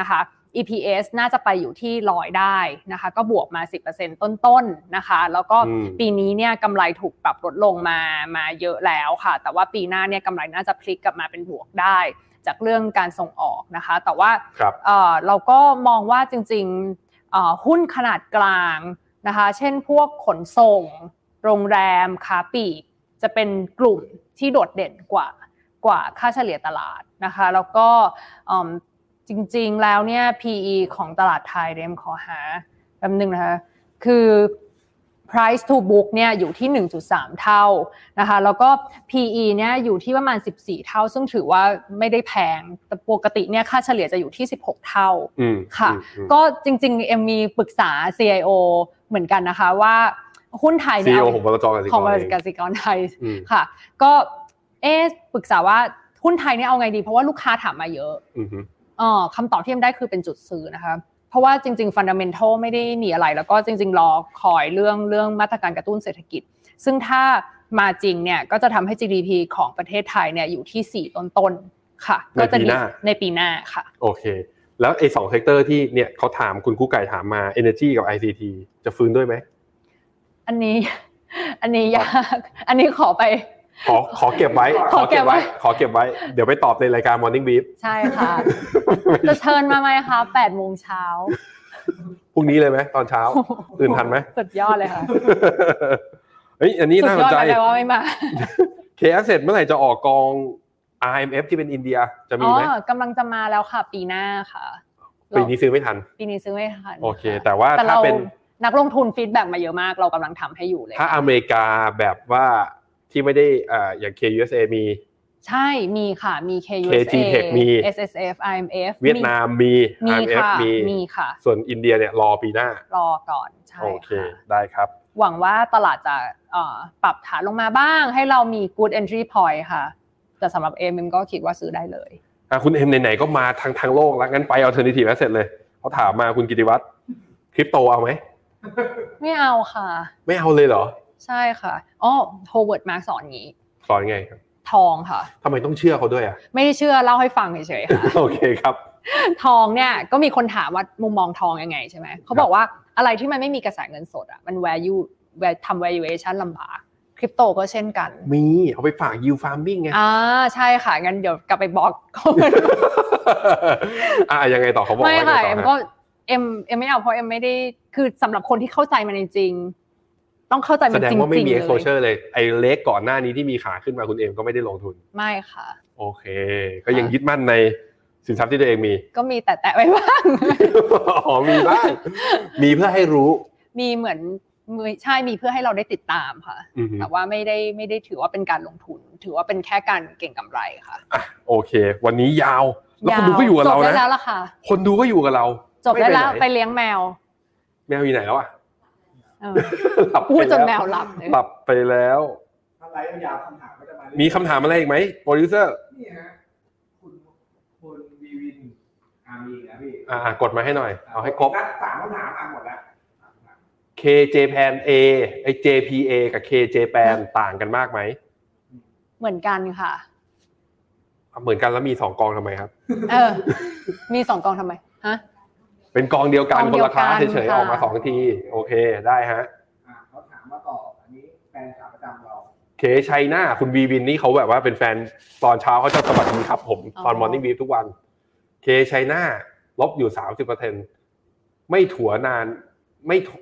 Speaker 3: นะคะ EPS น่าจะไปอยู่ที่ร้อยได้นะคะ ก็บวกมา 10%ต้นๆนะคะ แล้วก็
Speaker 2: อืม
Speaker 3: ปีนี้เนี่ยกำไรถูกปรับลดลงมามาเยอะแล้วค่ะ แต่ว่าปีหน้าเนี่ยกำไรน่าจะพลิกกลับมาเป็นบวกได้ จากเรื่องการส่งออกนะคะ แต่ว่า
Speaker 2: ครับ
Speaker 3: เอ่อเราก็มองว่าจริงๆเอ่อหุ้นขนาดกลางนะคะ เช่นพวกขนส่ง โรงแรมค้าปลีก จะเป็นกลุ่มที่โดดเด่นกว่ากว่าค่าเฉลี่ยตลาดนะคะ แล้วก็เอิ่มจริงๆแล้วเนี่ย PE ของตลาดไทยเดมขอหาแป๊บนึงนะคะ คือ price to book เนี่ยอยู่ที่ 1.3 เท่านะคะ แล้วก็ PE เนี่ยอยู่ที่ประมาณ 14 เท่า ซึ่งถือว่าไม่ได้แพง แต่ปกติเนี่ยค่าเฉลี่ยจะอยู่ที่ 16 เท่า
Speaker 2: อืม
Speaker 3: ค่ะ
Speaker 2: อืม
Speaker 3: ก็จริงๆ เอ็มมีปรึกษา CIO เหมือนกันนะคะว่าหุ้นไทย
Speaker 2: ซี
Speaker 3: เนี่ย
Speaker 2: โอ
Speaker 3: เอา
Speaker 2: ของบลจกสิกร
Speaker 3: ของบริษัท
Speaker 2: เ
Speaker 3: กสิกรไทย
Speaker 2: อืม
Speaker 3: ค่ะ ก็เอ๊ะปรึกษาว่าหุ้นไทยเนี่ยเอาไงดี เพราะว่าลูกค้าถามมาเยอะ
Speaker 2: อืมฮึ
Speaker 3: เอ่อคำตอบที่ยังได้คือเป็นจุดซื้อนะคะ เพราะว่าจริงๆฟันดัมเมนทัลไม่ได้มีอะไร แล้วก็จริง ๆ รอคอยเรื่องเรื่องมาตรการกระตุ้นเศรษฐกิจ ซึ่งถ้ามาจริงเนี่ยก็จะทำให้ GDP ของประเทศไทยเนี่ยอยู่ที่ 4 ต้นๆ ค่ะ ก็จะ
Speaker 2: ในปีหน้า
Speaker 3: ในปีหน้าค่ะ
Speaker 2: โอเค แล้วไอ้สองเซกเตอร์ที่เนี่ยเขาถามคุณกู้ไก่ถามมา Energy กับ ICT จะฟื้นด้วยไหม
Speaker 3: อันนี้ อันนี้ยาก อันนี้ขอไป
Speaker 2: ขอขอเก็บ ไว้
Speaker 3: ขอเก็บไว้
Speaker 2: ขอเก็บไว้ เดี๋ยวไปตอบในรายการ Morning Beef
Speaker 3: ใช่ค่ะ จะเชิญมาไหมคะ8โมงเช้า
Speaker 2: พรุ่งนี้เลยไหมต อนเช้า ตื่นทันไหม
Speaker 3: สุดยอดเลยค่ะ
Speaker 2: เฮ้ยอันนี้
Speaker 3: สุด
Speaker 2: น่าย ส
Speaker 3: อด
Speaker 2: นใจ
Speaker 3: แปลว่าไม่มา
Speaker 2: k s เมื่อไหร่จะออกกอง RMF ที่เป็นอินเดียจะมี
Speaker 3: อ๋อ
Speaker 2: ไหม
Speaker 3: กำลังจะมาแล้วค่ะ ปีหน้าค่ะ
Speaker 2: ปีนี้ซื้อไม่ทัน
Speaker 3: ปีนี้ซื้อไม่ทัน
Speaker 2: โอเค
Speaker 3: ค่ะ
Speaker 2: แต่ว่า
Speaker 3: แต่
Speaker 2: ถ้า
Speaker 3: เรา
Speaker 2: เป็น
Speaker 3: นักลงทุนฟีดแบ็กมาเยอะมากเรากำลังทำให้อยู่เลย
Speaker 2: ถ้าอเมริกาแบบว่าที่ไม่ได้อ่าอย่าง KUSA มี
Speaker 3: ใช่มีค่ะมี
Speaker 2: KG
Speaker 3: KUSA
Speaker 2: Tech มี
Speaker 3: SSF IMF
Speaker 2: เวียดนามมี
Speaker 3: มี
Speaker 2: IMF
Speaker 3: ค่ะ
Speaker 2: มี
Speaker 3: มีค่ะ
Speaker 2: ส่วนอินเดียเนี่ยรอปีหน้า
Speaker 3: รอก่อนใช่
Speaker 2: โอเค
Speaker 3: ค่ะ
Speaker 2: ได้ครับ
Speaker 3: หวังว่าตลาดจะเอ่อปรับฐานลงมาบ้าง ให้เรามี good entry point ค่ะ แต่สำหรับเอมก็คิดว่าซื้อได้เลย
Speaker 2: อ่ะคุณเอ็มไหนๆก็มาทางทางโลกแล้วงั้นไปเอาเทอร์นิทีฟแอสเซทเลยเขาถามมาคุณกิติวัตรคริปโตเอาไหม
Speaker 3: ไม่เอาค่ะ
Speaker 2: ไม่เอาเลยเหรอ ใ
Speaker 3: ใช่ค่ะอ๋อโฮเวิร์ดมาสอนงี้
Speaker 2: สอนยังไงครับ
Speaker 3: ทองค่ะ
Speaker 2: ทำไมต้องเชื่อเขาด้วยอ่ะ
Speaker 3: ไม่ได้เชื่อเล่าให้ฟังเฉยๆค่ะ
Speaker 2: โอเคครับ
Speaker 3: ทองเนี่ยก็มีคนถามว่ามุมมองทองยังไงใช่ไหมเขาบอกว่าอะไรที่มันไม่มีกระแสเงินสดอ่ะมัน value ทำ valuation ลำบากคริปโตก็เช่นกัน
Speaker 2: มีเอาไปฝากยิวฟาร์มมิ่งไง
Speaker 3: อ่าใช่ค่ะ งั้นเดี๋ยวกลับไปบอกเขา
Speaker 2: อ่ะยังไงต่อเขาบอก
Speaker 3: ไม่
Speaker 2: ว่ายัง
Speaker 3: ค่ะ
Speaker 2: ไงต่
Speaker 3: เอ็ม
Speaker 2: อ
Speaker 3: ก็
Speaker 2: ฮะ
Speaker 3: เอ็มเอ็มไม่เอาเพราะเอ็มไม่ได้คือสำหรับคนที่เข้าใจมันจริงๆต้องเข้าใจมั
Speaker 2: แส
Speaker 3: น
Speaker 2: ดง
Speaker 3: จริงๆ
Speaker 2: ว่าไม่มี
Speaker 3: เลย
Speaker 2: exposure เลยไอ้เล็กก่อนหน้านี้ที่มีขาขึ้นมาคุณเอ็มก็ไม่ได้ลงทุน
Speaker 3: ไม่ค่ะ
Speaker 2: โอเค ก็ยังยึดมั่นในสินทรัพย์ที่ตัวเองมี
Speaker 3: ก็มีแต่แตะไว้บ้าง
Speaker 2: อ๋อมีบ้างมีเพื่อให้รู้
Speaker 3: มีเหมือนมือใช่มีเพื่อให้เราได้ติดตามค่ะ
Speaker 2: อือหือ
Speaker 3: แต่ว่าไม่ได้ไม่ได้ถือว่าเป็นการลงทุน ถือว่าเป็นแค่การเก่งกำไรค่ะ
Speaker 2: โอเค วันนี้ยาว แล้วคนดูก็อยู่กับเรา
Speaker 3: จบได้
Speaker 2: นะ
Speaker 3: แล้วล่ะค่ะ
Speaker 2: คนดูก็อยู่กับเรา
Speaker 3: จบได้แล้ว
Speaker 2: ม่
Speaker 3: ไป
Speaker 2: ไปหน
Speaker 3: เลี้ยงแมว
Speaker 2: แมวอยู่ไหนแล้วอ่ะ
Speaker 3: เออ
Speaker 2: หลับไป
Speaker 3: พูดจน
Speaker 2: ล้
Speaker 3: แม
Speaker 2: ว
Speaker 3: วหลับเลย
Speaker 2: หลับไปแล้ว
Speaker 4: ทำไรยาวๆคำถามก็จะมาเรื่อยๆ
Speaker 2: มีคำถามอะไรอีกไหมโปรดิวเซอร์
Speaker 4: นี่ฮะคุณคุณวีวินอามีอีกนะพี่
Speaker 2: อ่ากดมาให้หน่อย เอาให้ครบ
Speaker 4: นัดสามคำถามอ่ะหมดแล้ว
Speaker 2: KJ Pan A ไอ้ JPA กับ KJ Pan ต่างกันมากไหม
Speaker 3: เหมือนกันค่ะ
Speaker 2: อ่ะเหมือนกันแล้วมีสองกองทำไมครับ
Speaker 3: เออ มีสองกองทำไมฮะ
Speaker 2: เป็นกองเดียวกัน
Speaker 3: กอง
Speaker 2: ค
Speaker 3: เดี
Speaker 2: น
Speaker 3: ยว
Speaker 2: ละคลาส
Speaker 3: กัน
Speaker 2: เฉยๆ
Speaker 3: ค่ะ
Speaker 2: ออกมาสองที โอเคได้ฮะ
Speaker 4: อ่ะเขาถามว่าต่ออันนี้แฟนขาประจำเรา
Speaker 2: เคชัยหน้าคุณวีวินนี่เขาแบบว่าเป็นแฟนตอนเช้าเขาจะสวัสดีครับผม
Speaker 3: อ๋อ
Speaker 2: ตอนมอร์นิ่งบีทุกวัน เคชัยหน้าลบอยู่สามสิบเปอร์เซ็นไม่ถัวนาน ไม่ถ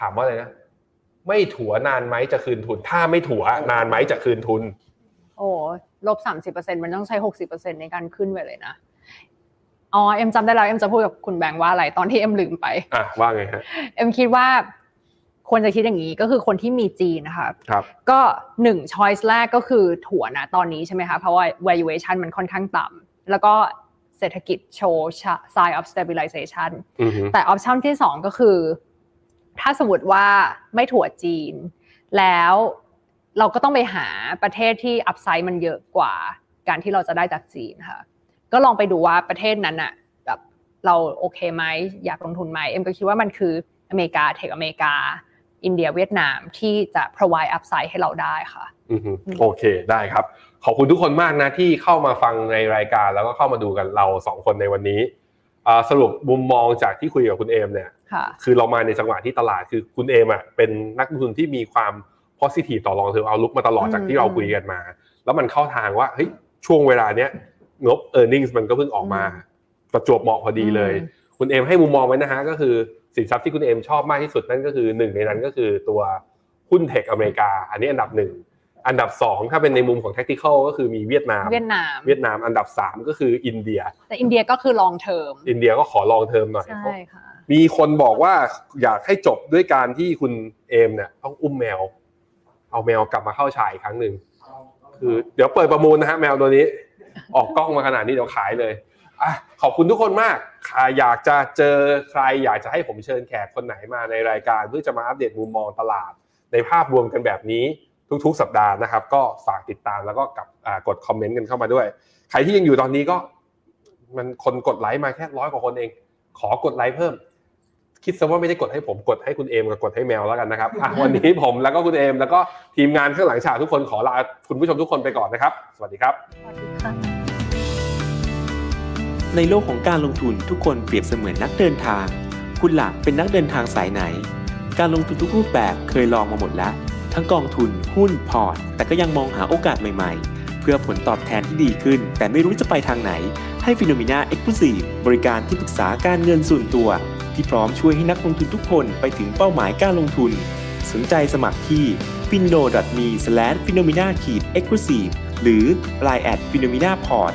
Speaker 2: ถามว่าอะไรนะ ไม่ถัวนานไหมจะคืนทุน ถ้าไม่ถัวนานไหมจะคืนทุน
Speaker 3: โอ้ลบสามสิบเปอร์เซ็นมันต้องใช้หกสิบเปอร์เซ็นในการขึ้นไปเลยนะ อ๋อ เอ็มจำได้แล้วเอ็มจะพูดกับคุณแบงค์ว่าอะไรตอนที่เอ็มลืมไป
Speaker 2: อ่ะ ว่าไงฮะ
Speaker 3: เอ็มคิดว่าควรจะคิดอย่างนี้ก็คือคนที่มีจีนนะคะ
Speaker 2: ครับ
Speaker 3: ก็หนึ่ง choice แรกก็คือถั่วนะตอนนี้ใช่ไหมคะ เพราะว่า valuation มันค่อนข้างต่ำแล้วก็เศรษฐกิจโชว์ sign of stabilization
Speaker 2: อือหือ
Speaker 3: แต่ออปชั n ที่สองก็คือ ถ้าสมมติว่าไม่ถั่วจีน แล้วเราก็ต้องไปหาประเทศที่อัพไซด์มันเยอะกว่า การที่เราจะได้จากจีนค่ะ ก็ลองไปดูว่าประเทศนั้นอะแบบเราโอเคไหมอยากลงทุนไหมเอ็มก็คิดว่ามันคือ อเมริกาเทคอเมริกา อินเดียเวียดนามที่จะ provide upside ให้เราได้ค่ะ
Speaker 2: อือฮึโอเคได้ครับ ขอบคุณทุกคนมากนะที่เข้ามาฟังในรายการแล้วก็เข้ามาดูกันเราสองคนในวันนี้อ่าสรุปมุมมองจากที่คุยกับคุณเอมเนี่ย
Speaker 3: ค่ะ
Speaker 2: คือเรามาในจังหวะที่ตลาดคือคุณเอมอ่ะเป็นนักลงทุนที่มีความ positive ต่อรองเทอมเอาลุกมาตลอด
Speaker 3: อืม
Speaker 2: จากที่เราคุยกันมา แล้วมันเข้าทางว่าเฮ้ยช่วงเวลาเนี้ยงบ e a r n i n g มันก็เพิ่งออกมา
Speaker 3: อืม
Speaker 2: ประจวบเหมาะพอดีเลย คุณเอมให้มุมมองไว้นะฮะก็คือสินทรัพย์ที่คุณเอมชอบมากที่สุดนั่นก็คือหนึ่งในนั้นก็คือตัวหุ้นเทคอเมริกา อันนี้อันดับหนึ่งอันดับสองถ้าเป็นในมุมของ tactical ก็คือมีเวียดนาม
Speaker 3: เวียดนาม
Speaker 2: เวียดนามอันดับสามก็คืออินเดีย
Speaker 3: แต่อินเดียก็คือ long term
Speaker 2: อินเดียก็ขอลองเทอมหน่อย
Speaker 3: ใช่
Speaker 2: เพราะ
Speaker 3: ค่ะ
Speaker 2: มีคนบอกว่าอยากให้จบด้วยการที่คุณเอมเนี่ยต้องอุ้มแมว เอาแมวกลับมาเข้าฉายอีกครั้งหนึ่งคือ เดี๋ยวเปิดประมูลนะฮะแมวตัวนี้ ออกกล้องมาขนาดนี้เดี๋ยวขายเลยอ่ะขอบคุณทุกคนมากใครอยากจะเจอใครอยากจะให้ผมเชิญแขกคนไหนมาในรายการ เพื่อจะมาอัปเดตมุมมองตลาด ในภาพรวมกันแบบนี้ทุกๆ สัปดาห์นะครับ ก็ฝากติดตามแล้วก็กับอ่ากดคอมเมนต์กันเข้ามาด้วย ใครที่ยังอยู่ตอนนี้ก็มันคนกดไลค์มาแค่ร้อยกว่าคนเอง ขอกดไลค์เพิ่ม คิดซะว่าไม่ได้กดให้ผมกดให้คุณเอมกับกดให้แมวแล้วกันนะครับอ่ะวันนี้ผมแล้วก็คุณเอมแล้วก็ทีมงานข้างหลังฉากทุกคนขอลาคุณผู้ชมทุกคนไปก่อนนะครับ สวัสดีครับ
Speaker 3: สวัสดีค่ะ
Speaker 5: ในโลกของการลงทุนทุกคนเปรียบเสมือนนักเดินทาง คุณหลักเป็นนักเดินทางสายไหน การลงทุนทุกรูปแบบเคยลองมาหมดแล้ว ทั้งกองทุน หุ้น พอร์ต แต่ก็ยังมองหาโอกาสใหม่ๆ เพื่อผลตอบแทนที่ดีขึ้น แต่ไม่รู้จะไปทางไหน ให้ฟิโนมิน่าเอ็กซ์คลูซีฟบริการที่ปรึกษาการเงินส่วนตัว ที่พร้อมช่วยให้นักลงทุนทุกคนไปถึงเป้าหมายการลงทุน สนใจสมัครที่ f i n o m e p h e n o m e n a e x c l u s i v e หรือ line at p h e n o m e n a p o r t